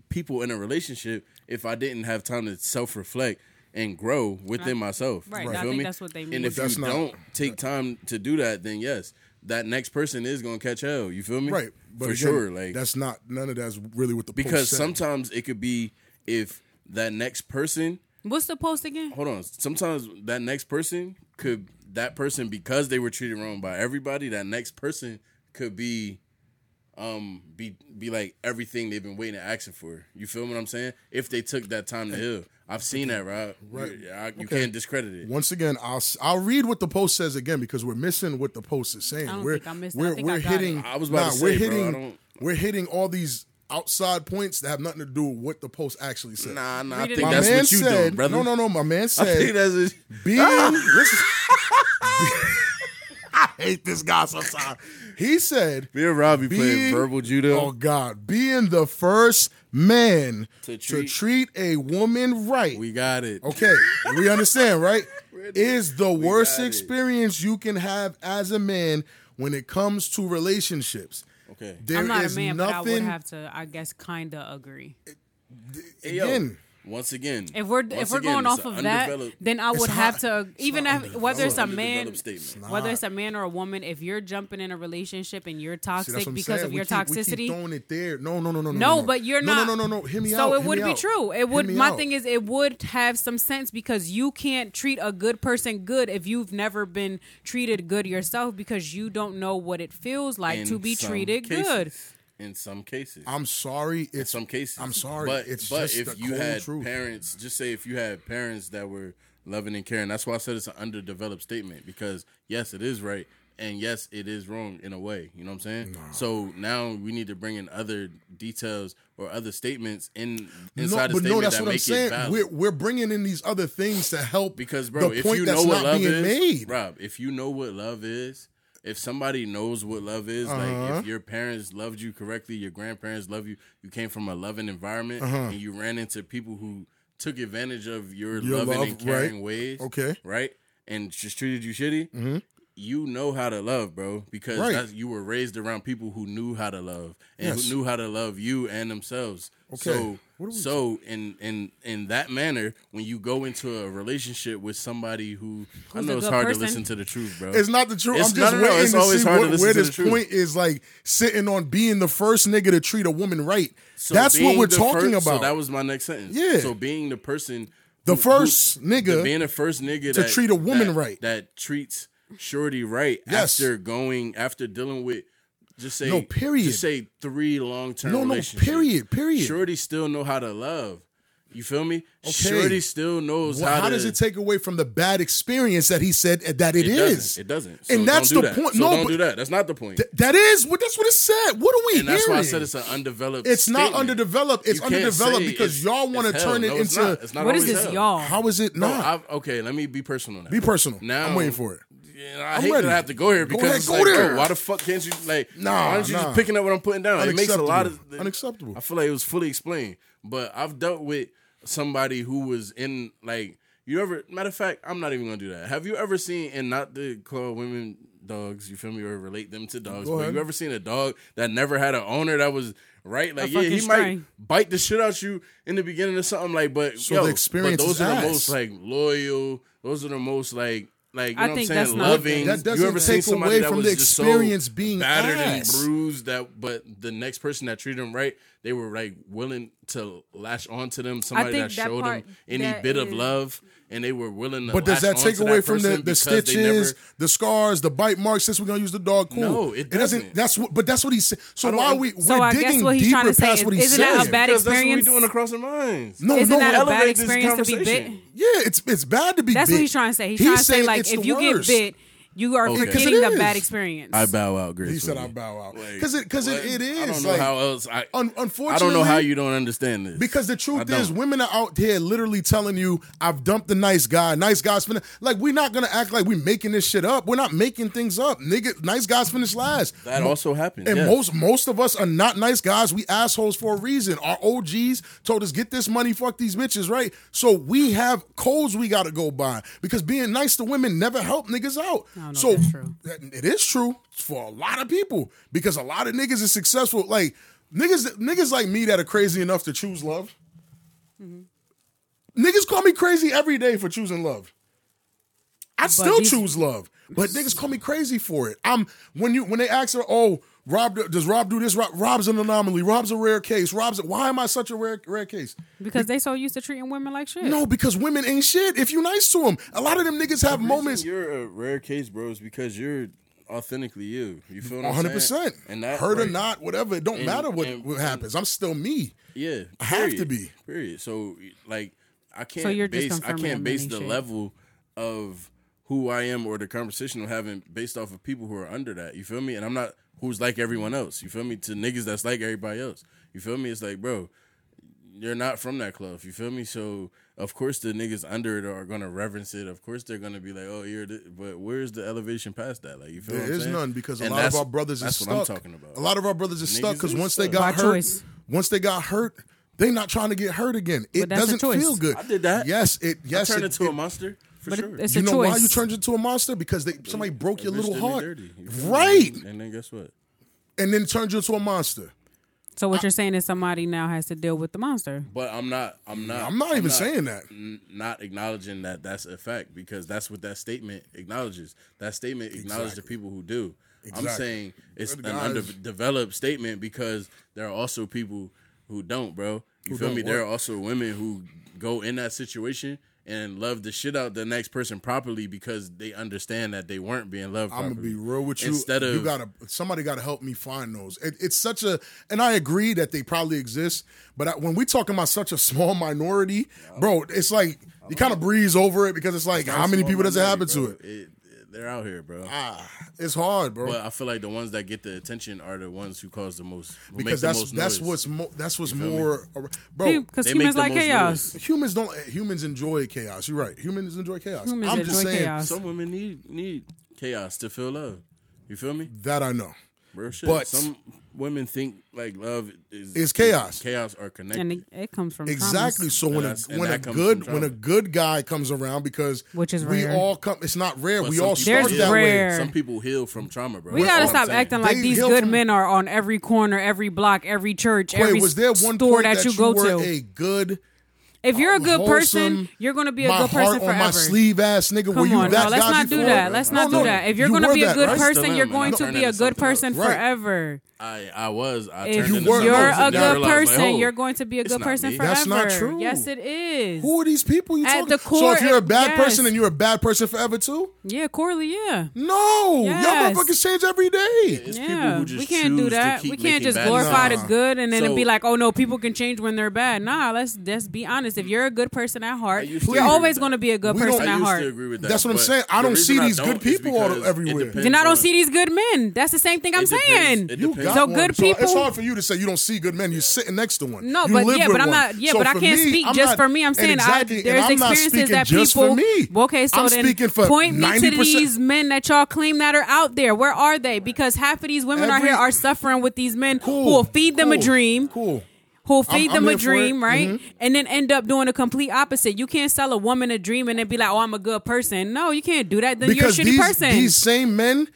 D: people in a relationship if I didn't have time to self reflect and grow within myself.
A: right,
D: You
A: I
D: feel
A: think
D: me?
A: that's what they mean.
D: And if
B: But that's
D: you
B: not-
D: don't take time to do that, then yes, that next person is gonna catch hell. You feel me?
B: Right. But
D: For
B: again,
D: sure. Like
B: that's not none of that's really what the post
D: because
B: said.
D: sometimes it could be if that next person
A: What's the post again?
D: hold on sometimes that next person could that person because they were treated wrong by everybody that next person could be um be be like everything they've been waiting to action for you feel what i'm saying if they took that time to heal i've seen that right right you, I- you can't discredit it
B: Once again, I'll s- I'll read what the post says again because we're missing what the post is saying.
A: I don't
B: we're
A: think I missed it. I
B: we're
A: think I
B: we're
A: got it.
B: hitting.
D: I was about
B: nah,
D: to
B: we're
D: say, bro, I
B: hitting.
D: don't-
B: We're hitting all these outside points that have nothing to do with what the post actually said.
D: nah nah i
A: Read it
D: think
A: out.
B: my
D: that's
B: man
D: what you
B: said.
D: doing brother
B: No, no, no. My man
D: i think
B: said
D: that's it.
B: being. this is- I hate this guy sometimes. He said
D: me and robbie
B: being-
D: playing verbal judo
B: Oh God, being the first man
D: To
B: to
D: treat-
B: treat, a woman right.
D: we got it
B: okay, we understand, right? Is the worst
D: got it.
B: experience you can have as a man when it comes to relationships.
D: okay
B: There is
A: I'm not a man,
B: nothing.
A: but I would have to, I guess, kind of agree.
D: Hey, yo,
B: again.
D: once again
A: If we're
D: once
A: if we're
D: again,
A: going
D: it's
A: off
D: an
A: of that,
D: undeveloped-
A: then I would
B: not-
A: have to even if, whether it's a man,
D: Undeveloped statement.
A: whether it's a man or a woman, if you're jumping in a relationship and you're
B: See,
A: toxic
B: that's what I'm
A: because
B: saying.
A: of
B: We
A: your
B: keep- we keep
A: toxicity,
B: throwing it there. No, no, no, no, no.
A: No, but you're
B: no,
A: not.
B: No, no, no, no. Hear me
A: so
B: out.
A: it
B: hear
A: would
B: me
A: be
B: out.
A: true.
B: Hear
A: It would.
B: me
A: My
B: out.
A: thing is, it would have some sense because you can't treat a good person good if you've never been treated good yourself because you don't know what it feels like
D: in
A: to be
D: some
A: treated
D: cases.
A: good.
D: In some cases,
B: I'm sorry. It's
D: some cases.
B: I'm sorry.
D: But
B: it's
D: but
B: just
D: if
B: the
D: you
B: cold
D: had
B: truth.
D: parents, just say if you had parents that were loving and caring. That's why I said it's an underdeveloped statement because yes, it is right, and yes, it is wrong in a way. You know what I'm saying? So now we need to bring in other details or other statements in inside the statement that make it valid.
B: We're we're bringing in these other things to help
D: Because bro,
B: the
D: if
B: point
D: you
B: that's
D: know what
B: not
D: love
B: being
D: is,
B: made.
D: Rob, if you know what love is, if somebody knows what love is,
B: Uh-huh.
D: like if your parents loved you correctly, your grandparents love you, you came from a loving environment,
B: Uh-huh.
D: and you ran into people who took advantage of your,
B: Your
D: loving
B: love,
D: and caring
B: right.
D: ways,
B: Okay. Mm-hmm.
D: right, and just treated you shitty. You know how to love, bro, because
B: Right.
D: that's, you were raised around people who knew how to love and
B: Yes.
D: who knew how to love you and themselves.
B: Okay.
D: So
B: What are we
D: so in in in that manner, when you go into a relationship with somebody who I
A: Who's
D: know
A: a
D: it's
A: good
D: hard to
A: person?
D: listen to the truth, bro.
B: It's not the truth.
D: It's-
B: I'm
D: no,
B: just
D: no, no,
B: waiting
D: it's
B: to
D: always
B: see
D: hard to
B: what-
D: listen
B: where
D: to the
B: this
D: truth.
B: point is like sitting on being the first nigga to treat a woman right.
D: So
B: That's what
D: being
B: we're
D: the
B: talking
D: first-
B: about.
D: So that was my next sentence.
B: Yeah.
D: So being the person,
B: the
D: who- who-
B: first
D: the-
B: nigga.
D: being the first nigga
B: to
D: that,
B: treat a woman
D: that-
B: right.
D: that treats Shorty right
B: Yes.
D: after going after dealing with. Just say
B: No, period.
D: Just say three long term.
B: No, no, period, period.
D: Shorty still know how to love. You feel me?
B: Okay.
D: Shorty still knows
B: Well,
D: how,
B: how,
D: to,
B: does it take away from the bad experience that he said that it
D: doesn't.
B: is?
D: It doesn't. So
B: And that's
D: don't do
B: the
D: that.
B: point.
D: So
B: no,
D: don't
B: but
D: do that. That's not the point.
B: th- that is what that's what it said. What are we hearing?
D: and that's why I said it's an undeveloped.
B: It's not
D: statement.
B: underdeveloped. It's
D: You can't
B: underdeveloped
D: say
B: because
D: it's-
B: y'all wanna
D: it's hell.
B: turn it
D: No, it's
B: into-
D: not. It's not
A: What is
D: always
A: this,
D: hell.
A: y'all?
B: how is it
D: No,
B: not?
D: um, I've, okay, let me be personal now.
B: Be personal.
D: Now
B: I'm waiting for it.
D: Yeah, I hate
B: ready.
D: to have to go here
B: Go
D: because
B: ahead,
D: it's
B: go
D: like, bro,
B: there.
D: why the fuck can't you like?
B: Nah,
D: why aren't you
B: nah.
D: just picking up what I'm putting down? It makes a lot of
B: Unacceptable. Unacceptable.
D: I feel like it was fully explained, but I've dealt with somebody who was in like You ever matter of fact, I'm not even gonna do that. Have you ever seen and not to call women dogs, you feel me, or relate them to dogs,
B: Go
D: but
B: ahead.
D: you ever seen a dog that never had an owner that was right? Like,
A: A
D: yeah, he
A: fucking
D: might
A: stray.
D: bite the shit out you in the beginning or something, like but
B: So
D: yo,
B: the experience
D: but those
B: is
D: are
B: ass.
D: the most like loyal, those are the most like like you
A: I
D: know
A: think
D: what I'm
A: that's
D: saying,
A: not-
D: loving.
B: That doesn't
D: you ever
B: take
D: seen somebody
B: away
D: that
B: from
D: was
B: the
D: just so
B: experience being
D: battered
B: ass.
D: and bruised bruised that but the next person that treated them right they were like willing to latch onto them somebody
A: think
D: that,
A: that
D: showed
A: part-
D: them any
A: that
D: bit of
A: is-
D: love and they were willing to
B: But does that
D: latch
B: take
D: onto
B: away
D: that
B: from
D: person
B: the, the
D: because they
B: stitches,
D: never-
B: the scars, the bite marks? Since we're gonna use the dog, cool.
D: No, it doesn't.
B: That's what. But that's what he said. So why are we we're
A: So I guess
B: digging
A: what he's
B: deeper
A: trying to say
B: past
A: is-
B: what he
A: isn't that
B: said?
A: a bad
D: because that's what we
A: experience?
D: doing across the minds
B: no,
A: Isn't
B: no.
A: that a
D: elevate
A: bad
D: this
A: experience to be bit?
D: conversation.
B: yeah, it's it's bad to be.
A: That's
B: bit.
A: what he's trying to say. He's, trying to say
B: saying
A: like
B: it's
A: if
B: the
A: you
B: worst.
A: get bit, you are
D: Okay.
A: forgetting
B: Because it
A: the bad
B: is.
A: experience.
D: i bow out Grace
B: He said,
D: with
B: "I
D: you.
B: bow out
D: Like,
B: because it because
D: what?
B: it, it is.
D: i don't know
B: like,
D: how else i
B: un-
D: i don't know how
B: unfortunately-
D: you don't understand this
B: Because the truth
D: I
B: is,
D: don't.
B: women are out here literally telling you, "I've dumped a nice guy. Nice guys finna like." We're not gonna act like we're making this shit up. We're not making things up, nigga. Nice guys finish last.
D: that also happens
B: And
D: yes.
B: most most of us are not nice guys. We assholes for a reason. Our OGs told us get this money, fuck these bitches, right? So we have codes we gotta go by because being nice to women never helped niggas out.
A: don't know
B: so
A: if that's true.
B: that- it is true for a lot of people because a lot of niggas is successful. Like niggas, niggas like me that are crazy enough to choose love. Niggas call me crazy every day for choosing love. I still
A: these-
B: choose love, but niggas call me crazy for it. I'm when you when they ask her, oh, Rob, does Rob do this? Rob, Rob's an anomaly. Rob's a rare case. Rob's a, why am I such a rare rare case?
A: because they so used to treating women like shit.
B: No, because women ain't shit. If you nice to them, a lot of them niggas have
D: The reason
B: moments.
D: You're a rare case, bro, is because you're authentically you. You feel
B: One
D: one
B: hundred percent.
D: And that
B: Hurt or
D: like,
B: not, whatever. It don't
D: and-
B: matter what,
D: and-
B: what happens. I'm still me.
D: Yeah,
B: I have to
D: period,
B: be.
D: Period. So like, I can't
A: you're just
D: base I
A: confirming
D: can't
A: I'm
D: base
A: in
D: the
A: shape.
D: level of who I am or the conversation I'm having based off of people who are under that. You feel me? And I'm not who's like everyone else. You feel me? To niggas that's like everybody else. You feel me? It's like, bro, you're not from that cloth. You feel me? So of course the niggas under it are gonna reverence it. Of course they're gonna be like, oh, you're. The, but where's the elevation past that? Like you feel?
B: There
D: what I'm
B: is
D: saying?
B: none because a
D: And
B: lot of
D: that's-
B: our brothers is
D: That's
B: stuck.
D: what I'm talking about.
B: A lot of our brothers is stuck
D: Niggas
B: because
D: is
B: once they
D: stuck.
B: got
A: By
B: hurt,
A: choice.
B: once they got hurt, they not trying to get hurt again. It
A: that's a
B: doesn't
A: choice.
B: feel good.
D: I did that.
B: Yes, it. Yes,
D: I turned
B: it,
D: into
B: it-
D: a monster for
A: But it-
D: sure.
A: it's
B: you
A: a
B: know
A: choice.
B: why you turned into a monster? Because they somebody broke your
D: Bitch
B: little
D: did me
B: heart,
D: dirty. You feel me?
B: right?
D: And then guess what?
B: And then turned you into a monster.
A: So what you're saying is somebody now has to deal with the monster.
D: But I'm not. I'm not.
B: I'm not even saying that.
D: n- not acknowledging that that's a fact because that's what that statement acknowledges. That statement acknowledges the people who do. I'm
B: Exactly.
D: saying it's
B: Good
D: an
B: guys.
D: underdeveloped statement because there are also people who don't, bro. You feel
B: don't
D: me? There
B: what?
D: are also women who go in that situation and love the shit out the next person properly because they understand that they weren't being loved.
B: I'm gonna be
D: properly.
B: real with you.
D: Instead of
B: you gotta somebody gotta help me find those. It, it's such a, and I agree that they probably exist, but I, when we talking about such a small minority, bro, it's like you kind of breeze over it because it's like how many people does it happen to it?
D: They're out here, bro.
B: Ah, it's hard, bro.
D: But I feel like the ones that get the attention are the ones who cause the most who make
B: because
D: the
B: that's
D: most
B: that's
D: noise.
B: what's mo- that's what's more, ar- bro.
A: Because
D: they
A: humans
D: make
A: like
D: the most
A: chaos.
B: Humans don't humans enjoy chaos. You're right. Humans enjoy chaos.
A: Humans
B: I'm just
A: enjoy
B: saying
A: chaos.
D: some women need need chaos to feel love. You feel me?
B: that I know.
D: Real shit.
B: But-
D: some women think like love is
B: Is chaos.
D: Chaos are connected.
A: And it, it comes from
B: Exactly.
A: traumas.
B: So when a
D: that's- and
B: when a
D: that comes
B: good
D: from
B: when a
D: trauma.
B: good guy comes around because
A: Which is
B: we
A: rare.
B: all come. It's not rare.
D: But
B: we
D: some
B: all
D: people
B: start
A: There's
B: that
A: rare.
B: way.
D: Some people heal from trauma, bro.
A: We
D: That's
A: gotta
D: all I'm
A: stop
D: saying.
A: acting like
B: They
A: these
B: heal
A: good
B: from-
A: men are on every corner, every block, every church, every
B: Wait, was there one
A: store
B: point
A: that, you go
B: were
A: to.
B: a good?
A: if you're a good person,
B: wholesome,
A: you're going to be a
B: my
A: good person
B: heart on my
A: forever.
B: sleeve ass nigga. were
A: Come
B: you
A: on,
B: that
A: no, let's
B: guy
A: not do
B: before?
A: that. Let's not
B: No,
A: do
B: no,
A: that. If you're
B: you
A: going to
B: were
A: be a
B: that,
A: good
B: right?
A: person,
D: Still
A: you're
D: am,
A: going
D: I'm
A: to
D: turning
A: be a
D: into
A: good
D: something else.
A: person
B: Right.
A: forever.
D: I I was. I
A: If
D: turned into
B: You were-
A: you're
D: something else
A: a
D: and then
A: good
D: realized, like,
A: person,
D: oh,
A: you're going to be a
D: it's
A: good
D: not
A: person
D: me.
A: forever.
B: That's not true.
A: Yes, it is.
B: Who are these people you
A: At
B: talking?
A: the
B: so
A: core,
B: if you're a bad
A: yes.
B: person and you're a bad person forever too,
A: Yeah, Corley. Yeah.
B: no,
A: Yes.
B: y'all motherfuckers change every day.
D: It's people
A: Yeah,
D: who just
A: we can't
D: choose
A: do
D: to
A: that.
D: keep
A: We can't
D: making
A: just
D: bad
A: glorify
D: decisions.
A: the good and then it'd be
D: So-
A: like, oh no, people can change when they're bad. Nah, let's let's be honest. If you're a good person at heart,
D: used to
A: you're
D: agree
A: always
D: with
A: going to be a good
B: We don't-
A: person
D: I
A: at
D: used
A: heart.
D: to agree with that.
B: That's what I'm
D: but
B: saying. I
D: the
B: don't
D: reason
B: see
D: I
B: these
D: don't
B: good
D: is
B: people all
D: because
B: everywhere.
D: it depends
A: Then I
D: on-
A: don't see these good men. That's the same thing I'm
D: it depends-
A: saying.
D: it
B: You
D: depends
B: got
A: So
B: one.
A: good
B: It's
A: people-
B: hard for you to say you don't see good men. You're sitting next to one.
A: No,
B: You
A: but
B: live
A: yeah,
B: with
A: but I'm
B: one.
A: not. Yeah,
B: So
A: but I
B: for
A: can't
B: me,
A: speak
B: I'm
A: just
B: not-
A: for me. I'm
B: and
A: saying
B: exactly,
A: I,
B: and
A: there's
B: I'm not
A: experiences
B: speaking
A: that
B: just
A: people.
B: For me.
A: Well, Okay, so
B: I'm
A: then
B: speaking for
A: point me to
B: 90%.
A: these men that y'all claim that are out there. Where are they? Because half of these women out
B: Every-
A: here are suffering with these men
B: Cool,
A: who will feed them a
B: cool,
A: dream.
B: Cool.
A: who'll feed
B: I'm
A: them a
B: here for it. Mm-hmm.
A: dream, right? And then end up doing the complete opposite. You can't sell a woman a dream and then be like, "Oh, I'm a good person." No, you can't do that. Then
B: because
A: you're a shitty
B: these,
A: person.
B: these same men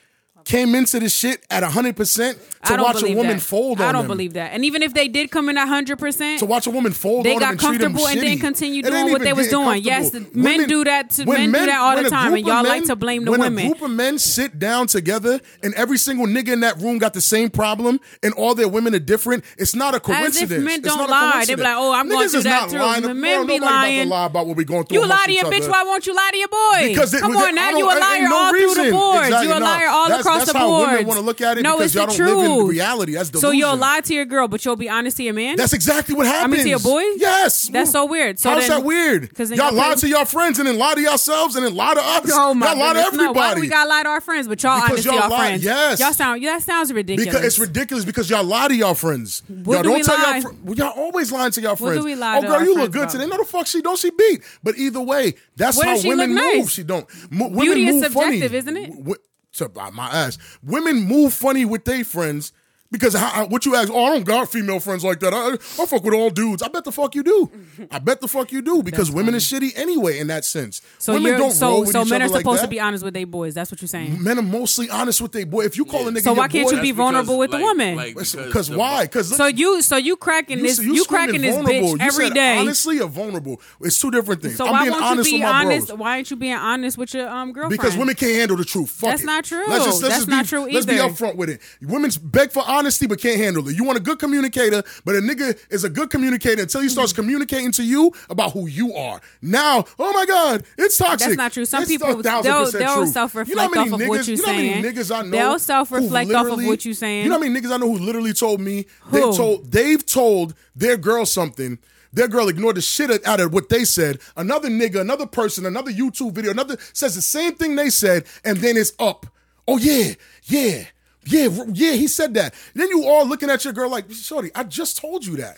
B: came into this shit at 100%
A: I
B: to
A: don't
B: watch a
A: believe
B: woman
A: that.
B: fold on
A: I don't
B: them.
A: believe that. And even if they did come in at hundred percent,
B: to watch a woman fold
A: They got
B: on them and treat them
A: comfortable and then
B: shitty.
A: continue
B: It ain't
A: doing what
B: even
A: they was
B: getting
A: doing. Yes,
B: comfortable.
A: the men do that to-
B: when
A: men do that all the
B: when a
A: time,
B: group
A: and
B: of
A: y'all like to blame the
B: when
A: women.
B: a group of men sit down together and every single nigga in that room got the same problem and all their women are different, it's not a coincidence.
A: men
B: It's
A: don't
B: not a
A: lie. They be
B: coincidence.
A: like, "Oh, I'm gonna
B: Niggas
A: do
B: is
A: that
B: not
A: too."
B: lying.
A: The
B: Bro,
A: men be
B: nobody about to
A: lying.
B: lie about what we going through.
A: You
B: amongst
A: lie to
B: each
A: your bitch.
B: other.
A: Why won't you lie to your boy?
B: Because they-
A: come
B: because
A: on
B: I
A: now,
B: don't-
A: you a
B: ain't-
A: liar
B: ain't no
A: all through the
B: reason.
A: boards.
B: Exactly,
A: you a
B: no.
A: liar all
B: That's-
A: across
B: that's
A: the
B: how
A: boards.
B: women wanna look at it
A: no,
B: because
A: it's
B: y'all
A: the
B: don't live in
A: truth.
B: reality. That's
A: so you'll
B: delusion.
A: lie to your girl, but you'll be honest to your man.
B: That's exactly what
A: I
B: happens.
A: mean, to your boy.
B: Yes.
A: that's so weird. So
B: How's
A: then-
B: that weird?
A: 'cause then
B: Y'all lie
A: play-
B: to y'all friends and then lie to yourselves and then lie to us.
A: Oh my
B: y'all lie to
A: goodness,
B: everybody.
A: No, why do we gotta lie to our friends? But y'all
B: Because
A: honest to
B: y'all
A: y'all
B: lie-
A: friends.
B: yes.
A: y'all sound. That sounds ridiculous.
B: Because it's ridiculous because y'all lie to y'all friends. y'all
A: do
B: don't
A: we
B: tell
A: lie?
B: y'all fr- well, y'all always lying to y'all
A: What do
B: friends.
A: we lie
B: oh
A: to
B: girl,
A: our
B: you
A: friends
B: look good
A: about?
B: today. No, the fuck she don't. She beat. But either way, that's
A: What
B: how
A: if she
B: women
A: look
B: move.
A: nice?
B: She don't. Mo- women
A: Beauty is
B: move funny.
A: subjective, isn't it?
B: W- to- uh, my ass. Women move funny with their friends. Because how, how- what you ask? Oh, I don't got female friends like that. I, I fuck with all dudes. I bet the fuck you do. I bet the fuck you do. Because women are shitty anyway in that sense.
A: So
B: women
A: you're
B: don't roll
A: so
B: with
A: so
B: each
A: men
B: other
A: are
B: like
A: supposed to
B: that.
A: be honest with their boys. That's what you're saying.
B: Men are mostly honest with their boy. If you call a nigga,
A: So why
B: your
A: can't
B: boy,
A: you be vulnerable with the woman.
B: Because why? Because
A: So you so you cracking this you, cracking
B: screaming
A: this
B: vulnerable.
A: bitch
B: you
A: every
B: said
A: day.
B: Honestly, or vulnerable. It's two different things.
A: so
B: I'm
A: why
B: being
A: won't
B: honest
A: you be
B: with my
A: honest?
B: bros.
A: Why ain't you being honest with your um girlfriend?
B: Because women can't handle the truth. Fuck
A: That's
B: it.
A: not true.
B: Let's just, let's
A: That's
B: just
A: not
B: be,
A: true
B: Let's be
A: either.
B: upfront with it. Women beg for honesty but can't handle it. You want a good communicator, but a nigga is a good communicator until he
A: Mm-hmm.
B: starts communicating to you about who you are. Now, oh my God, it's toxic.
A: That's not true. Some
B: It's
A: people-
B: a thousand
A: they'll-
B: percent
A: they'll
B: true.
A: self-reflect
B: You know how many
A: off of
B: niggas,
A: what you
B: you know how many
A: saying.
B: niggas I know
A: They'll
B: who
A: self-reflect off of
B: literally-
A: what you saying.
B: You know how many niggas I know who literally told me they
A: Who?
B: told they've told their girl something. Their girl ignored the shit out of what they said. Another nigga, another person, another YouTube video, another says the same thing they said, and then it's up. Oh yeah, yeah, yeah, r- yeah. He said that. Then you all looking at your girl like, "Shorty, I just told you that."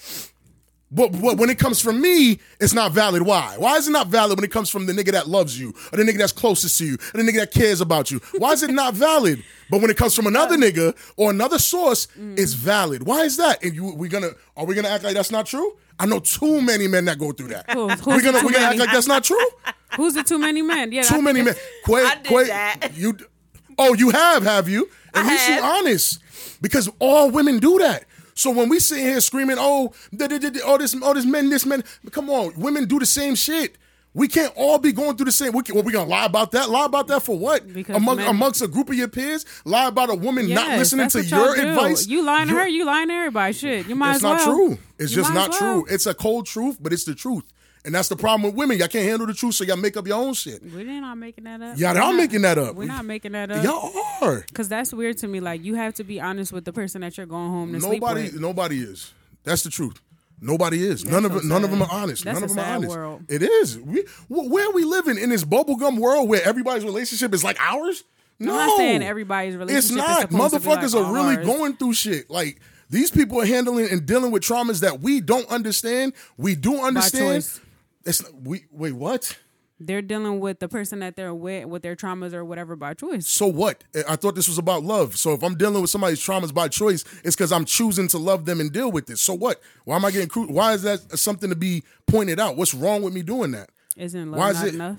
B: But, but when it comes from me, it's not valid. Why? Why is it not valid when it comes from the nigga that loves you, or the nigga that's closest to you, or the nigga that cares about you? Why is it not valid? But when it comes from another nigga or another source,
A: Mm.
B: it's valid. Why is that? And you, we gonna are we gonna act like that's not true? I know too many men that go through that.
A: Who- who's
B: we're gonna
A: too
B: we're gonna act
A: many?
B: like that's not true.
A: Who's the too many men? Yeah, I
B: Too many men. Quay,
E: I did
B: Quay,
E: that.
B: You, oh, you have, have you? At
E: I
B: least you
E: have.
B: honest, because all women do that. So when we sit here screaming, oh, da, da, da, da, oh this, oh this men, this men, come on, women do the same shit. We can't all be going through the same. We can, well, we gonna lie about that? Lie about that for what?
A: Because
B: Among,
A: men-
B: amongst a group of your peers, lie about a woman not
A: Yes,
B: listening
A: that's
B: to
A: what y'all
B: your
A: do.
B: advice.
A: You lying to
B: Your-
A: her, you lying to everybody. Shit, you might as
B: It's
A: well.
B: not true. It's
A: You
B: just
A: might
B: not
A: as well.
B: true. It's a cold truth, but it's the truth, and that's the problem with women. Y'all can't handle the truth, so y'all make up your own shit.
A: We're not making that up.
B: Yeah,
A: We're
B: y'all
A: not-
B: making that up.
A: We're not making that up.
B: Y'all are.
A: Cause that's weird to me. Like you have to be honest with the person that you're going home to
B: Nobody,
A: sleep with.
B: nobody is. That's the truth. Nobody is. none of
A: so
B: none of
A: sad.
B: them are honest.
A: That's
B: none
A: a
B: of them
A: sad
B: are honest.
A: world.
B: It is. We wh- where are we living in this bubblegum world where everybody's relationship is like ours? No,
A: I'm not saying everybody's relationship
B: It's
A: is
B: not.
A: supposed to be like
B: Motherfuckers are really
A: ours.
B: going through shit. Like these people are handling and dealing with traumas that we don't understand. We do understand.
A: choice.
B: It's we wait what?
A: They're dealing with the person that they're with, with their traumas or whatever by choice.
B: So what? I- I thought this was about love. So if I'm dealing with somebody's traumas by choice, it's because I'm choosing to love them and deal with this. So what? Why am I getting? Cru- why is that something to be pointed out? What's wrong with me doing that?
A: Isn't love
B: Why is
A: not
B: it-
A: enough?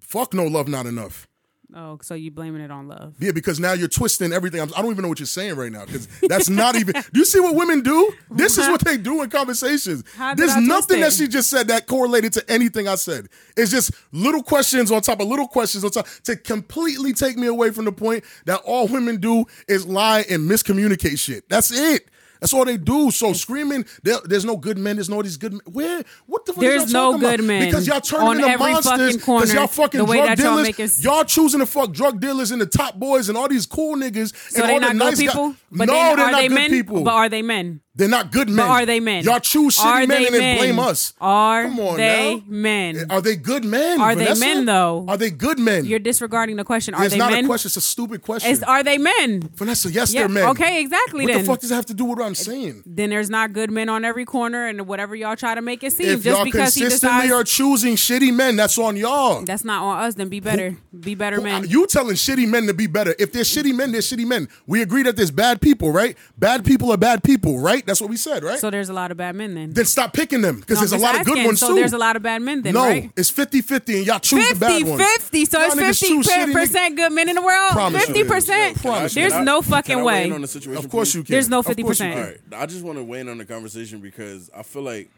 B: Fuck no, love not enough.
A: Oh, so you blaming it on love?
B: Yeah, because now you're twisting everything. I'm, I don't even know what you're saying right now because that's not even. Do you see what women do? This is what they do in conversations.
A: How did
B: There's
A: I twist
B: nothing that
A: it?
B: she just said that correlated to anything I said. It's just little questions on top of little questions on top to completely take me away from the point that all women do is lie and miscommunicate shit. That's it. That's all they do. So screaming, there, there's no good men. There's no these good men. Where? What the fuck? is
A: There's
B: y'all
A: no
B: talking about?
A: good men
B: because y'all
A: on
B: turning into
A: every
B: monsters.
A: fucking
B: 'cause
A: corner,
B: y'all fucking
A: the way
B: drug
A: that y'all
B: dealers.
A: make us-
B: Y'all choosing to fuck drug dealers and the top boys and all these cool niggas.
A: So
B: and
A: they
B: all
A: not
B: the nice
A: good
B: guy-
A: people?
B: no,
A: they,
B: are
A: are
B: not
A: they
B: good
A: men?
B: people.
A: But are they men?
B: they're not good men.
A: But are they men?
B: Y'all choose shitty
A: Are
B: men
A: they
B: and then blame us.
A: Are
B: Come on
A: they
B: now.
A: men?
B: Are they good men?
A: Are they
B: Vanessa?
A: men, though?
B: Are they good men?
A: You're disregarding the question. Are
B: it's
A: they
B: not
A: men?
B: a question. It's a stupid question.
A: Is are they men?
B: Vanessa, yes,
A: Yeah,
B: they're men.
A: okay, exactly
B: What
A: then.
B: the fuck does that have to do with what I'm saying?
A: Then there's not good men on every corner, and whatever y'all try to make it seem,
B: If
A: just
B: y'all
A: because he
B: consistently
A: decides
B: are choosing shitty men, that's on y'all.
A: that's not on us, then be better, be better men.
B: You telling shitty men to be better. If they're shitty men, they're shitty men. We agree that there's bad people, right? Bad people are bad people, right? That's what we said, right?
A: So there's a lot of bad men then.
B: then stop picking them because
A: No,
B: there's a
A: I'm just
B: lot of good
A: asking.
B: ones
A: so
B: too.
A: there's a lot of bad men then,
B: no,
A: right?
B: it's 50-50 and y'all choose the
A: 50
B: bad ones.
A: 50 so
B: Y'all niggas
A: it's
B: choose shitty
A: 50
B: niggas.
A: percent good men in the world
B: Promise you it is.
A: 50 percent
B: Promise you
A: there's
B: it is.
A: no
D: Can I
A: fucking
D: weigh in
A: way
D: on the situation,
B: Of course
D: please?
B: you can.
A: There's no
B: Of course you
A: 50%.
B: can.
D: All right, I just want to weigh in on the conversation because I feel like,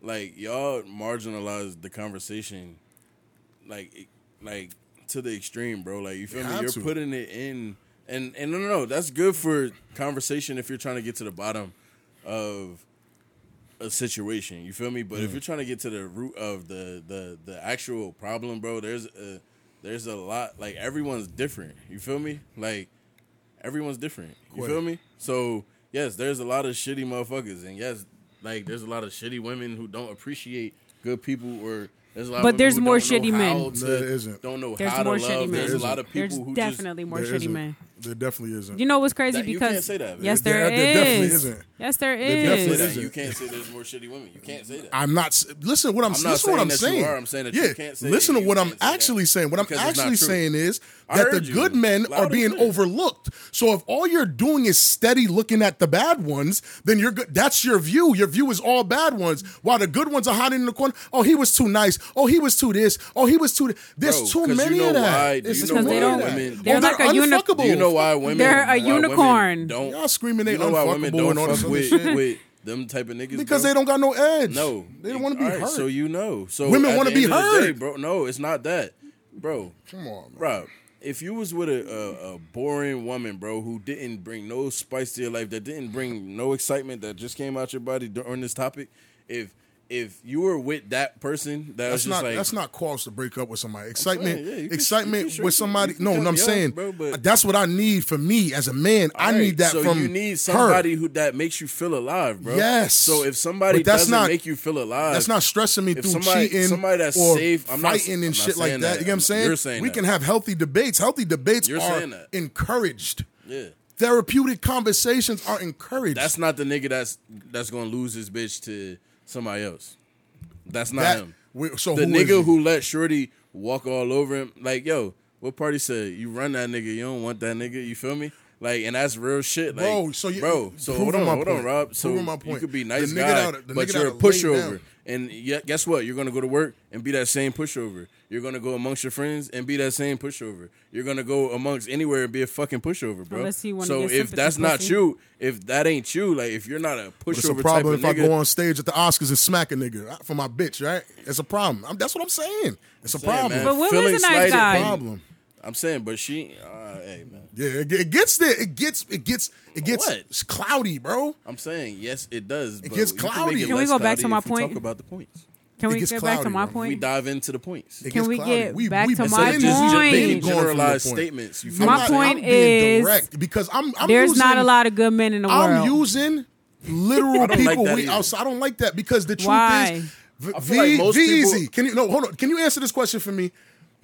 D: like y'all marginalized the conversation, like, it- like to the extreme, bro. Like you feel
B: You
D: me?
B: have
D: You're
B: to.
D: putting it in, and and no, no, no, that's good for conversation if you're trying to get to the bottom of a situation. You feel me? But if you're trying to get to the root of the the the actual problem, bro, there's a there's a lot. Like everyone's different. You feel me? Like everyone's different. You
B: Right.
D: feel me? So yes, there's a lot of shitty motherfuckers, and yes, like there's a lot of shitty women who don't appreciate good people, or there's a lot. of
A: But
D: women
A: there's
D: who
A: more
D: don't know
A: shitty
D: how
A: men.
D: To,
B: No, there isn't.
D: Don't know
A: There's
D: how to
A: more
D: love.
A: shitty men.
D: There's a lot of
A: there's
D: people who
A: definitely more
B: There
A: shitty
B: isn't.
A: men
B: There definitely isn't.
A: you know what's crazy
D: That- you
A: because
D: can't say that, man.
A: yes
B: There-
A: there
B: there definitely
A: is
B: isn't.
A: yes there
B: There
D: just
B: definitely
D: say
A: is
D: that.
B: isn't.
D: You can't say there's more shitty women. You can't say that.
B: I'm not s- listen. What I'm,
D: I'm not
B: listen to what
D: saying
B: I'm
D: that you
B: saying.
D: are. I'm saying that you
B: yeah,
D: can't say
B: listen to
D: that you
B: what I'm
D: can't say that.
B: actually saying. What I'm
D: Because it's not
B: actually
D: true.
B: saying is
D: I
B: that the
D: heard you.
B: good men
D: Loud
B: are
D: and
B: being
D: clear.
B: overlooked. So if all you're doing is steady looking at the bad ones, then you're good. That's your view. Your view is all bad ones, while the good ones are hiding in the corner. Oh, he was too nice. Oh, he was too this. Oh, he was too. Th-. There's
D: Bro,
B: too
D: 'cause you
B: many
D: know
B: of that.
D: why- do
B: It's
D: you
B: too
A: know
B: many
A: why
B: of that.
A: women-
B: Oh,
A: They're like a uni-
B: unfuckable.
D: Do you know why women?
A: They're a
D: why women
A: unicorn.
D: Don't
B: Y'all screaming they
D: you know why women
B: unfuckable
D: don't
B: and all this
D: fuck
B: other
D: with,
B: shit?
D: with them type of niggas
B: because
D: bro?
B: they don't got no edge.
D: No,
B: they don't want to be
D: All right,
B: hurt.
D: So you know, so
B: Women
D: at
B: wanna
D: the
B: be
D: end of the
B: heard.
D: day, bro. No, it's not that, bro.
B: Come on, man.
D: Rob, if you was with a, a, a boring woman, bro, who didn't bring no spice to your life, that didn't bring no excitement, that just came out your body during this topic, if if you were with that person, that was
B: That's
D: just
B: not
D: like
B: that's not cause to break up with somebody. Excitement,
D: yeah, you can- you
B: excitement
D: can-
B: with
D: you
B: somebody.
D: can
B: No,
D: cut
B: no, I'm
D: me off,
B: saying
D: bro, but-
B: that's what I need for me as a man. I
D: All right,
B: need that
D: so
B: from
D: you need somebody
B: her.
D: who that makes you feel alive, bro.
B: Yes.
D: So if somebody
B: But that's
D: doesn't
B: not-
D: make you feel alive,
B: That's not stressing me
D: If
B: through
D: somebody-
B: cheating
D: somebody that's
B: or
D: safe- I'm not-
B: fighting
D: I'm
B: and
D: not
B: shit like
D: saying
B: that.
D: that.
B: You know what I'm saying?
D: You're saying
B: we
D: that.
B: can have healthy debates. Healthy debates
D: You're
B: are
D: saying that.
B: encouraged.
D: yeah.
B: Therapeutic conversations are encouraged.
D: That's not the nigga that's that's gonna lose his bitch to somebody else. That's not
B: That-
D: him.
B: we- so
D: the
B: who is
D: nigga
B: he?
D: who let Shorty walk all over him, like yo, what party said you run that nigga? You don't want that nigga. You feel me? Like, and that's real shit. Like,
B: Bro, so you-
D: bro, so
B: proving
D: hold on,
B: my
D: hold on,
B: point.
D: Rob. So
B: Proving my
D: you
B: point.
D: could be
B: The
D: nice
B: nigga
D: guy,
B: that- the
D: but
B: nigga
D: you're a
B: that'll lay
D: pushover.
B: down.
D: And yet, guess what? You're gonna go to work and be that same pushover. You're gonna go amongst your friends and be that same pushover. You're gonna go amongst anywhere and be a fucking pushover, bro.
A: Unless you wanna
D: so
A: get
D: if
A: sympathy
D: that's not
A: pussy.
D: you, if that ain't you, like if you're not a pushover,
B: It's a
D: type
B: problem
D: of
B: if I
D: nigga,
B: go on stage at the Oscars and smack a nigga for my bitch, right? It's a problem. I'm, that's what I'm saying. It's a
D: saying,
B: problem.
D: man.
A: but Will
D: Feeling
A: is a nice
D: slighted,
A: guy
B: problem.
D: I'm saying, but she, uh, hey man,
B: Yeah, it, it gets there. It gets. It gets. It gets
D: What?
B: it's cloudy, bro.
D: I'm saying yes, it does. It
B: gets cloudy.
D: Can,
B: Can
A: we
D: less
A: go back
D: cloudy
A: to my
D: if we
A: point?
D: Talk about the points.
A: can
B: It
A: we
B: gets
A: get back to
B: cloudy,
A: my
B: bro.
D: We
A: point
D: dive into the points.
B: It
A: Can
B: gets
A: we
B: cloudy.
A: get back to
B: so
A: my
B: then just- just
A: point?
B: keep going to the
D: generalized
B: point.
D: statements. You
B: I'm
D: feel
A: My
D: me?
B: not-
A: point
B: I'm being
A: is,
B: direct because I'm. I'm
A: there's
B: using,
A: not a lot of good men in the world
B: I'm using literal
D: don't like
B: people.
D: that
B: we
D: either.
B: outside. I don't like that because the truth
A: Why?
B: is, v-
D: I
B: v,
D: feel like most
B: v
D: people-
B: easy. Can you no? Hold on. Can you answer this question for me?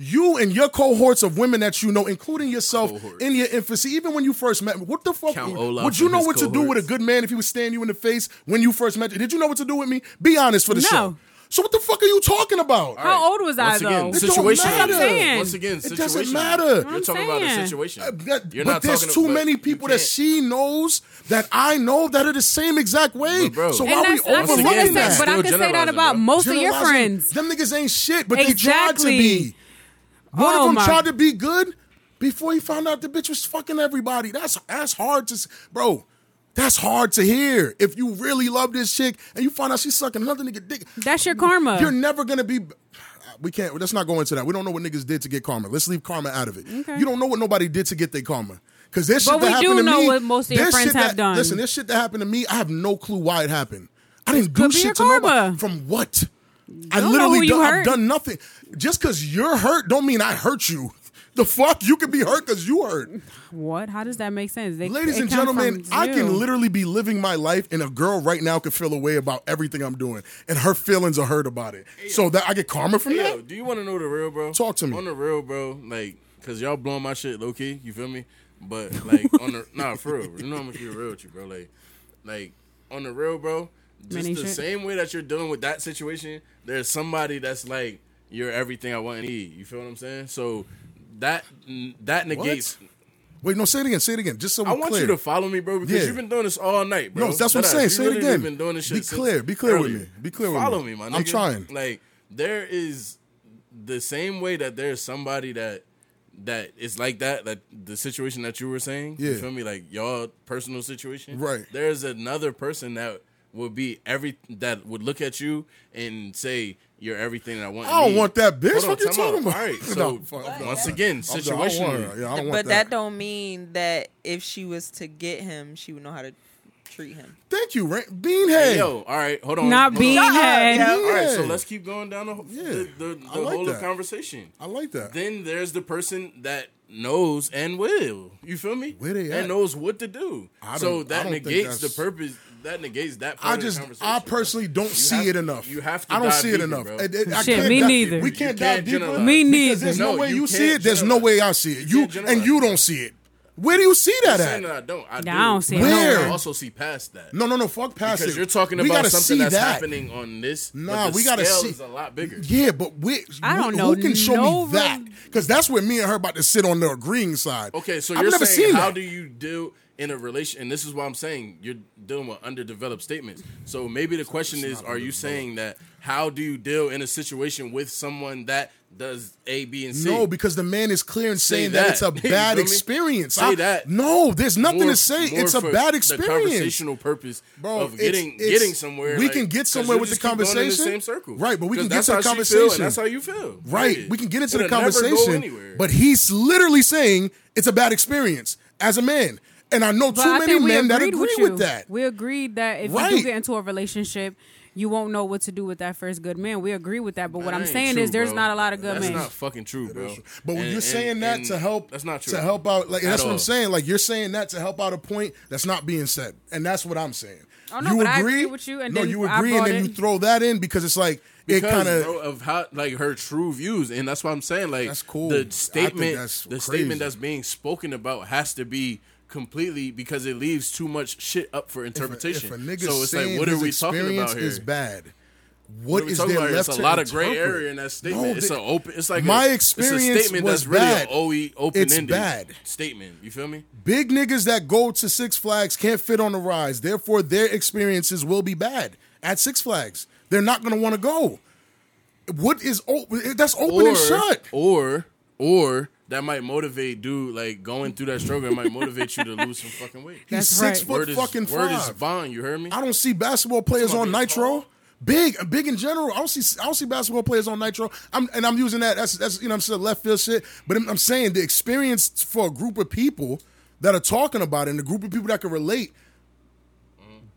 B: You and your cohorts of women that you know, including yourself
D: Cohorts.
B: in your infancy, even when you first met, me, what the fuck?
D: Count Olaf
B: would you
D: and
B: know
D: his
B: what to do with a
D: cohorts.
B: good man if he was staring you in the face when you first met? Did you know what to do with me? Be honest for the
A: No.
B: show. So what the fuck are you talking about?
A: how old was i
D: Once
A: though
D: again,
B: It don't
D: situation.
B: matter. That's what I'm saying.
D: Once again,
B: It
D: situation.
B: doesn't matter.
D: You're talking about
A: saying.
D: a situation.
B: Uh, that-
D: You're
B: but
D: not
B: there's
D: talking
B: too
D: but
B: many
D: you
B: people that
D: can't-
B: she knows that I know that are the same exact way.
D: But bro,
B: so
D: And
B: why are we
A: that's- I can say
B: overlooking
A: that,
B: that?
A: but I
D: Still
A: can say that
D: generalizing,
A: about
D: bro.
A: most of your
B: Generalizing.
A: friends.
B: Them niggas ain't shit, but
A: Exactly.
B: they tried to be. One
A: Oh
B: of them
A: my-
B: tried to be good before he found out the bitch was fucking everybody. That's that's hard to, s- bro. That's hard to hear. If you really love this chick and you find out she's sucking another nigga dick,
A: That's your karma.
B: You're never gonna be. We can't. Let's not go into that. We don't know what niggas did to get karma. Let's leave karma out of it.
A: Okay.
B: You don't know what nobody did to get their karma. Because this
A: But
B: shit that
A: we do
B: happened to
A: know
B: me,
A: what most of your
B: this
A: friends
B: shit
A: have
B: that-
A: done.
B: Listen, this shit that happened to me, I have no clue why it happened. I didn't do
A: could be your
B: shit to nobody.
A: karma.
B: From what? I
A: don't know who
B: literally
A: you
B: done, I've
A: hurt.
B: done nothing. Just because you're hurt, don't mean I hurt you. The fuck, you could be hurt because you hurt.
A: what how does that make sense They-
B: Ladies
A: it
B: and
A: come
B: gentlemen,
A: from
B: I
A: you.
B: can literally be living my life, and a girl right now could feel a way about everything I'm doing, and her feelings are hurt about it. So that I get karma from
D: Hey,
B: that.
D: Yo, do you want to know the real, bro?
B: Talk to me.
D: On the real, bro, like, because y'all blowing my shit low key, you feel me? But, like, on the, nah, for real, you know I'm gonna be real with you, bro. Like, like on the real, bro, just
A: Many
D: the
A: shit.
D: same way that you're dealing with that situation, there's somebody that's like, you're everything I want and need. You feel what I'm saying? So, that that negates.
B: Wait, no, say it again. Say it again. Just so we're
D: I want
B: clear.
D: you to follow me, bro, because
B: Yeah.
D: you've been doing this all night, bro.
B: No, that's what I'm
D: Deadass,
B: saying.
D: you
B: Say it
D: literally
B: again.
D: Been doing this shit
B: Be
D: since
B: clear. Be clear with
D: earlier.
B: me. Be clear with
D: follow
B: me.
D: me, my nigga.
B: I'm trying.
D: Like there is the same way that there's somebody that that is like that. That the situation that you were saying. You
B: Yeah.
D: feel me? Like y'all personal situation.
B: Right.
D: There's another person that would be every that would look at you and say you're everything that I want. in
B: I don't
D: me."
B: want that bitch.
D: Hold
B: What you
D: time
B: talking
D: out.
B: about?
D: All right.
B: No,
D: So
B: fuck, I'm
D: once
B: done.
D: again,
B: I'm done. I don't want her.
D: situation.
B: Yeah, I don't want
E: But that don't mean that if she was to get him, she would know how to treat him.
B: Thank you, Ra- Beanhead.
D: Yo, all right, hold on.
A: Not
D: hold on.
A: Beanhead.
D: All right, so
B: Yeah.
D: let's keep going down the whole,
B: Yeah,
D: the, the, the
B: I like
D: whole
B: that.
D: of conversation.
B: I like that.
D: Then there's the person that knows and will. You feel me?
B: Where they at?
D: And knows what to do.
B: I
D: So
B: don't- I
D: that
B: don't think
D: negates the
B: that's-
D: purpose. That negates that part
B: I
D: of the
B: just,
D: conversation.
B: I personally don't see
D: have-
B: it enough.
D: you have to
B: I don't
D: dive
B: see it
D: deeper,
B: enough.
D: bro.
B: It- it- I
A: Shit,
B: can't
A: me
B: dive-
A: neither.
B: We
A: You
B: can't
D: can't
B: dive deeper.
D: generalize.
A: Me
B: because There's
A: neither.
B: no,
D: No,
B: way
D: you
B: you see it.
D: can't
B: There's no
D: generalize.
B: way I see it. You
D: can't
B: and
D: generalize.
B: you don't see it. Where do you see
D: I'm
B: that
D: saying that
B: at?
D: I don't. I, do.
A: Nah, I don't see it.
D: But
B: Where?
D: I also see past that.
B: No, no, no. Fuck past
D: Because
B: it.
D: you're talking
B: We
D: about
B: gotta
D: something
B: see
D: that's
B: that.
D: happening on this.
B: Nah,
D: but the
B: we gotta
D: scale
B: see-
D: Is a lot bigger.
B: Yeah, but we,
A: I don't
B: who
A: know
B: can show
A: no
B: me that
A: real-
B: because that's where me and her about to sit on the agreeing side.
D: Okay, so
B: I've
D: you're
B: never
D: saying
B: seen
D: how
B: that.
D: do you deal in a relation? And this is why I'm saying you're dealing with underdeveloped statements. So maybe the question is: Are you saying that how do you deal in a situation with someone that does A, B, and C?
B: No, because the man is clear in
D: Say
B: saying that.
D: that.
B: it's a
D: You
B: bad
D: feel me?
B: experience.
D: Say that.
B: No, there's nothing
D: More-
B: to say.
D: more
B: It's a
D: for
B: bad
D: The
B: experience.
D: conversational purpose
B: Bro,
D: of
B: it's-
D: getting
B: it's-
D: getting somewhere.
B: we
D: like-
B: can get
D: 'cause
B: somewhere
D: you'll
B: with
D: just
B: the
D: keep going in
B: conversation.
D: same circle,
B: Right, but we
D: 'Cause
B: can get
D: that's
B: to the
D: how she feel and
B: conversation.
D: that's how you feel.
B: Right.
D: Period.
B: We can get into the
D: It'll never go
B: conversation.
D: anywhere.
B: But he's literally saying it's a bad experience as a man. And I know
A: But
B: too
A: I
B: many
A: think we
B: men that
A: agreed
B: agree with,
A: you.
B: that.
A: We agreed that if you
B: Right.
A: do get into a relationship, you won't know what to do with that first good man. We agree with that. But what
D: That
A: I'm
D: ain't
A: saying
D: true,
A: is, there's
D: bro.
A: not a lot of good
D: that's
A: men.
D: not fucking true, bro.
B: But when
D: And-
B: you're
D: and-
B: saying that
D: and
B: to help,
D: that's not true.
B: To help out, like
D: At
B: that's what
D: all.
B: I'm saying. Like you're saying that to help out a point that's not being said, and that's what I'm saying.
A: Oh, no,
B: you
A: but I
B: agree
A: agree with you, and
B: no,
A: then
B: you
A: I
B: agree, and
A: brought
B: then
A: it-
B: you throw that in because it's like it
D: because
B: kind
D: bro,
B: of
D: of, how like her true views, and that's why I'm saying like
B: That's cool. I
D: The
B: think
D: statement,
B: that's
D: the
B: crazy.
D: statement that's being spoken about has to be completely because it leaves too much shit up for interpretation.
B: If a nigga
D: so it's
B: saying
D: like, what are
B: his
D: we talking
B: experience
D: about here?
B: Is bad.
D: What
B: What
D: are we
B: is
D: talking
B: there
D: about here?
B: left
D: It's a
B: to
D: lot of gray
B: interpret?
D: area in that statement.
B: No,
D: it's
B: the-
D: an open. It's like
B: my
D: a,
B: experience
D: It's a statement
B: was
D: that's really
B: bad.
D: an OE open
B: It's bad.
D: statement. You feel me?
B: Big niggas that go to Six Flags can't fit on the rides. Therefore, their experiences will be bad at Six Flags. They're not going to want to go. What is open? That's open and shut.
D: Or or that might motivate dude like going through that struggle. It might motivate you to lose some fucking weight.
B: He's
A: That's
B: six
A: right.
B: foot
D: is,
B: fucking
D: word is
B: five.
D: bond. You heard me?
B: I don't see basketball players on
D: Somebody
B: Nitro.
D: tall.
B: Big, big in general. I don't see, I don't see basketball players on Nitro. I'm, and I'm using that. That's, that's you know, I'm saying left field shit. But I'm, I'm saying the experience for a group of people that are talking about it and a group of people that can relate.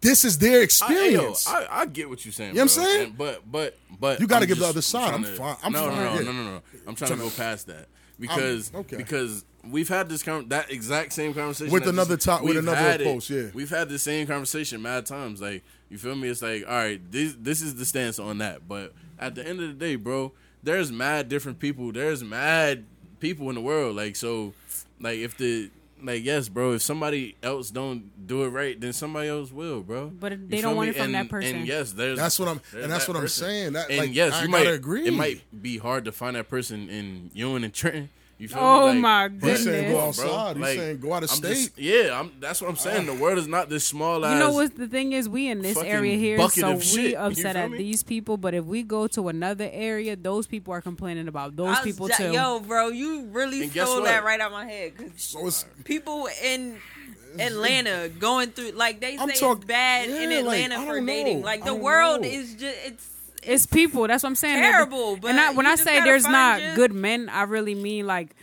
B: This is their experience.
D: I, yo, I, I get what you're saying.
B: You know what
D: bro.
B: I'm saying?
D: And- but but but
B: You gotta
D: I'm
B: give the
D: just
B: other side.
D: trying
B: I'm
D: to-
B: fine- I'm
D: no,
B: fine,
D: no, no,
B: yeah.
D: no, no, no. I'm trying to go past that because
B: okay.
D: because we've had this con- that exact same conversation
B: With
D: that this-
B: another top- with
D: we've
B: another
D: had it.
B: post, yeah.
D: we've had the same conversation mad times. Like you feel me? It's like all right, this this is the stance on that. But at the end of the day, bro, there's mad different people. There's mad people in the world. Like so, like if the like yes, bro. If somebody else don't do it right, then somebody else will, bro.
A: But
D: You
A: they
D: feel
A: don't want
D: me?
A: it from
D: And-
A: that person.
D: And yes, there's
B: That's what I'm-
D: there's
B: and that's
D: that
B: what I'm saying. That,
D: and
B: like,
D: yes,
B: I
D: you might
B: gotta agree.
D: It might be hard to find that person in Ewan and Trenton. You feel
A: Oh
D: me?
A: my
D: but-
A: He's saying go
D: bro,
B: outside. He's saying go out of
D: I'm just-
B: state.
D: yeah, I'm, that's what I'm saying. the world is not this small.
A: You
D: as
A: know what the thing is? We in this
D: fucking
A: area here,
D: bucket
A: so
D: of
A: we
D: shit. You
A: upset
D: feel
A: at
D: me?
A: these people. But if we go to another area, those people are complaining about those
E: I was
A: people
E: ju-
A: too.
E: Yo, bro, you really
D: And guess
E: stole
D: what?
E: that right out my head. 'cause
B: so it's,
E: people in Atlanta going through like they
B: I'm
E: say
B: talk-
E: it's bad
B: yeah,
E: in
B: like,
E: Atlanta
B: I
E: for
B: don't
E: dating.
B: know. I
E: Like the
B: don't
E: world
B: know.
E: is just it's
A: it's people. That's what I'm saying.
E: Terrible, but
A: and I, when
E: you
A: I
E: just
A: say
E: gotta
A: there's
E: find
A: not
E: your-
A: good men, I really mean like,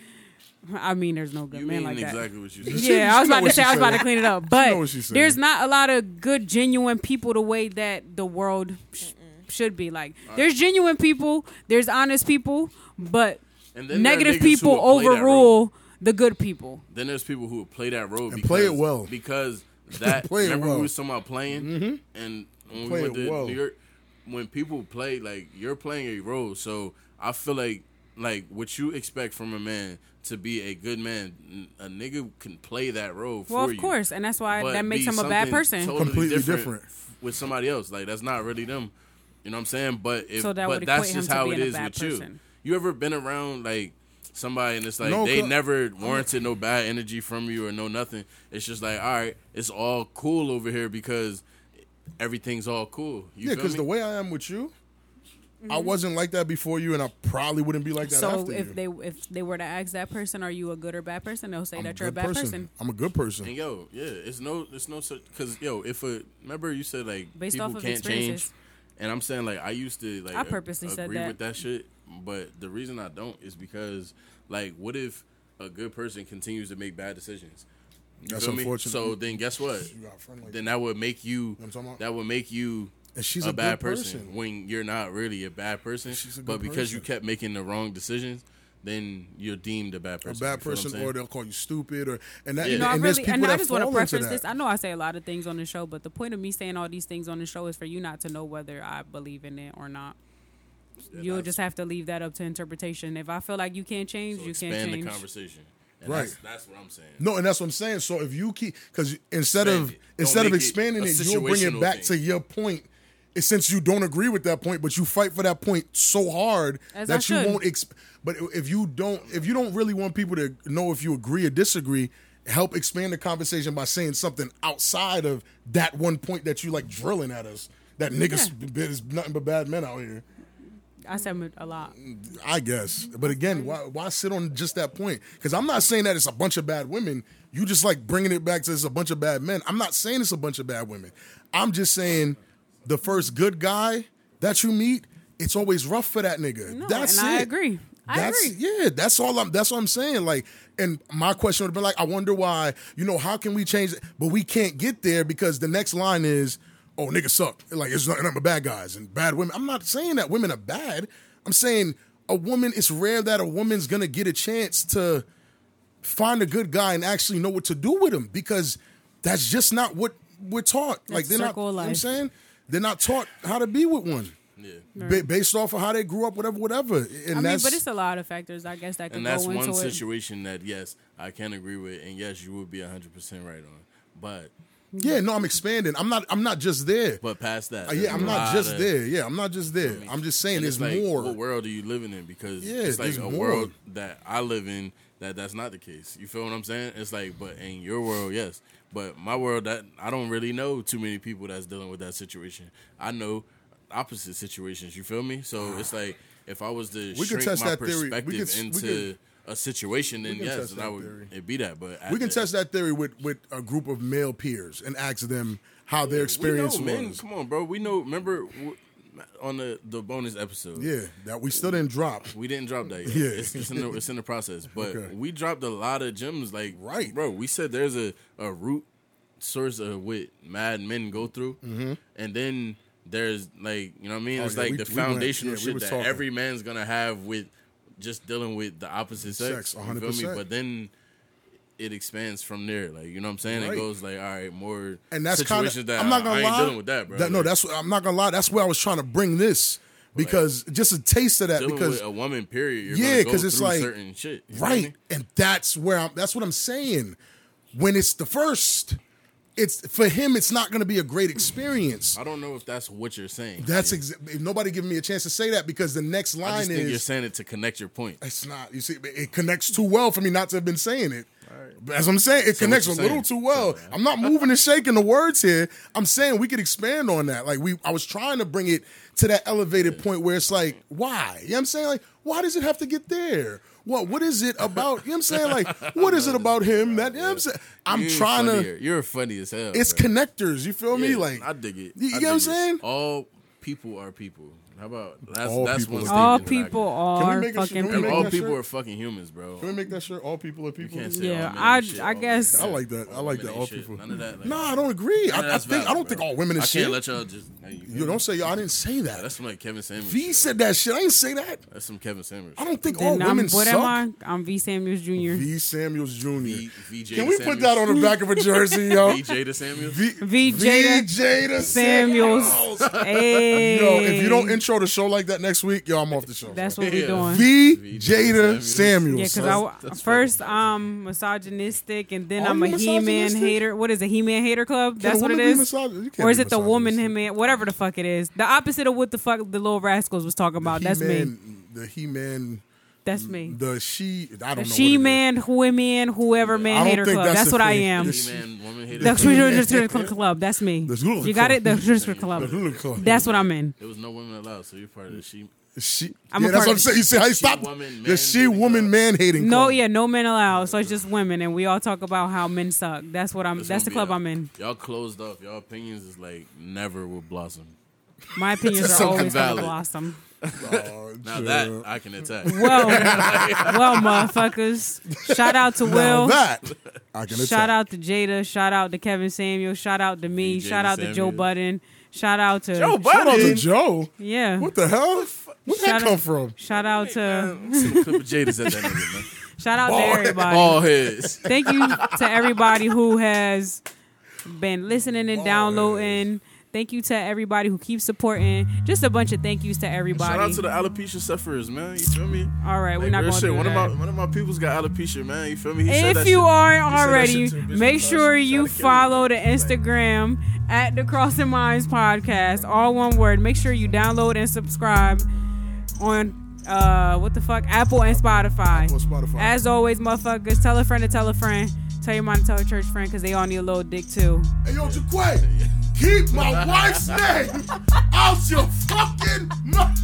A: I mean there's no good
D: You
A: men
D: mean
A: like that.
D: exactly what you said.
B: She-
A: Yeah, I
B: she
A: was
B: know
A: about to
B: what
A: say
B: she
A: I was about to
B: said.
A: clean it up,
B: know what she
A: but
B: said.
A: there's not a lot of good, genuine people the way that the world sh- should be. Like, there's genuine people, there's honest people, but
D: And then there are
A: negative
D: niggas who
A: people
D: will play that role.
A: overrule the good people.
D: Then there's people who would play that role
B: And play it well.
D: because that.
B: Play it
D: remember
B: well. Mm-hmm.
D: we was talking about playing, and when
B: Play
D: we went
B: it
D: to
B: well.
D: New York, when people play like you're playing a role, so I feel like like what you expect from a man to be a good man, n- a nigga can play that role.
A: Well,
D: for
A: of course,
D: you,
A: and that's why
D: but
A: that makes
D: be
A: him a bad
D: something
A: person.
D: totally
B: Completely
D: different,
B: different.
D: f- with somebody else. Like that's not really them. You know what I'm saying? But if
A: So that
D: but
A: would
D: that's
A: equate him
D: just
A: to
D: how
A: being
D: it
A: a
D: is
A: bad
D: with
A: person.
D: you. You ever been around like somebody and it's like
B: No,
D: they
B: cause-
D: never warranted no bad energy from you or no nothing. It's just like, all right, it's all cool over here because everything's all cool.
B: yeah,
D: You feel
B: because
D: me?
B: the way I am with you, I wasn't like that before you, and I probably wouldn't be like that
A: Mm-hmm. So
B: after you.
A: if they if they were to ask that person, are you a good or bad person? They'll say
B: I'm a
A: that you're a
B: good
A: bad person.
B: person. I'm a good person.
D: And yo, yeah, it's no, it's no such because yo, if a remember you said like
A: Based
D: people
A: off of
D: can't change,
A: experiences.
D: and I'm saying like I used to like
A: I
D: ag-
A: purposely said
D: agree
A: that.
D: with that shit, but the reason I don't is because like what if a good person continues to make bad decisions? You
B: That's
D: feel me?
B: unfortunate.
D: So then guess what?
B: You got a friend like
D: then that would make you
B: I'm talking about?
D: that would make you
B: And she's
D: a,
B: a
D: bad
B: good person.
D: person, when you're not really a bad person,
B: She's a
D: but
B: good
D: because you
B: person.
D: kept making the wrong decisions, then you're deemed a bad
B: a
D: person.
B: bad
D: You feel what I'm
B: person,
D: saying?
B: or they'll call you stupid, or and that
D: You
A: No,
D: know,
A: I
B: and there's
A: really,
B: people
A: and
B: that
A: I just want to
B: fall into
A: preface
B: that.
A: this. I know I say a lot of things on the show, but the point of me saying all these things on the show is for you not to know whether I believe in it or not. You'll
D: that's-
A: just have to leave that up to interpretation. If I feel like you can't change,
D: So
A: you can't
D: expand
A: change.
D: the conversation. And
B: Right.
D: That's, that's what I'm saying.
B: No, and that's what I'm saying. So if you keep, because instead
D: Expand
B: of
D: it. Don't
B: instead of
D: make it
B: expanding
D: a
B: it, you'll bring it
D: situational
B: back
D: thing.
B: to your point. And since you don't agree with that point, but you fight for that point so hard
A: As I
B: that you
A: should.
B: won't. Exp- but if you don't, if you don't really want people to know if you agree or disagree, help expand the conversation by saying something outside of that one point that you like drilling at us. That niggas is nothing but bad men out here.
A: I said it a lot.
B: Mm, I guess. But
A: Mm-hmm.
B: again, why why sit on just that point? Because I'm not saying that it's a bunch of bad women. You just like bringing it back to it's a bunch of bad men. I'm not saying it's a bunch of bad women. I'm just saying the first good guy that you meet, it's always rough for that nigga.
A: No,
B: that's
A: and I
B: it.
A: agree. I
B: That's
A: agree.
B: yeah. That's all I'm. That's what I'm saying. Like, and my question would have been like, I wonder why. You know, how can we change? it? But we can't get there because the next line is, "Oh, niggas suck." Like, it's not, not bad guys and bad women. I'm not saying that women are bad. I'm saying a woman. It's rare that a woman's gonna get a chance to find a good guy and actually know what to do with him because that's just not what we're taught. like
A: That's
B: they're not.
A: circle of
B: You know what I'm
A: life.
B: saying they're not taught how to be with one. Ba- based off of how they grew up, whatever, whatever, and
A: I mean,
B: that's
A: but it's a lot of factors, I guess, that could
D: And that's
A: go into
D: one
A: it.
D: situation that yes, I can agree with, and yes, you would be 100 percent right on. But
B: Yeah, no, I'm expanding. I'm not. I'm not just there.
D: but past that,
B: Uh, yeah,
D: there's
B: I'm
D: a
B: not
D: lot
B: just
D: of-
B: there. Yeah, I'm not just there.
D: I mean,
B: I'm just saying
D: and
B: there's
D: it's like,
B: more.
D: What world are you living in? Because
B: Yeah,
D: it's like
B: there's
D: a
B: more.
D: world that I live in that that's not the case. You feel what I'm saying? It's like, but in your world, yes, but my world that I don't really know too many people that's dealing with that situation. I know opposite situations. You feel me? So it's like if I was to
B: could
D: shrink
B: test
D: my
B: that theory. We
D: perspective
B: could s- we
D: into
B: could-
D: a situation, then
B: can
D: yes,
B: test
D: and I
B: that
D: would
B: theory.
D: it'd be that. But at
B: we can
D: the-
B: test that theory with with a group of male peers and ask them how their experience
D: we know, man.
B: was.
D: Come on, bro. We know. Remember w- on the the bonus episode.
B: Yeah, that we still didn't drop.
D: We didn't drop that yet.
B: Yeah.
D: It's, it's, in the, it's in the process. But
B: Okay.
D: we dropped a lot of gems. Like,
B: Right.
D: bro, we said there's a, a root source of what mad men go through. And then there's, like, you know what I mean?
B: Mm-hmm. Oh,
D: it's
B: yeah,
D: like
B: we-
D: the
B: we went-
D: foundational
B: yeah, we
D: shit
B: was
D: that
B: talking.
D: every man's going to have with just dealing with the opposite sex.
B: Sex,
D: You feel me?
B: 100%.
D: But then it expands from there. Like, you know what I'm saying?
B: Right.
D: It goes, like, all right, more
B: and that's kind
D: situations
B: of.
D: that
B: I'm not
D: I,
B: gonna
D: I
B: lie.
D: ain't dealing with that, bro.
B: no,
D: Like,
B: that's. what- I'm not gonna lie. That's where I was trying to bring this because just a taste of that
D: Dealing
B: because
D: with a woman, period. You're
B: Yeah,
D: because
B: 'cause it's like-
D: certain shit, You feel me?
B: Right. And that's where I'm that's what I'm saying. When it's the first, it's for him it's not going to be a great experience.
D: I don't know if that's what you're saying.
B: That's ex- if nobody giving me a chance to say that because the next
D: I
B: line
D: just think you're
B: is
D: saying it to connect your point.
B: it's not. You see it connects too well for me not to have been saying it. But as I'm saying, it connects a
D: what you
B: little too
D: saying?
B: well. I'm not moving and shaking the words here. I'm saying we could expand on that. Like we I was trying to bring it to that elevated point where it's like, why? You know what I'm saying? Like, why does it have to get there? What what is it about? You know what I'm saying? Like, what is it about him that you know what I'm saying? I'm
D: You're
B: trying
D: funnier.
B: to
D: You're funny as hell.
B: it's
D: bro.
B: connectors, you feel me?
D: Yeah,
B: Like
D: I dig it.
B: You, you
D: I
B: get what I'm
D: dig it.
B: saying?
D: All people are people. How about that's
B: All
D: that's
B: people
D: one
A: all
B: are
D: statement that I can-
A: people
B: Can we
A: are
B: make a-
A: fucking
B: can we make
D: And
A: people.
D: all
B: that
D: people
B: shirt?
D: are fucking humans, bro.
B: Can we make that sure all people are people?
D: can't say all
A: Yeah,
D: men
A: I
D: and shit,
A: I
D: all
A: guess
B: I like that. I like that.
D: women
B: All
D: and shit.
B: people.
D: None of that, like-
B: nah, I don't agree.
D: None of
B: I, I
D: that's
B: think I
D: valid,
B: don't
D: bro.
B: think all women
D: I
B: is
D: can't
B: shit.
D: let y'all just. Nah, you,
B: You don't say y'all. I didn't say that.
D: That's some like Kevin Samuels.
B: V
D: shit.
B: said that shit. I ain't say that.
D: That's some Kevin Samuels.
B: I don't think all
A: then I'm,
B: women
A: what
B: suck.
A: am I? I'm V. Samuels Jr.
B: V Samuels Jr.
D: V, VJ
B: Can we put that on the back of a jersey, yo?
D: VJ to Samuels.
B: V,
A: V. Jada
B: Jada
A: Samuels. Hey,
B: Yo, if you don't intro the show like that next week, yo, I'm off the show.
A: that's what we're
D: Yeah.
A: doing.
B: V Jada
D: Samuels.
B: Samuels.
A: Yeah, because
B: son.
A: I w- first I'm misogynistic, and then
B: Are
A: I'm a
B: you
A: He-Man
B: misogynistic?
A: hater. What is a He-Man hater club?
B: Can a
A: That's what it
B: woman be
A: is.
B: misogyn- you can't
A: Or is
B: be
A: it the woman
B: misogynistic.
A: him man? Whatever the oh, fuck it is, the opposite of what the fuck the Little Rascals was talking about. That's me.
B: He-Man- The He Man
A: That's me.
B: The she, I don't know.
A: She
B: what it is.
A: man, women, whoever man
B: don't
A: hater
B: think
A: club.
B: that's
A: That's,
B: the
A: what I
B: thing.
A: am.
B: This-
D: Man, woman hater.
A: The
D: club.
A: Twitter Club Club. That's me.
B: The Twitter
A: You got
B: Club.
A: it? The Twitter Club.
B: Who the fuck?
A: That's what I'm in.
D: There was no women allowed, so you're part of the she.
B: She,
A: I'm a part
B: yeah, that's what I'm
A: of-
B: saying. You see how he stopped?
D: woman,
B: The
D: man
B: she
D: hating
B: woman
D: club.
B: man hating.
A: No,
B: club.
A: yeah, no men allowed. So it's just women, and we all talk about how men suck. That's what I'm.
D: It's
A: that's
D: gonna
A: the
D: be
A: club
D: a-
A: I'm in.
D: Y'all closed off. Y'all opinions is like never will blossom.
A: My opinions are
D: something
A: always gonna
D: valid.
A: blossom.
B: Oh,
D: Now
B: yeah.
D: that I can attack.
A: Well, well, motherfuckers. Shout out to
B: Now
A: Will.
B: that I can
A: Shout
B: attack.
A: out to Jada. Shout out to Kevin Samuel. Shout out to me.
D: Jaden
A: shout out to Joe
D: Samuel.
A: Budden. Shout out to
D: Joe
B: Shout out to
D: Budden.
B: Joe.
A: yeah.
B: What the hell? Where'd that
A: Shout
B: come
A: out-
B: from?
A: Shout out to
D: Some clip of Jada's at that nigga, man.
A: shout out to everybody.
D: All heads.
A: Thank you to everybody who has been listening and downloading. Thank you to everybody who keeps supporting. Just a bunch of thank yous to everybody.
D: Shout out to the alopecia sufferers, man. You feel me?
A: All right, we're
D: Like,
A: not
D: real
A: going to
D: shit.
A: do
D: One
A: that.
D: of my one of my people's got alopecia, man. You feel me? He said
A: if
D: that
A: you
D: shit.
A: aren't
D: that
A: already,
D: shit to Bishop
A: make
D: Tosh.
A: sure
D: He tried
A: you
D: to kill me.
A: follow the Instagram at the Crossing Minds Podcast, all one word. Make sure you download and subscribe on uh what the fuck Apple and Spotify.
B: Apple and Spotify.
A: As always, motherfuckers, tell a friend to tell a friend. Tell your mom to tell her church friend because they all need a little dick too.
B: Hey, yo, Jaquay, keep my wife's name out your fucking mouth.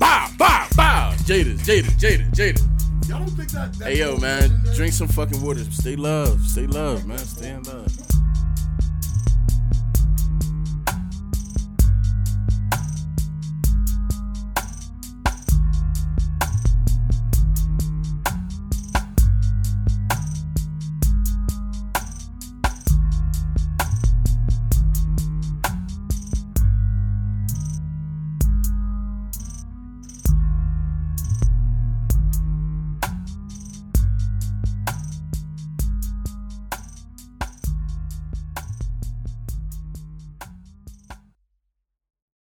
D: Bow, bow, bow. Jada, Jada, Jada, Jada.
B: Y'all don't think that? that
D: Hey yo, man, drink some fucking water. Stay love. Stay love, man. Stay in love.